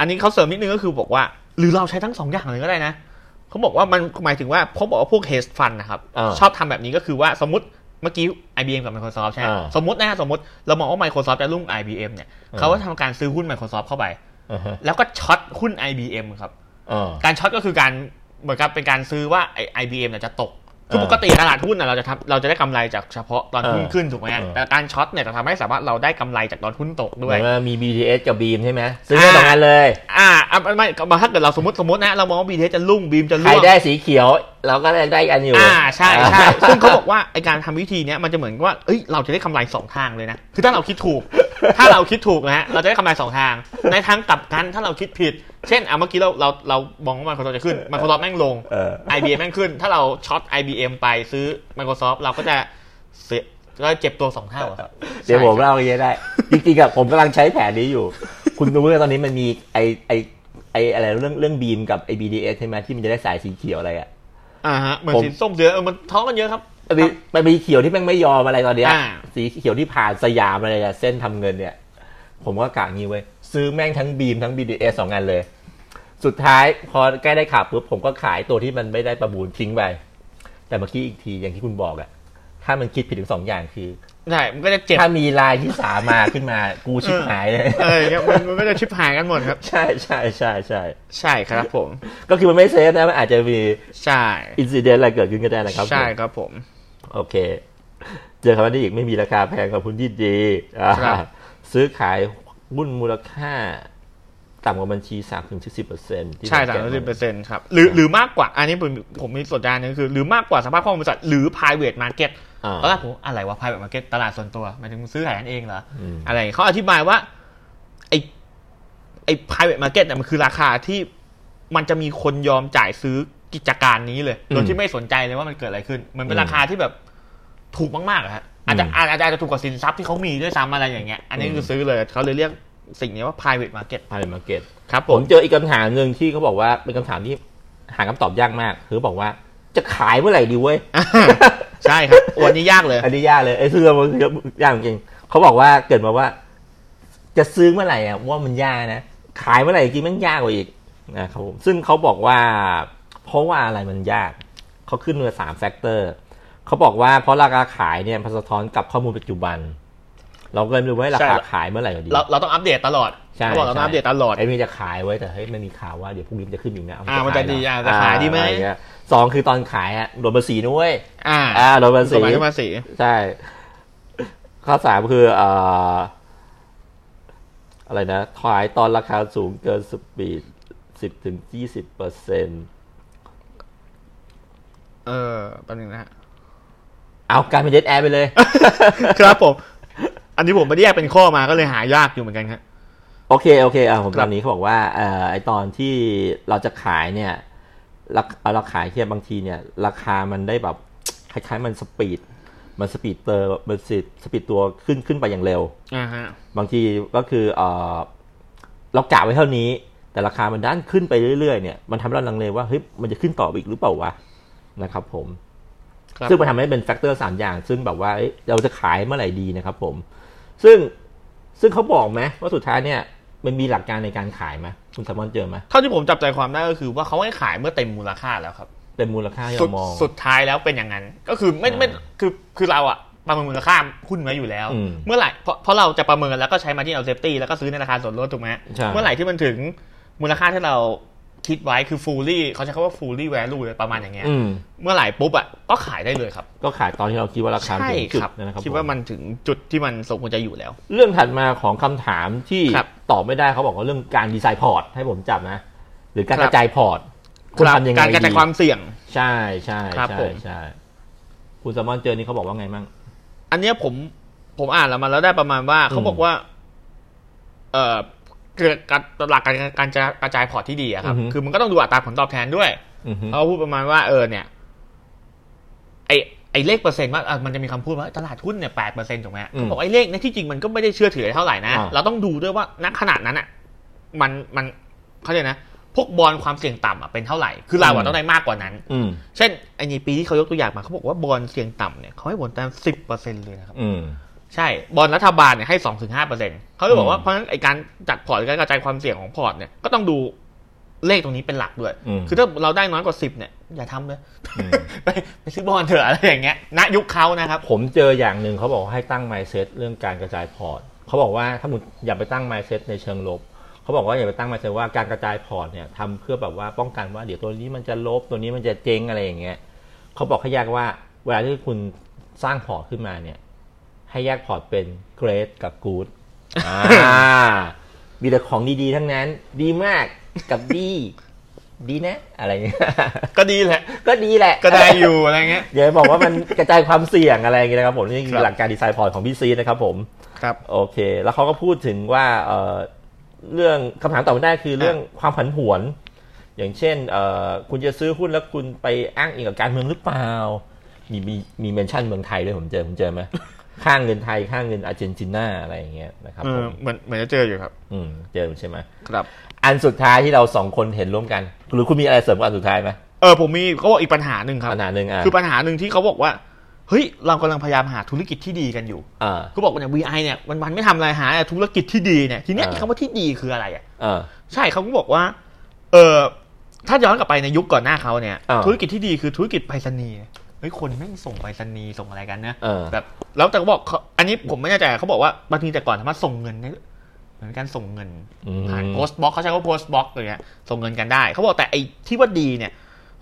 Speaker 1: อันนี้เขาเสริมนิดนึงก็คือบอกว่า หรือเราใช้ทั้งสองอย่างเลยก็ได้นะเขาบอกว่ามันหมายถึงว่าเขาบอกว่าพวกเฮสฟันนะครับ
Speaker 2: อ่า
Speaker 1: ชอบทำแบบนี้ก็คือว่าสมมติเมื่อกี้ IBM กับ Microsoft ใช่ไหม
Speaker 2: อ่า
Speaker 1: สมมตินะสมมติเรามองว่า Microsoft จะรุ่ง IBM เนี่ย
Speaker 2: อ่า
Speaker 1: เขาก็ทำการซื้อหุ้น Microsoft เข้าไป
Speaker 2: อ่าฮะ
Speaker 1: แล้วก็ช็อตหุ้น IBM ครับ
Speaker 2: อ่า
Speaker 1: การช็อตก็คือการเหมือนกับเป็นการซื้อว่าไอ้ IBM เนี่ยจะตกคือ
Speaker 2: เออ
Speaker 1: ปกติตลาดหุ้นน่ะเราจะทำเราจะได้กำไรจากเฉพาะตอนหุ้น
Speaker 2: เออ
Speaker 1: ขึ้นถูกไหมฮะ
Speaker 2: เออ
Speaker 1: แต่การช็อตเนี่ยจะทำให้สามารถเราได้กำไรจากตอนหุ้นตก
Speaker 2: เห
Speaker 1: ด้ว
Speaker 2: มื
Speaker 1: ย
Speaker 2: อนว่ามี BTS กับ Beam ใช่ไหมซื้อได้สองอันเลย
Speaker 1: อ่าอ่ะไม่ไม่ก็ถ้าเกิดเราสมมติสมมตินะเรามองว่าบีเทจะลุ่งบีมจะ
Speaker 2: ใคร
Speaker 1: ลุ่ง
Speaker 2: ได้สีเขียว เราก็ได้ได้อันอยู่
Speaker 1: อ่าใช่ใช่ ซึ่งเขาบอกว่าไอการทำวิธีเนี้ยมันจะเหมือนกับว่าเอ้ยเราจะได้กำไรสองทางเลยนะคือถ้าเราคิดถูก ถ้าเราคิดถูกนะฮะเราจะได้กำไรสองทาง ในทางกลับกันถ้าเราคิดผิด เช่นอ่ะเมื่อกี้เราเราเรามองว่ามันคอนโจะขึ้นมันคอนโแม่งลง
Speaker 2: เออ
Speaker 1: IBM แม่งขึ้น ถ้าเราช็อต IBM ไปซื้อ Microsoft เราก็จะเสียก็เจ็บตัวสองเท่าอะครับ
Speaker 2: เดี๋ยวผมเล่าเยอะได้ จริงๆอะผมกำลังใช้แผนนี้อยู่ คุณรู้ไหมตอนนี้มันมีไอไอไออะไรเรื่องเรื่องบีมกับไอบีดีเอใช่ไหมที่มันจะได้สายสีเขียวอะไรอะ
Speaker 1: อ่าฮะเหมือนสีส้มเสือเออมันท้องกันเยอะครับ
Speaker 2: มันมีมันมีเขียวที่แม่งไม่ยอมอะไรตอนเนี้ย
Speaker 1: อ่า
Speaker 2: สีเขียวที่ผ่านสยามอะไรอะเส้นทำเงินเนี่ย ผมก็กะงี้เว้ยซื้อแม่งทั้งบีมทั้งบีดีเอสองอันเลย สุดท้ายพอใกล้ได้ขับปุ๊บผมก็ขายตัวที่มันไม่ได้ประมูลทิ้งไปแต่เมื่อกี้อีกทีอย่างที่คุณบอกอะถ้ามันคิดผิดถึงสองอย่างคือ
Speaker 1: ใช่มันก็จะเจ็บ
Speaker 2: ถ้ามีลายที่สามมาขึ้นมา กูชิบหายเลย
Speaker 1: เอออย่างเงี้ยมันมันก็จะชิบหายกันหมดครับ
Speaker 2: ใช่ใช่ใช่ใช่
Speaker 1: ใช่ครับผม
Speaker 2: ก็คือมันไม่เซฟนะ มันอาจจะมี
Speaker 1: ใช่
Speaker 2: อินซิเดนต์อะไรเกิดขึ้นก็ได้นะครับ
Speaker 1: ใช่
Speaker 2: ผม
Speaker 1: ครับผม
Speaker 2: โอเค เจอคำว่านี้อีกไม่มีราคาแพงกับหุ้นที่ดีอ่า
Speaker 1: ครับ
Speaker 2: ซื้อขายหุ้นมูลค่า ต่ำกว่าบัญชีสามถึงสิบเปอร์เซ็นต์
Speaker 1: ใช่สามสิบเปอร์เซ็นต์ครับหรือหรือมากกว่าอันนี้ผมผมมีส่วนจานนึงคือ หรือมากกว่าสภาพคล่องบริษัทหรือ private market ตอนแรกผมอะไรวะ private market ตลาดส่วนตัวหมายถึงซื้อขายกันเองเหรออะไรเขาอธิบายว่าไอไอ private market เนี่ยมันคือราคาที่มันจะมีคนยอมจ่ายซื้อกิจการนี้เลยโดยที่ไม่สนใจเลยว่ามันเกิดอะไรขึ้นเหมันเป็นราคาที่แบบถูกมากๆอะฮะอาจจะอาจจะอาจจะถูกกว่าสินทรัพย์ที่เขามีด้วยซ้ำอะไรอย่างเงี้ยอันนี้คือซื้อเลยเขาเลยเรียกสิ่งนี้ว่า private market
Speaker 2: พายมาเก็ต
Speaker 1: ครับผ
Speaker 2: ผม
Speaker 1: ม
Speaker 2: เจออีกคำถามหนึ่งที่เขาบอกว่าเป็นคำถามที่หาคำตอบยากมาก คือบอกว่าจะขายเมื่อไหร่ดีเว้ย
Speaker 1: ใช่ครับวันนี้ ยากเลย
Speaker 2: อันนี้ยากเลยไอ้ซื้อมันยากจริงเขาบอกว่าเกิดมาว่า จะซื้อเมื่อไหร่อ่ะว่ามันยากนะขายเมื่อไหร่จริงมันยากกว่าอีกนะครับผมซึ่งเขาบอกว่า เพราะว่าอะไรมันยากเขาขึ้นมาสามแฟกเตอร์เขาบอกว่าเพราะราคาขายเนี่ยมันสะท้อนกับข้อมูลปัจจุบัน เราก็เลยไม่รู้ว่ารา
Speaker 1: ใช่
Speaker 2: คาขายเมื่อไหร่อยู่ดี
Speaker 1: เราเราต้องอัปเดตตลอด
Speaker 2: ใช่
Speaker 1: เขาบอกเราต้อง
Speaker 2: ใช่
Speaker 1: อัปเดตตลอด
Speaker 2: ไอ้นี่จะขายไว้แต่เฮ้ยมันมีข่าวว่าเดี๋ยวพรุ่งนี้มันจะขึ้นอีกนะเ
Speaker 1: อ่ามันจะดีอ่ะจะขายดีไหม
Speaker 2: อ่อะไรเงี้ยสองคือตอนขายอ่ะโดนภาษีนะเว้ย
Speaker 1: อ่า
Speaker 2: อ่าโดนภา
Speaker 1: ส
Speaker 2: ษี
Speaker 1: มัยขึ้นมาสี
Speaker 2: ใช่ ข้อสามคือเอ่ออะไรนะขายตอนราคาสูงเกินสปีดสิบถึงยี่สิบเปอร์เซ็น
Speaker 1: เออแป๊บนึงนะฮ ะ
Speaker 2: เอาการเป็นเดทแอร์ไปเลย
Speaker 1: ครับผม อันนี้ผมไม่ได้แยกเป็นข้อมาก็เลยหายากอยู่เหมือนกันครับ
Speaker 2: โอเค โอเคอ่ะผม
Speaker 1: ครับ
Speaker 2: ตอนนี้เขาบอกว่าเอ่อไอตอนที่เราจะขายเนี่ยราคเราขายเทียบางทีเนี่ย ราคามันได้แบบคล้ายๆมันสปีด มันสปีดเตอร์มันสปีดสปีดตัวขึ้นขึ้นไปอย่างเร็ว
Speaker 1: ่าฮะ
Speaker 2: บางทีก็คือเออเรากะไว้เท่านี้ แต่ราคามันด้านขึ้นไปเรื่อยๆเนี่ยมันทำให้เราลังเลว่าเฮ้ยมันจะขึ้นต่อไปอีกหรือเปล่าวะนะครับผม
Speaker 1: ครับ
Speaker 2: ซึ่งมันทำให้เป็นแฟกเตอร์สามอย่าง ซึ่งแบบว่าเอ้ยเราจะขายเมื่อไหร่ดีนะครับผม ซึ่งซึ่งเขาบอกไหมว่าสุดท้ายเนี่ย มันมีหลักการในการขายไหมคุณสมอนเจอไหม
Speaker 1: เท่าที่ผมจับใจความได้ก็คือว่าเขาให้ขายเมื่อเต็มมูลค่าแล้วครับ
Speaker 2: เป็นมูลค่าที่
Speaker 1: สุด
Speaker 2: เรามอง
Speaker 1: สุดท้ายแล้วเป็นอย่างนั้น ก็คือไม่ไม่
Speaker 2: อ่า
Speaker 1: คือคือเราอะ ประเมินมูลค่าหุ้นไว้อยู่แล้ว
Speaker 2: อืม
Speaker 1: เมื่อไหร่เพราะเพราะเราจะประเมินแล้วก็ใช้มาที่เอาเซฟตี้แล้วก็ซื้อในราคาส่วนลดถูกไหม
Speaker 2: ใช่
Speaker 1: เมื่อไหร่ที่มันถึงมูลค่าที่เราคิดไว้คือ fully เขาใช้คำว่า fully value เลยประมาณอย่างเงี้ย
Speaker 2: อืม
Speaker 1: เมื่อไหร่ปุ๊บอ่ะก็ขายได้เลยครับ
Speaker 2: ก็ขายตอนที่เราคิดว่าราคามัน
Speaker 1: ใช่
Speaker 2: ถึงจุ
Speaker 1: ค
Speaker 2: ด
Speaker 1: รับ
Speaker 2: นั่นนะครับ
Speaker 1: คิด
Speaker 2: ผม
Speaker 1: ว่ามันถึงจุดที่มันสมควรจะอยู่แล้ว
Speaker 2: เรื่องถัดมาของคำถามที่
Speaker 1: ครับ
Speaker 2: ตอบไม่ได้เขาบอกว่าเรื่องการดีไซน์พอร์ตให้ผมจับนะ หรือการ
Speaker 1: ครับ
Speaker 2: กระจายพอร์ตคุณทำยังไง
Speaker 1: การกระจาย
Speaker 2: ดี
Speaker 1: ความเสี่ยง
Speaker 2: ใช่ใช่
Speaker 1: ครับ
Speaker 2: ใช่
Speaker 1: ผม
Speaker 2: ใช่คุณสมอนเจอนี่เขาบอกว่าไงมั่ง
Speaker 1: อันเนี้ยผมผมอ่านแล้วมาแล้วได้ประมาณว่าเขาบอกว่า เออเกิดการหลักการการจะกระจายพอร์ตที่ดีอะครับ
Speaker 2: อือฮึ
Speaker 1: คือมันก็ต้องดูอัตราผลตอบแทนด้วย
Speaker 2: อือฮึ
Speaker 1: เขาพูดประมาณว่าเออเนี่ย ไอไอเลขเปอร์เซ็นต์ว่าอ่ะมันจะมีคำพูดว่าตลาดหุ้นเนี่ยแปดเปอร์เซ็นต์ถูกไหม
Speaker 2: อืม
Speaker 1: เขาบอกไอเลขเนี่ยที่จริงมันก็ไม่ได้เชื่อถือเท่าไหร่นะ
Speaker 2: อ่า
Speaker 1: เราต้องดูด้วยว่าณขนาดนั้นอะมันมันเขาเรียกนะพวกบอลความเสี่ยงต่ำอะเป็นเท่าไหร่คือเราอะต้องได้มากกว่านั้น
Speaker 2: อืม
Speaker 1: เช่นไอ้ในปีที่เขายกตัวอย่างมาเขาบอกว่าบอลเสี่ยงต่ำเนี่ยเขาให้ผลตามสิบเปอร์เซ็นต์เลยนะครับ
Speaker 2: อืม
Speaker 1: ใช่บอลรัฐบาลเนี่ยให้สองถึงห้าเปอร์เซ็นต์เขาเลยบอกว่า
Speaker 2: อืม
Speaker 1: เพราะฉะนั้นไอการจัดพอร์ตการกระจายความเสี่ยงของพอร์ตเนี่ยก็ต้องดูเลขตรงนี้เป็นหลักด้วย
Speaker 2: อืม
Speaker 1: คือถ้าเราได้น้อยกว่าสิบเนี่ยอย่าทำเลย
Speaker 2: อืม
Speaker 1: ไปไปซื้อบอลเถอะอะไรอย่างเงี้ยณยุคเขานะครับ
Speaker 2: ผมเจออย่างหนึ่งเขาบอกว่าให้ตั้ง mindset เรื่องการกระจายพอร์ตเขาบอกว่าถ้ามุดอย่าไปตั้ง mindset ในเชิงลบเขาบอกว่าอย่าไปตั้ง mindset ว่าการกระจายพอร์ตเนี่ยทำเพื่อแบบว่าป้องกันว่าเดี๋ยวตัวนี้มันจะลบตัวนี้มันจะเจ๊งอะไรอย่างเงี้ยเขาบอกให้แยกว่า เวลาที่คุณสร้างพอร์ตขึ้นมาเนี่ย ให้แยกพอร์ตเป็น great กับ good อ่ามีแต่ของดีๆทั้งนั้น ดีมากกับดี ดีนะ อะไรเงี้ย
Speaker 1: ก็ดีแหละ
Speaker 2: ก็ดีแหละ
Speaker 1: ก็ได้อยู่อะไรเงี้ย
Speaker 2: อย่าไปบอกว่ามัน กระจายความเสี่ยงอะไรอย่างเงี้ยนะครับผมนี่คื
Speaker 1: ครั
Speaker 2: อบ หลักการดีไซน์พอร์ตของพี่ซีดนะครับผม
Speaker 1: ครับ
Speaker 2: โอเค แล้วเขาก็พูดถึงว่าเอ่อเรื่องคำถามต่อไปได้คือเรื่องความผันผวน อย่างเช่นเอ่อคุณจะซื้อหุ้นแล้วคุณไปอ้างอิงกับการเมืองหรือเปล่า มีมีมีเมนชั่นเมืองไทยด้วยผมเจอผมเจอไหม ค่างเงินไทยค่างเงินอาร์เจนตินาอะไรอย่างเงี้ยนะครับ
Speaker 1: เอ
Speaker 2: ผ
Speaker 1: อ
Speaker 2: ม
Speaker 1: เหมือนเหมือนจะเจออยู่ครับ
Speaker 2: อืมเจอใช่ไหม
Speaker 1: ครับ
Speaker 2: อันสุดท้ายที่เราสองคนเห็นร่วมกัน หรือคุณมีอะไรเสริมกับอันสุดท้ายไหม
Speaker 1: เออผมมีเขาบอกอีกปัญหาหนึ่งครับ
Speaker 2: ปัญหาหนึ่งอ่ะ
Speaker 1: คือปัญหาหนึ่งที่เขาบอกว่าเฮ้ยเรากำลังพยายามหาธุรกิจที่ดีกันอยู่
Speaker 2: อ่า
Speaker 1: เขาบอกว่าเนี่ย VI เนี่ยมันมันไม่ทำอะไรหาแต่ธุรกิจที่ดีเนี่ยทีเนี้ย
Speaker 2: เออ
Speaker 1: คำว่าที่ดีคืออะไรอ่ะ
Speaker 2: อ่า
Speaker 1: ใช่เขาก็บอกว่า เออถ้าย้อนกลับไปในยุคก่อนหน้าเขาเนี่ย
Speaker 2: เออ
Speaker 1: ธุรกิจที่ดีคือธุรกิจไปรษณีย์เฮ้ยคนไม่งส่งไปรษณีย์ส่งอะไรกันนะ
Speaker 2: เออ
Speaker 1: แบบแล้วแต่เขาบอกเขาอันนี้ผมไม่แน่ใจเขาบอกว่าบางทีแต่ก่อนสามารถส่งเงินได้เหมือนการส่งเงิน
Speaker 2: อืม
Speaker 1: ผ่านโพสต์บล็อกเขาใช้คำว่าโพสต์บล็อกเลยนะส่งเงินกันได้เขาบอกแต่ไอ้ที่ว่าดีเนี่ย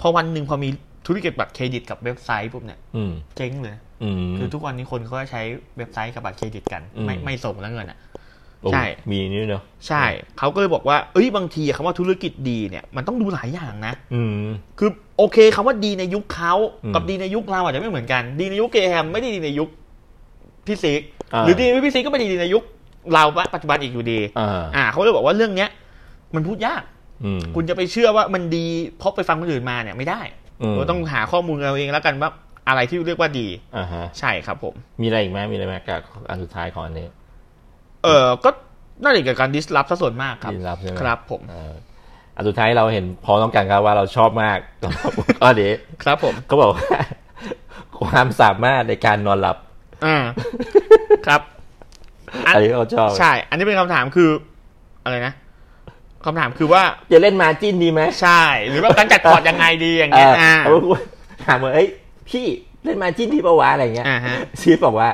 Speaker 1: พอวันหนึ่งพอมีธุรกิจบัตรเครดิตกับเว็บไซต์ปุ๊บเนี่ย
Speaker 2: อืม
Speaker 1: เจ๊งเลย
Speaker 2: อืม
Speaker 1: คือทุกวันนี้คนเขาก็ใช้เว็บไซต์กับบัตรเครดิตกัน
Speaker 2: อืม
Speaker 1: ไม่ไม่ส่งแล้วเงินอ่ะ
Speaker 2: โอ้
Speaker 1: ใช่
Speaker 2: มีนี่เนอะ
Speaker 1: ใช่เขาก็เลยบอกว่าเอ้ยบางทีคำว่าธุรกิจดีเนี่ยมันต้องดูหลายอย่างนะ
Speaker 2: อืม
Speaker 1: คือโอเคคำว่าดีในยุคเขา
Speaker 2: อืม
Speaker 1: กับดีในยุคเราอาจจะไม่เหมือนกัน ดีในยุคเกแฮมไม่ได้ดีในยุคพี่ซีก
Speaker 2: อ่า
Speaker 1: หรือดีในยุคพี่ซีกก็ไม่ได้ดีในยุคเราปัจจุบันอีกอยู่ดี
Speaker 2: อ่า
Speaker 1: อ่าเขาเลยบอกว่าเรื่องเนี้ย มันพูดยาก
Speaker 2: อืม
Speaker 1: คุณจะไปเชื่อว่ามันดีเพราะไปฟังคนอื่นมาเนี่ยไม่ได้
Speaker 2: อืม
Speaker 1: เราต้องหาข้อมูลเราเองแล้วกันว่าอะไรที่เรียกว่าดี
Speaker 2: อ่าฮะ
Speaker 1: ใช่ครับผม
Speaker 2: มีอะไรอีกไหมมีอะไรไหมกับอันสุดท้ายของอันนี้
Speaker 1: เออก็น่าจะเกี่ยวกับการดิสลอฟซะส่วนมากครับ
Speaker 2: disrupt ใช่ไหม
Speaker 1: ครับผม
Speaker 2: เอ่ออันสุดท้ายเราเห็นพอต้องกันครับว่าเราชอบมาก ตอนข้อนี้
Speaker 1: ครับผม
Speaker 2: เขาบอกว่า ความสามารถในการนอนหลับ
Speaker 1: อ่า ครับ อัน
Speaker 2: อันนี้เขาชอบ
Speaker 1: ใช่ อันนี้เป็นคำถามคือ อะไรนะคำถามคือว่า
Speaker 2: จะเล่นมาจิ้นดีไหม
Speaker 1: ใช่ หรือว่าการจัดพอร์ตยังไงดีอย่างเงี้ย อ่า
Speaker 2: เขาบอกว่าถามว่าเอ้ยพี่เล่นมาจิ้นที่ปะวะอะไรเงี้ย
Speaker 1: อ่าฮะ
Speaker 2: ชีฟบอกว่า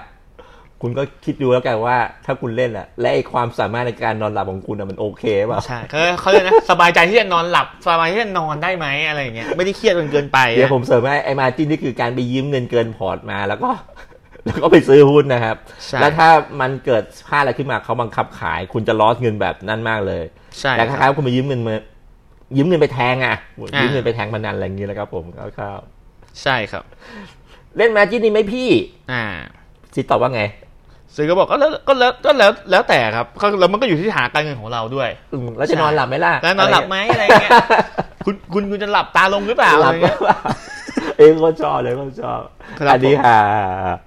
Speaker 2: คุณก็คิดดูแล้วกันว่า ถ้าคุณเล่นอะและไอความสามารถในการนอนหลับของคุณอะมันโอเคเปล่า
Speaker 1: ใช่เขาเขาเลยกนะ สบายใจที่จะนอนหลับ สบายที่จะนอนได้ไหมอะไรอย่างเงี้ย ไม่ได้เครียดจนเกินไป
Speaker 2: เดี๋ยวผมเสริมให้ไอ้มาจินนี่คือการไปยืมเงินเกินพอร์ตมาแล้วก็ แล้วก็ไปซื้อหุ้นนะครับ
Speaker 1: ใช่
Speaker 2: แล้วถ้ามันเกิดพลาดอะไรขึ้นมาเขาบังคับขาย คุณจะลอสเงินแบบนั่นมากเลย
Speaker 1: ใช่
Speaker 2: แต่คล้ายๆว่าคุณไปยืมเงินมายืมเงินไปแทงอ่ะ
Speaker 1: ายื
Speaker 2: ยืมเงินไปแทงพนันอะไรอย่างนี้แหล้วครับผมครับ
Speaker 1: ใช่ครับ
Speaker 2: ๆเล่นมาจินนี่ไหมพี่
Speaker 1: อ่า
Speaker 2: ซิตอบว่าไง
Speaker 1: ซึ่งก็บอกก็แล้วก็แล้วก็แล้วแล้วแต่ครับก็แล้วมันก็อยู่ที่ฐานะการเงินของเราด้วย
Speaker 2: อืมแล้วจะนอนหลับไหมล่ะ
Speaker 1: แล้วนอนหลับไหมอะไรอย่างเงี้ย คุณคุณคุณจะหลับตาลงหรือเปล่า
Speaker 2: หลั
Speaker 1: อะ
Speaker 2: บ
Speaker 1: ไร
Speaker 2: ไหม
Speaker 1: เงี้ย
Speaker 2: ล่ะเองก็ชอบเลยก็ชอบ
Speaker 1: ครับ
Speaker 2: อันนี้
Speaker 1: ผม
Speaker 2: ฮะ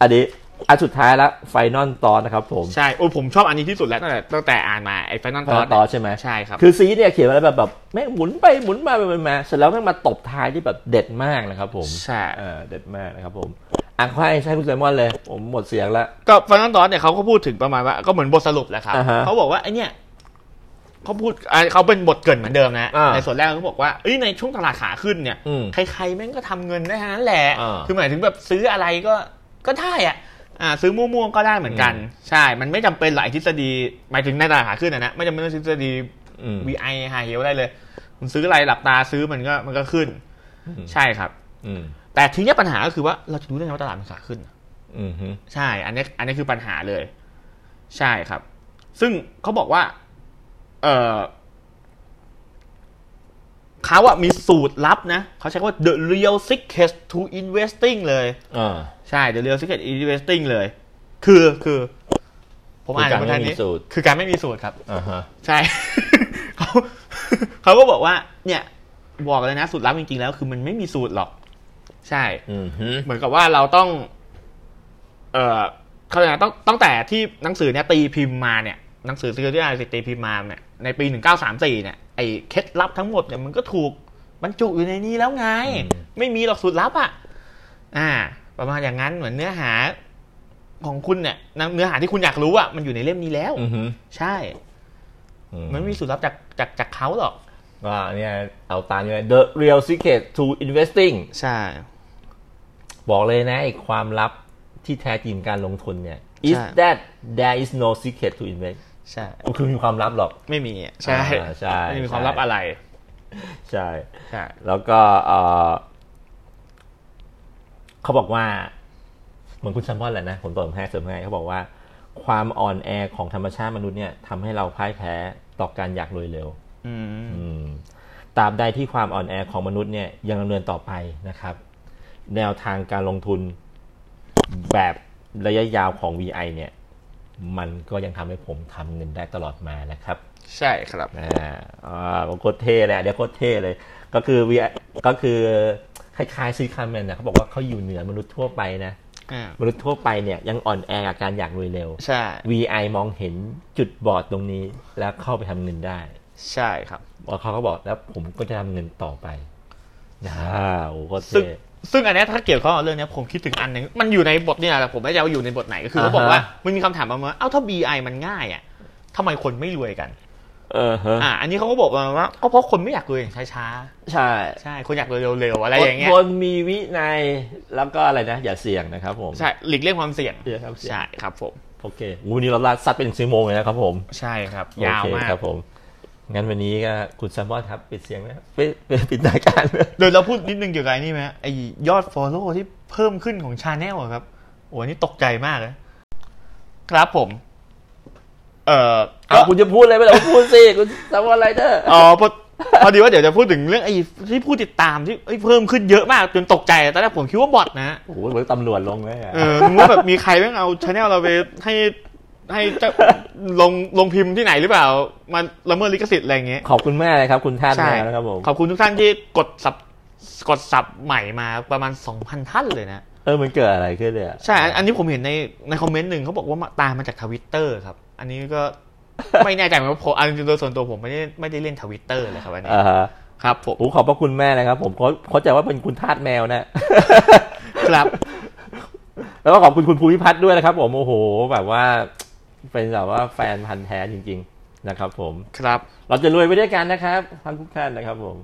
Speaker 2: อันนี้อันสุดท้ายละไฟนอลตอนนะครับ ผม
Speaker 1: ใช่ โอ้ยผมชอบอันนี้ที่สุดแล้วตั้งแต่ตั้งแต่อ่านมา ไอ้ Final
Speaker 2: ไฟนอลต
Speaker 1: Thought
Speaker 2: อนใช่ไหม
Speaker 1: ใช่ครับ
Speaker 2: คือซีเนี่ยเขียนมาแล้วแบบแบบแม่งหมุนไปหมุนมาไปหมุนมาเสร็จแล้วแม่งมาตบท้ายที่แบบเด็ดมากนะครับผม
Speaker 1: ใช่
Speaker 2: เออเด็ดมากนะครับผมอ่ะค่อยใช้คุณไซมอนเลย ผมหมดเสียงแล้ว
Speaker 1: ก็ Final Thought เนี่ยเขาก็พูดถึงประมาณว่า ก็เหมือนบทสรุปแหละครับ
Speaker 2: อ่าฮะ
Speaker 1: เขาบอกว่าไอ้เนี่ยเขาพูดอ่าเขาเป็นบทเกรินเหมือนเดิมนะ
Speaker 2: อ่า
Speaker 1: ในส่วนแรกเขาบอกว่าเอ้ยในช่วงตลาดขาขึ้นเนี่ย
Speaker 2: อืม
Speaker 1: ใครๆแม่งก็ทำเงินได้ทั้งนั้นแหละ
Speaker 2: อ่า
Speaker 1: คือหมายถึงแบบซื้ออะไรก็ ก็ได้อ่ะอ่าซื้อมั่วๆก็ได้เหมือนกัน ใช่ มันไม่จำเป็นหลายทฤษฎีหมายถึงในตลาดขาขึ้นนะนะไม่จำเป็นต้องทฤษฎี
Speaker 2: อืม
Speaker 1: VI หาเฮลได้เลยคุณซื้ออะไรหลับตาซื้อมันก็มันก็ขึ้น
Speaker 2: อืม
Speaker 1: ใช่ครับ
Speaker 2: อืม
Speaker 1: แต่ทีเนี้ยปัญหาก็คือว่าเราจะรู้ได้ไงว่าตลาดมันขาขึ้น
Speaker 2: อืมฮึ
Speaker 1: ใช่ อันนี้อันนี้คือปัญหาเลย ใช่ครับ ซึ่งเขาบอกว่า เออเขาอะมีสูตรลับนะเขาใช้คำว่า the real secret to investing เลย
Speaker 2: อ่า
Speaker 1: ใช่ the real secret investing เลย คือคือ ผมอ่านในบรรทัดนี้ คือการไม่มีสูตรครับ
Speaker 2: อ่าฮะ
Speaker 1: ใช่ เขาเขาก็บอกว่า เนี่ย บอกเลยนะ สูตรลับจริงๆแล้ว คือมันไม่มีสูตรหรอก ใช่
Speaker 2: อืมฮึ
Speaker 1: เหมือนกับว่าเราต้อง เอ่อเขาเรียกนะต้องตั้งแต่ที่หนังสือเนี่ยตีพิมพ์มาเนี่ยหนังสือซีรีส์อะไรตีพิมพ์มาเนี่ยในปีหนึ่งเก้าสามสี่เนี่ยไอ้เคล็ดลับทั้งหมดเนี่ยมันก็ถูกบรรจุอยู่ในนี้แล้วไง
Speaker 2: อืม
Speaker 1: ไม่มีหรอกสูตรลับอ่ะอ่า ประมาณอย่างนั้นเหมือนเนื้อหาของคุณเนี่ยเนื้อหาที่คุณอยากรู้อ่ะมันอยู่ในเล่มนี้แล้ว
Speaker 2: อืมฮึ
Speaker 1: ใช่ มันไม่มีสูตรลับจากจากจากเขาหรอก
Speaker 2: ก็เนี่ยเอาตามนี้เลย The Real Secret to Investing
Speaker 1: ใช่
Speaker 2: บอกเลยนะไอ้ความลับที่แท้จริงการลงทุนเนี่ย is that there is no secret to invest
Speaker 1: ใช่
Speaker 2: มันคือมีความลับหรอก
Speaker 1: ไม่มีอ่ะใช่
Speaker 2: อ่าใช่
Speaker 1: ไม่มี
Speaker 2: ใช่
Speaker 1: ความลับอะไร
Speaker 2: ใช่
Speaker 1: ใช่
Speaker 2: แล้วก็เอ่อเขาบอกว่า เหมือนคุณแซัมพอนแหละนะ ผมเติมให้เสริมให้เขาบอกว่า ความอ่อนแอของธรรมชาติมนุษย์เนี่ยทำให้เราพ่ายแพ้ต่อการอยากรวยเร็ว
Speaker 1: อืม
Speaker 2: อืมตราบใดที่ความอ่อนแอของมนุษย์เนี่ยยังดำเนินต่อไปนะครับ แนวทางการลงทุนแบบระยะยาวของ VI เนี่ย มันก็ยังทำให้ผมทำเงินได้ตลอดมานะครับ
Speaker 1: ใช่ครับ
Speaker 2: อ่าอ่าโคตรเท่เลยอันเดี๋ยวโคตรเท่เลย ก็คือ VI ก็คือคล้ายๆซีคาร์แมนนะเขาบอกว่าเขาอยู่เหนือมนุษย์ทั่วไปนะ
Speaker 1: อ่าม
Speaker 2: นุษย์ทั่วไปเนี่ยยังอ่อนแอกับการอยากรวยเร็ว
Speaker 1: ใช่
Speaker 2: VI มองเห็นจุดบอดตรงนี้แล้วเข้าไปทำเงินได้
Speaker 1: ใช่ครับ
Speaker 2: ว่าเขาก็บอกแล้วผมก็จะทำเงินต่อไปนะโอ้โหโคตร
Speaker 1: ซึ่ง
Speaker 2: เท่
Speaker 1: ซึ่งอันเนี้ยถ้าเกี่ยวข้องกับเรื่องเนี้ยผมคิดถึงอันหนึ่งมันอยู่ในบทเนี่ยแหละแต่ผมไม่ได้ว่าอยู่ในบทไหนก็คือเขา
Speaker 2: อ่าฮะ
Speaker 1: บอกว่ามันมีคำถามประมาณว่าเอ้าถ้า BI มันง่ายอ่ะทำไมคนไม่รวยกัน
Speaker 2: เออฮะ
Speaker 1: อ่า อันนี้เขาก็บอกมาว่าก็เพราะคนไม่อยากรวยอย่างช้า
Speaker 2: ใช่
Speaker 1: ๆใช่คนอยากรวยเร็วๆอะไรอย่างเงี้ย
Speaker 2: คนมีวินัยแล้วก็อะไรนะ อย่าเสี่ยงนะครับผม
Speaker 1: ใช่หลีกเลี่ยงความเสี่ยง
Speaker 2: เสี่ยงครับเสี่ยง
Speaker 1: ใช่ครับผม
Speaker 2: โอเควันนี้เราลาสัดเป็นสิบโมงเลยนะครับผม
Speaker 1: ใช่ครับ ยาว
Speaker 2: โอ
Speaker 1: มา
Speaker 2: เค
Speaker 1: ก
Speaker 2: ครับผมงั้นวันนี้ก็คุณแซมมอนครับปิดเสียงนะครับปิดปิดปิดรายการเลย
Speaker 1: เดี๋ยวเราพูดนิดนึงเกี่ยวกับไอ้นี่ไหมไอ้ยอด follow ที่เพิ่มขึ้นของชาแนลครับโอ้อันนี่ตกใจมากเลยครับผม เอ่อก็
Speaker 2: เอาคุณจะพูดอะไรไม่ได้พูดสิคุณแซมมอนไรเดอร์
Speaker 1: อ๋อพอพอดีว่าเดี๋ยวจะพูดถึงเรื่องไอ้ที่ผู้ติดตามที่เอ้ยเพิ่มขึ้นเยอะมากจนตกใจตอนแรกผมคิดว่าบอทนะ
Speaker 2: โอ้โหเหมือนตำรวจลงเลยอะ
Speaker 1: เอ อนึกว่าแบบมีใครแม่งเอาชาแนลเราไปให้ให้เจ้าลงลงพิมพ์ที่ไหนหรือเปล่า มันละเมิดลิขสิทธิ์อะไรอย่างเงี้ย
Speaker 2: ขอบคุณมากเลยครับคุณท่าน
Speaker 1: ใช่
Speaker 2: นะครับผม
Speaker 1: ขอบคุณทุกท่านที่กดสับกดสับใหม่มาประมาณ 2,000 ท่านเลยนะ
Speaker 2: เออมันเกิดอะไรขึ้นเลยอะ
Speaker 1: ใช่อันอันนี้ผมเห็นในในคอมเมนต์หนึ่งเขาบอกว่ามาตามมาจากทวิตเตอร์ครับ อันนี้ก็ ไม่แน่ใจเหมือนกันผมอันนี้โดยส่วนตัวผมไม่ได้ไม่ได้เล่นทวิตเตอร์เลยครับอันนี้
Speaker 2: อ่าฮะ
Speaker 1: ครับผม
Speaker 2: ผมขอบพระคุณแม่นะครับ ผมเขาเข้าใจว่าเป็นคุณทาสแมวนะ
Speaker 1: ครับ
Speaker 2: แล้วก็ขอบคุณคุณภูมิพัฒน์ด้วยนะครับ ผมโอ้โห แบบว่า เป็นแบบว่าแฟนพันธ์แท้จริง ๆ นะครับ ผม
Speaker 1: ครับ
Speaker 2: เราจะรวยไปด้วยกันนะครับทั้งทุกท่านนะครับ ผม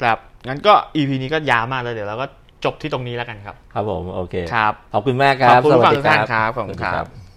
Speaker 1: ครับ งั้นก็ EP นี้ก็ยาวมากเลยเดี๋ยวเราก็จบที่ตรงนี้แล้วกันครับ
Speaker 2: ครับผมโอเค
Speaker 1: ครับ
Speaker 2: ขอบคุณมากครับ
Speaker 1: ขอบคุณ
Speaker 2: สวัสดี
Speaker 1: ทุกท่านครับขอบคุณ
Speaker 2: สวัสดี
Speaker 1: ครับ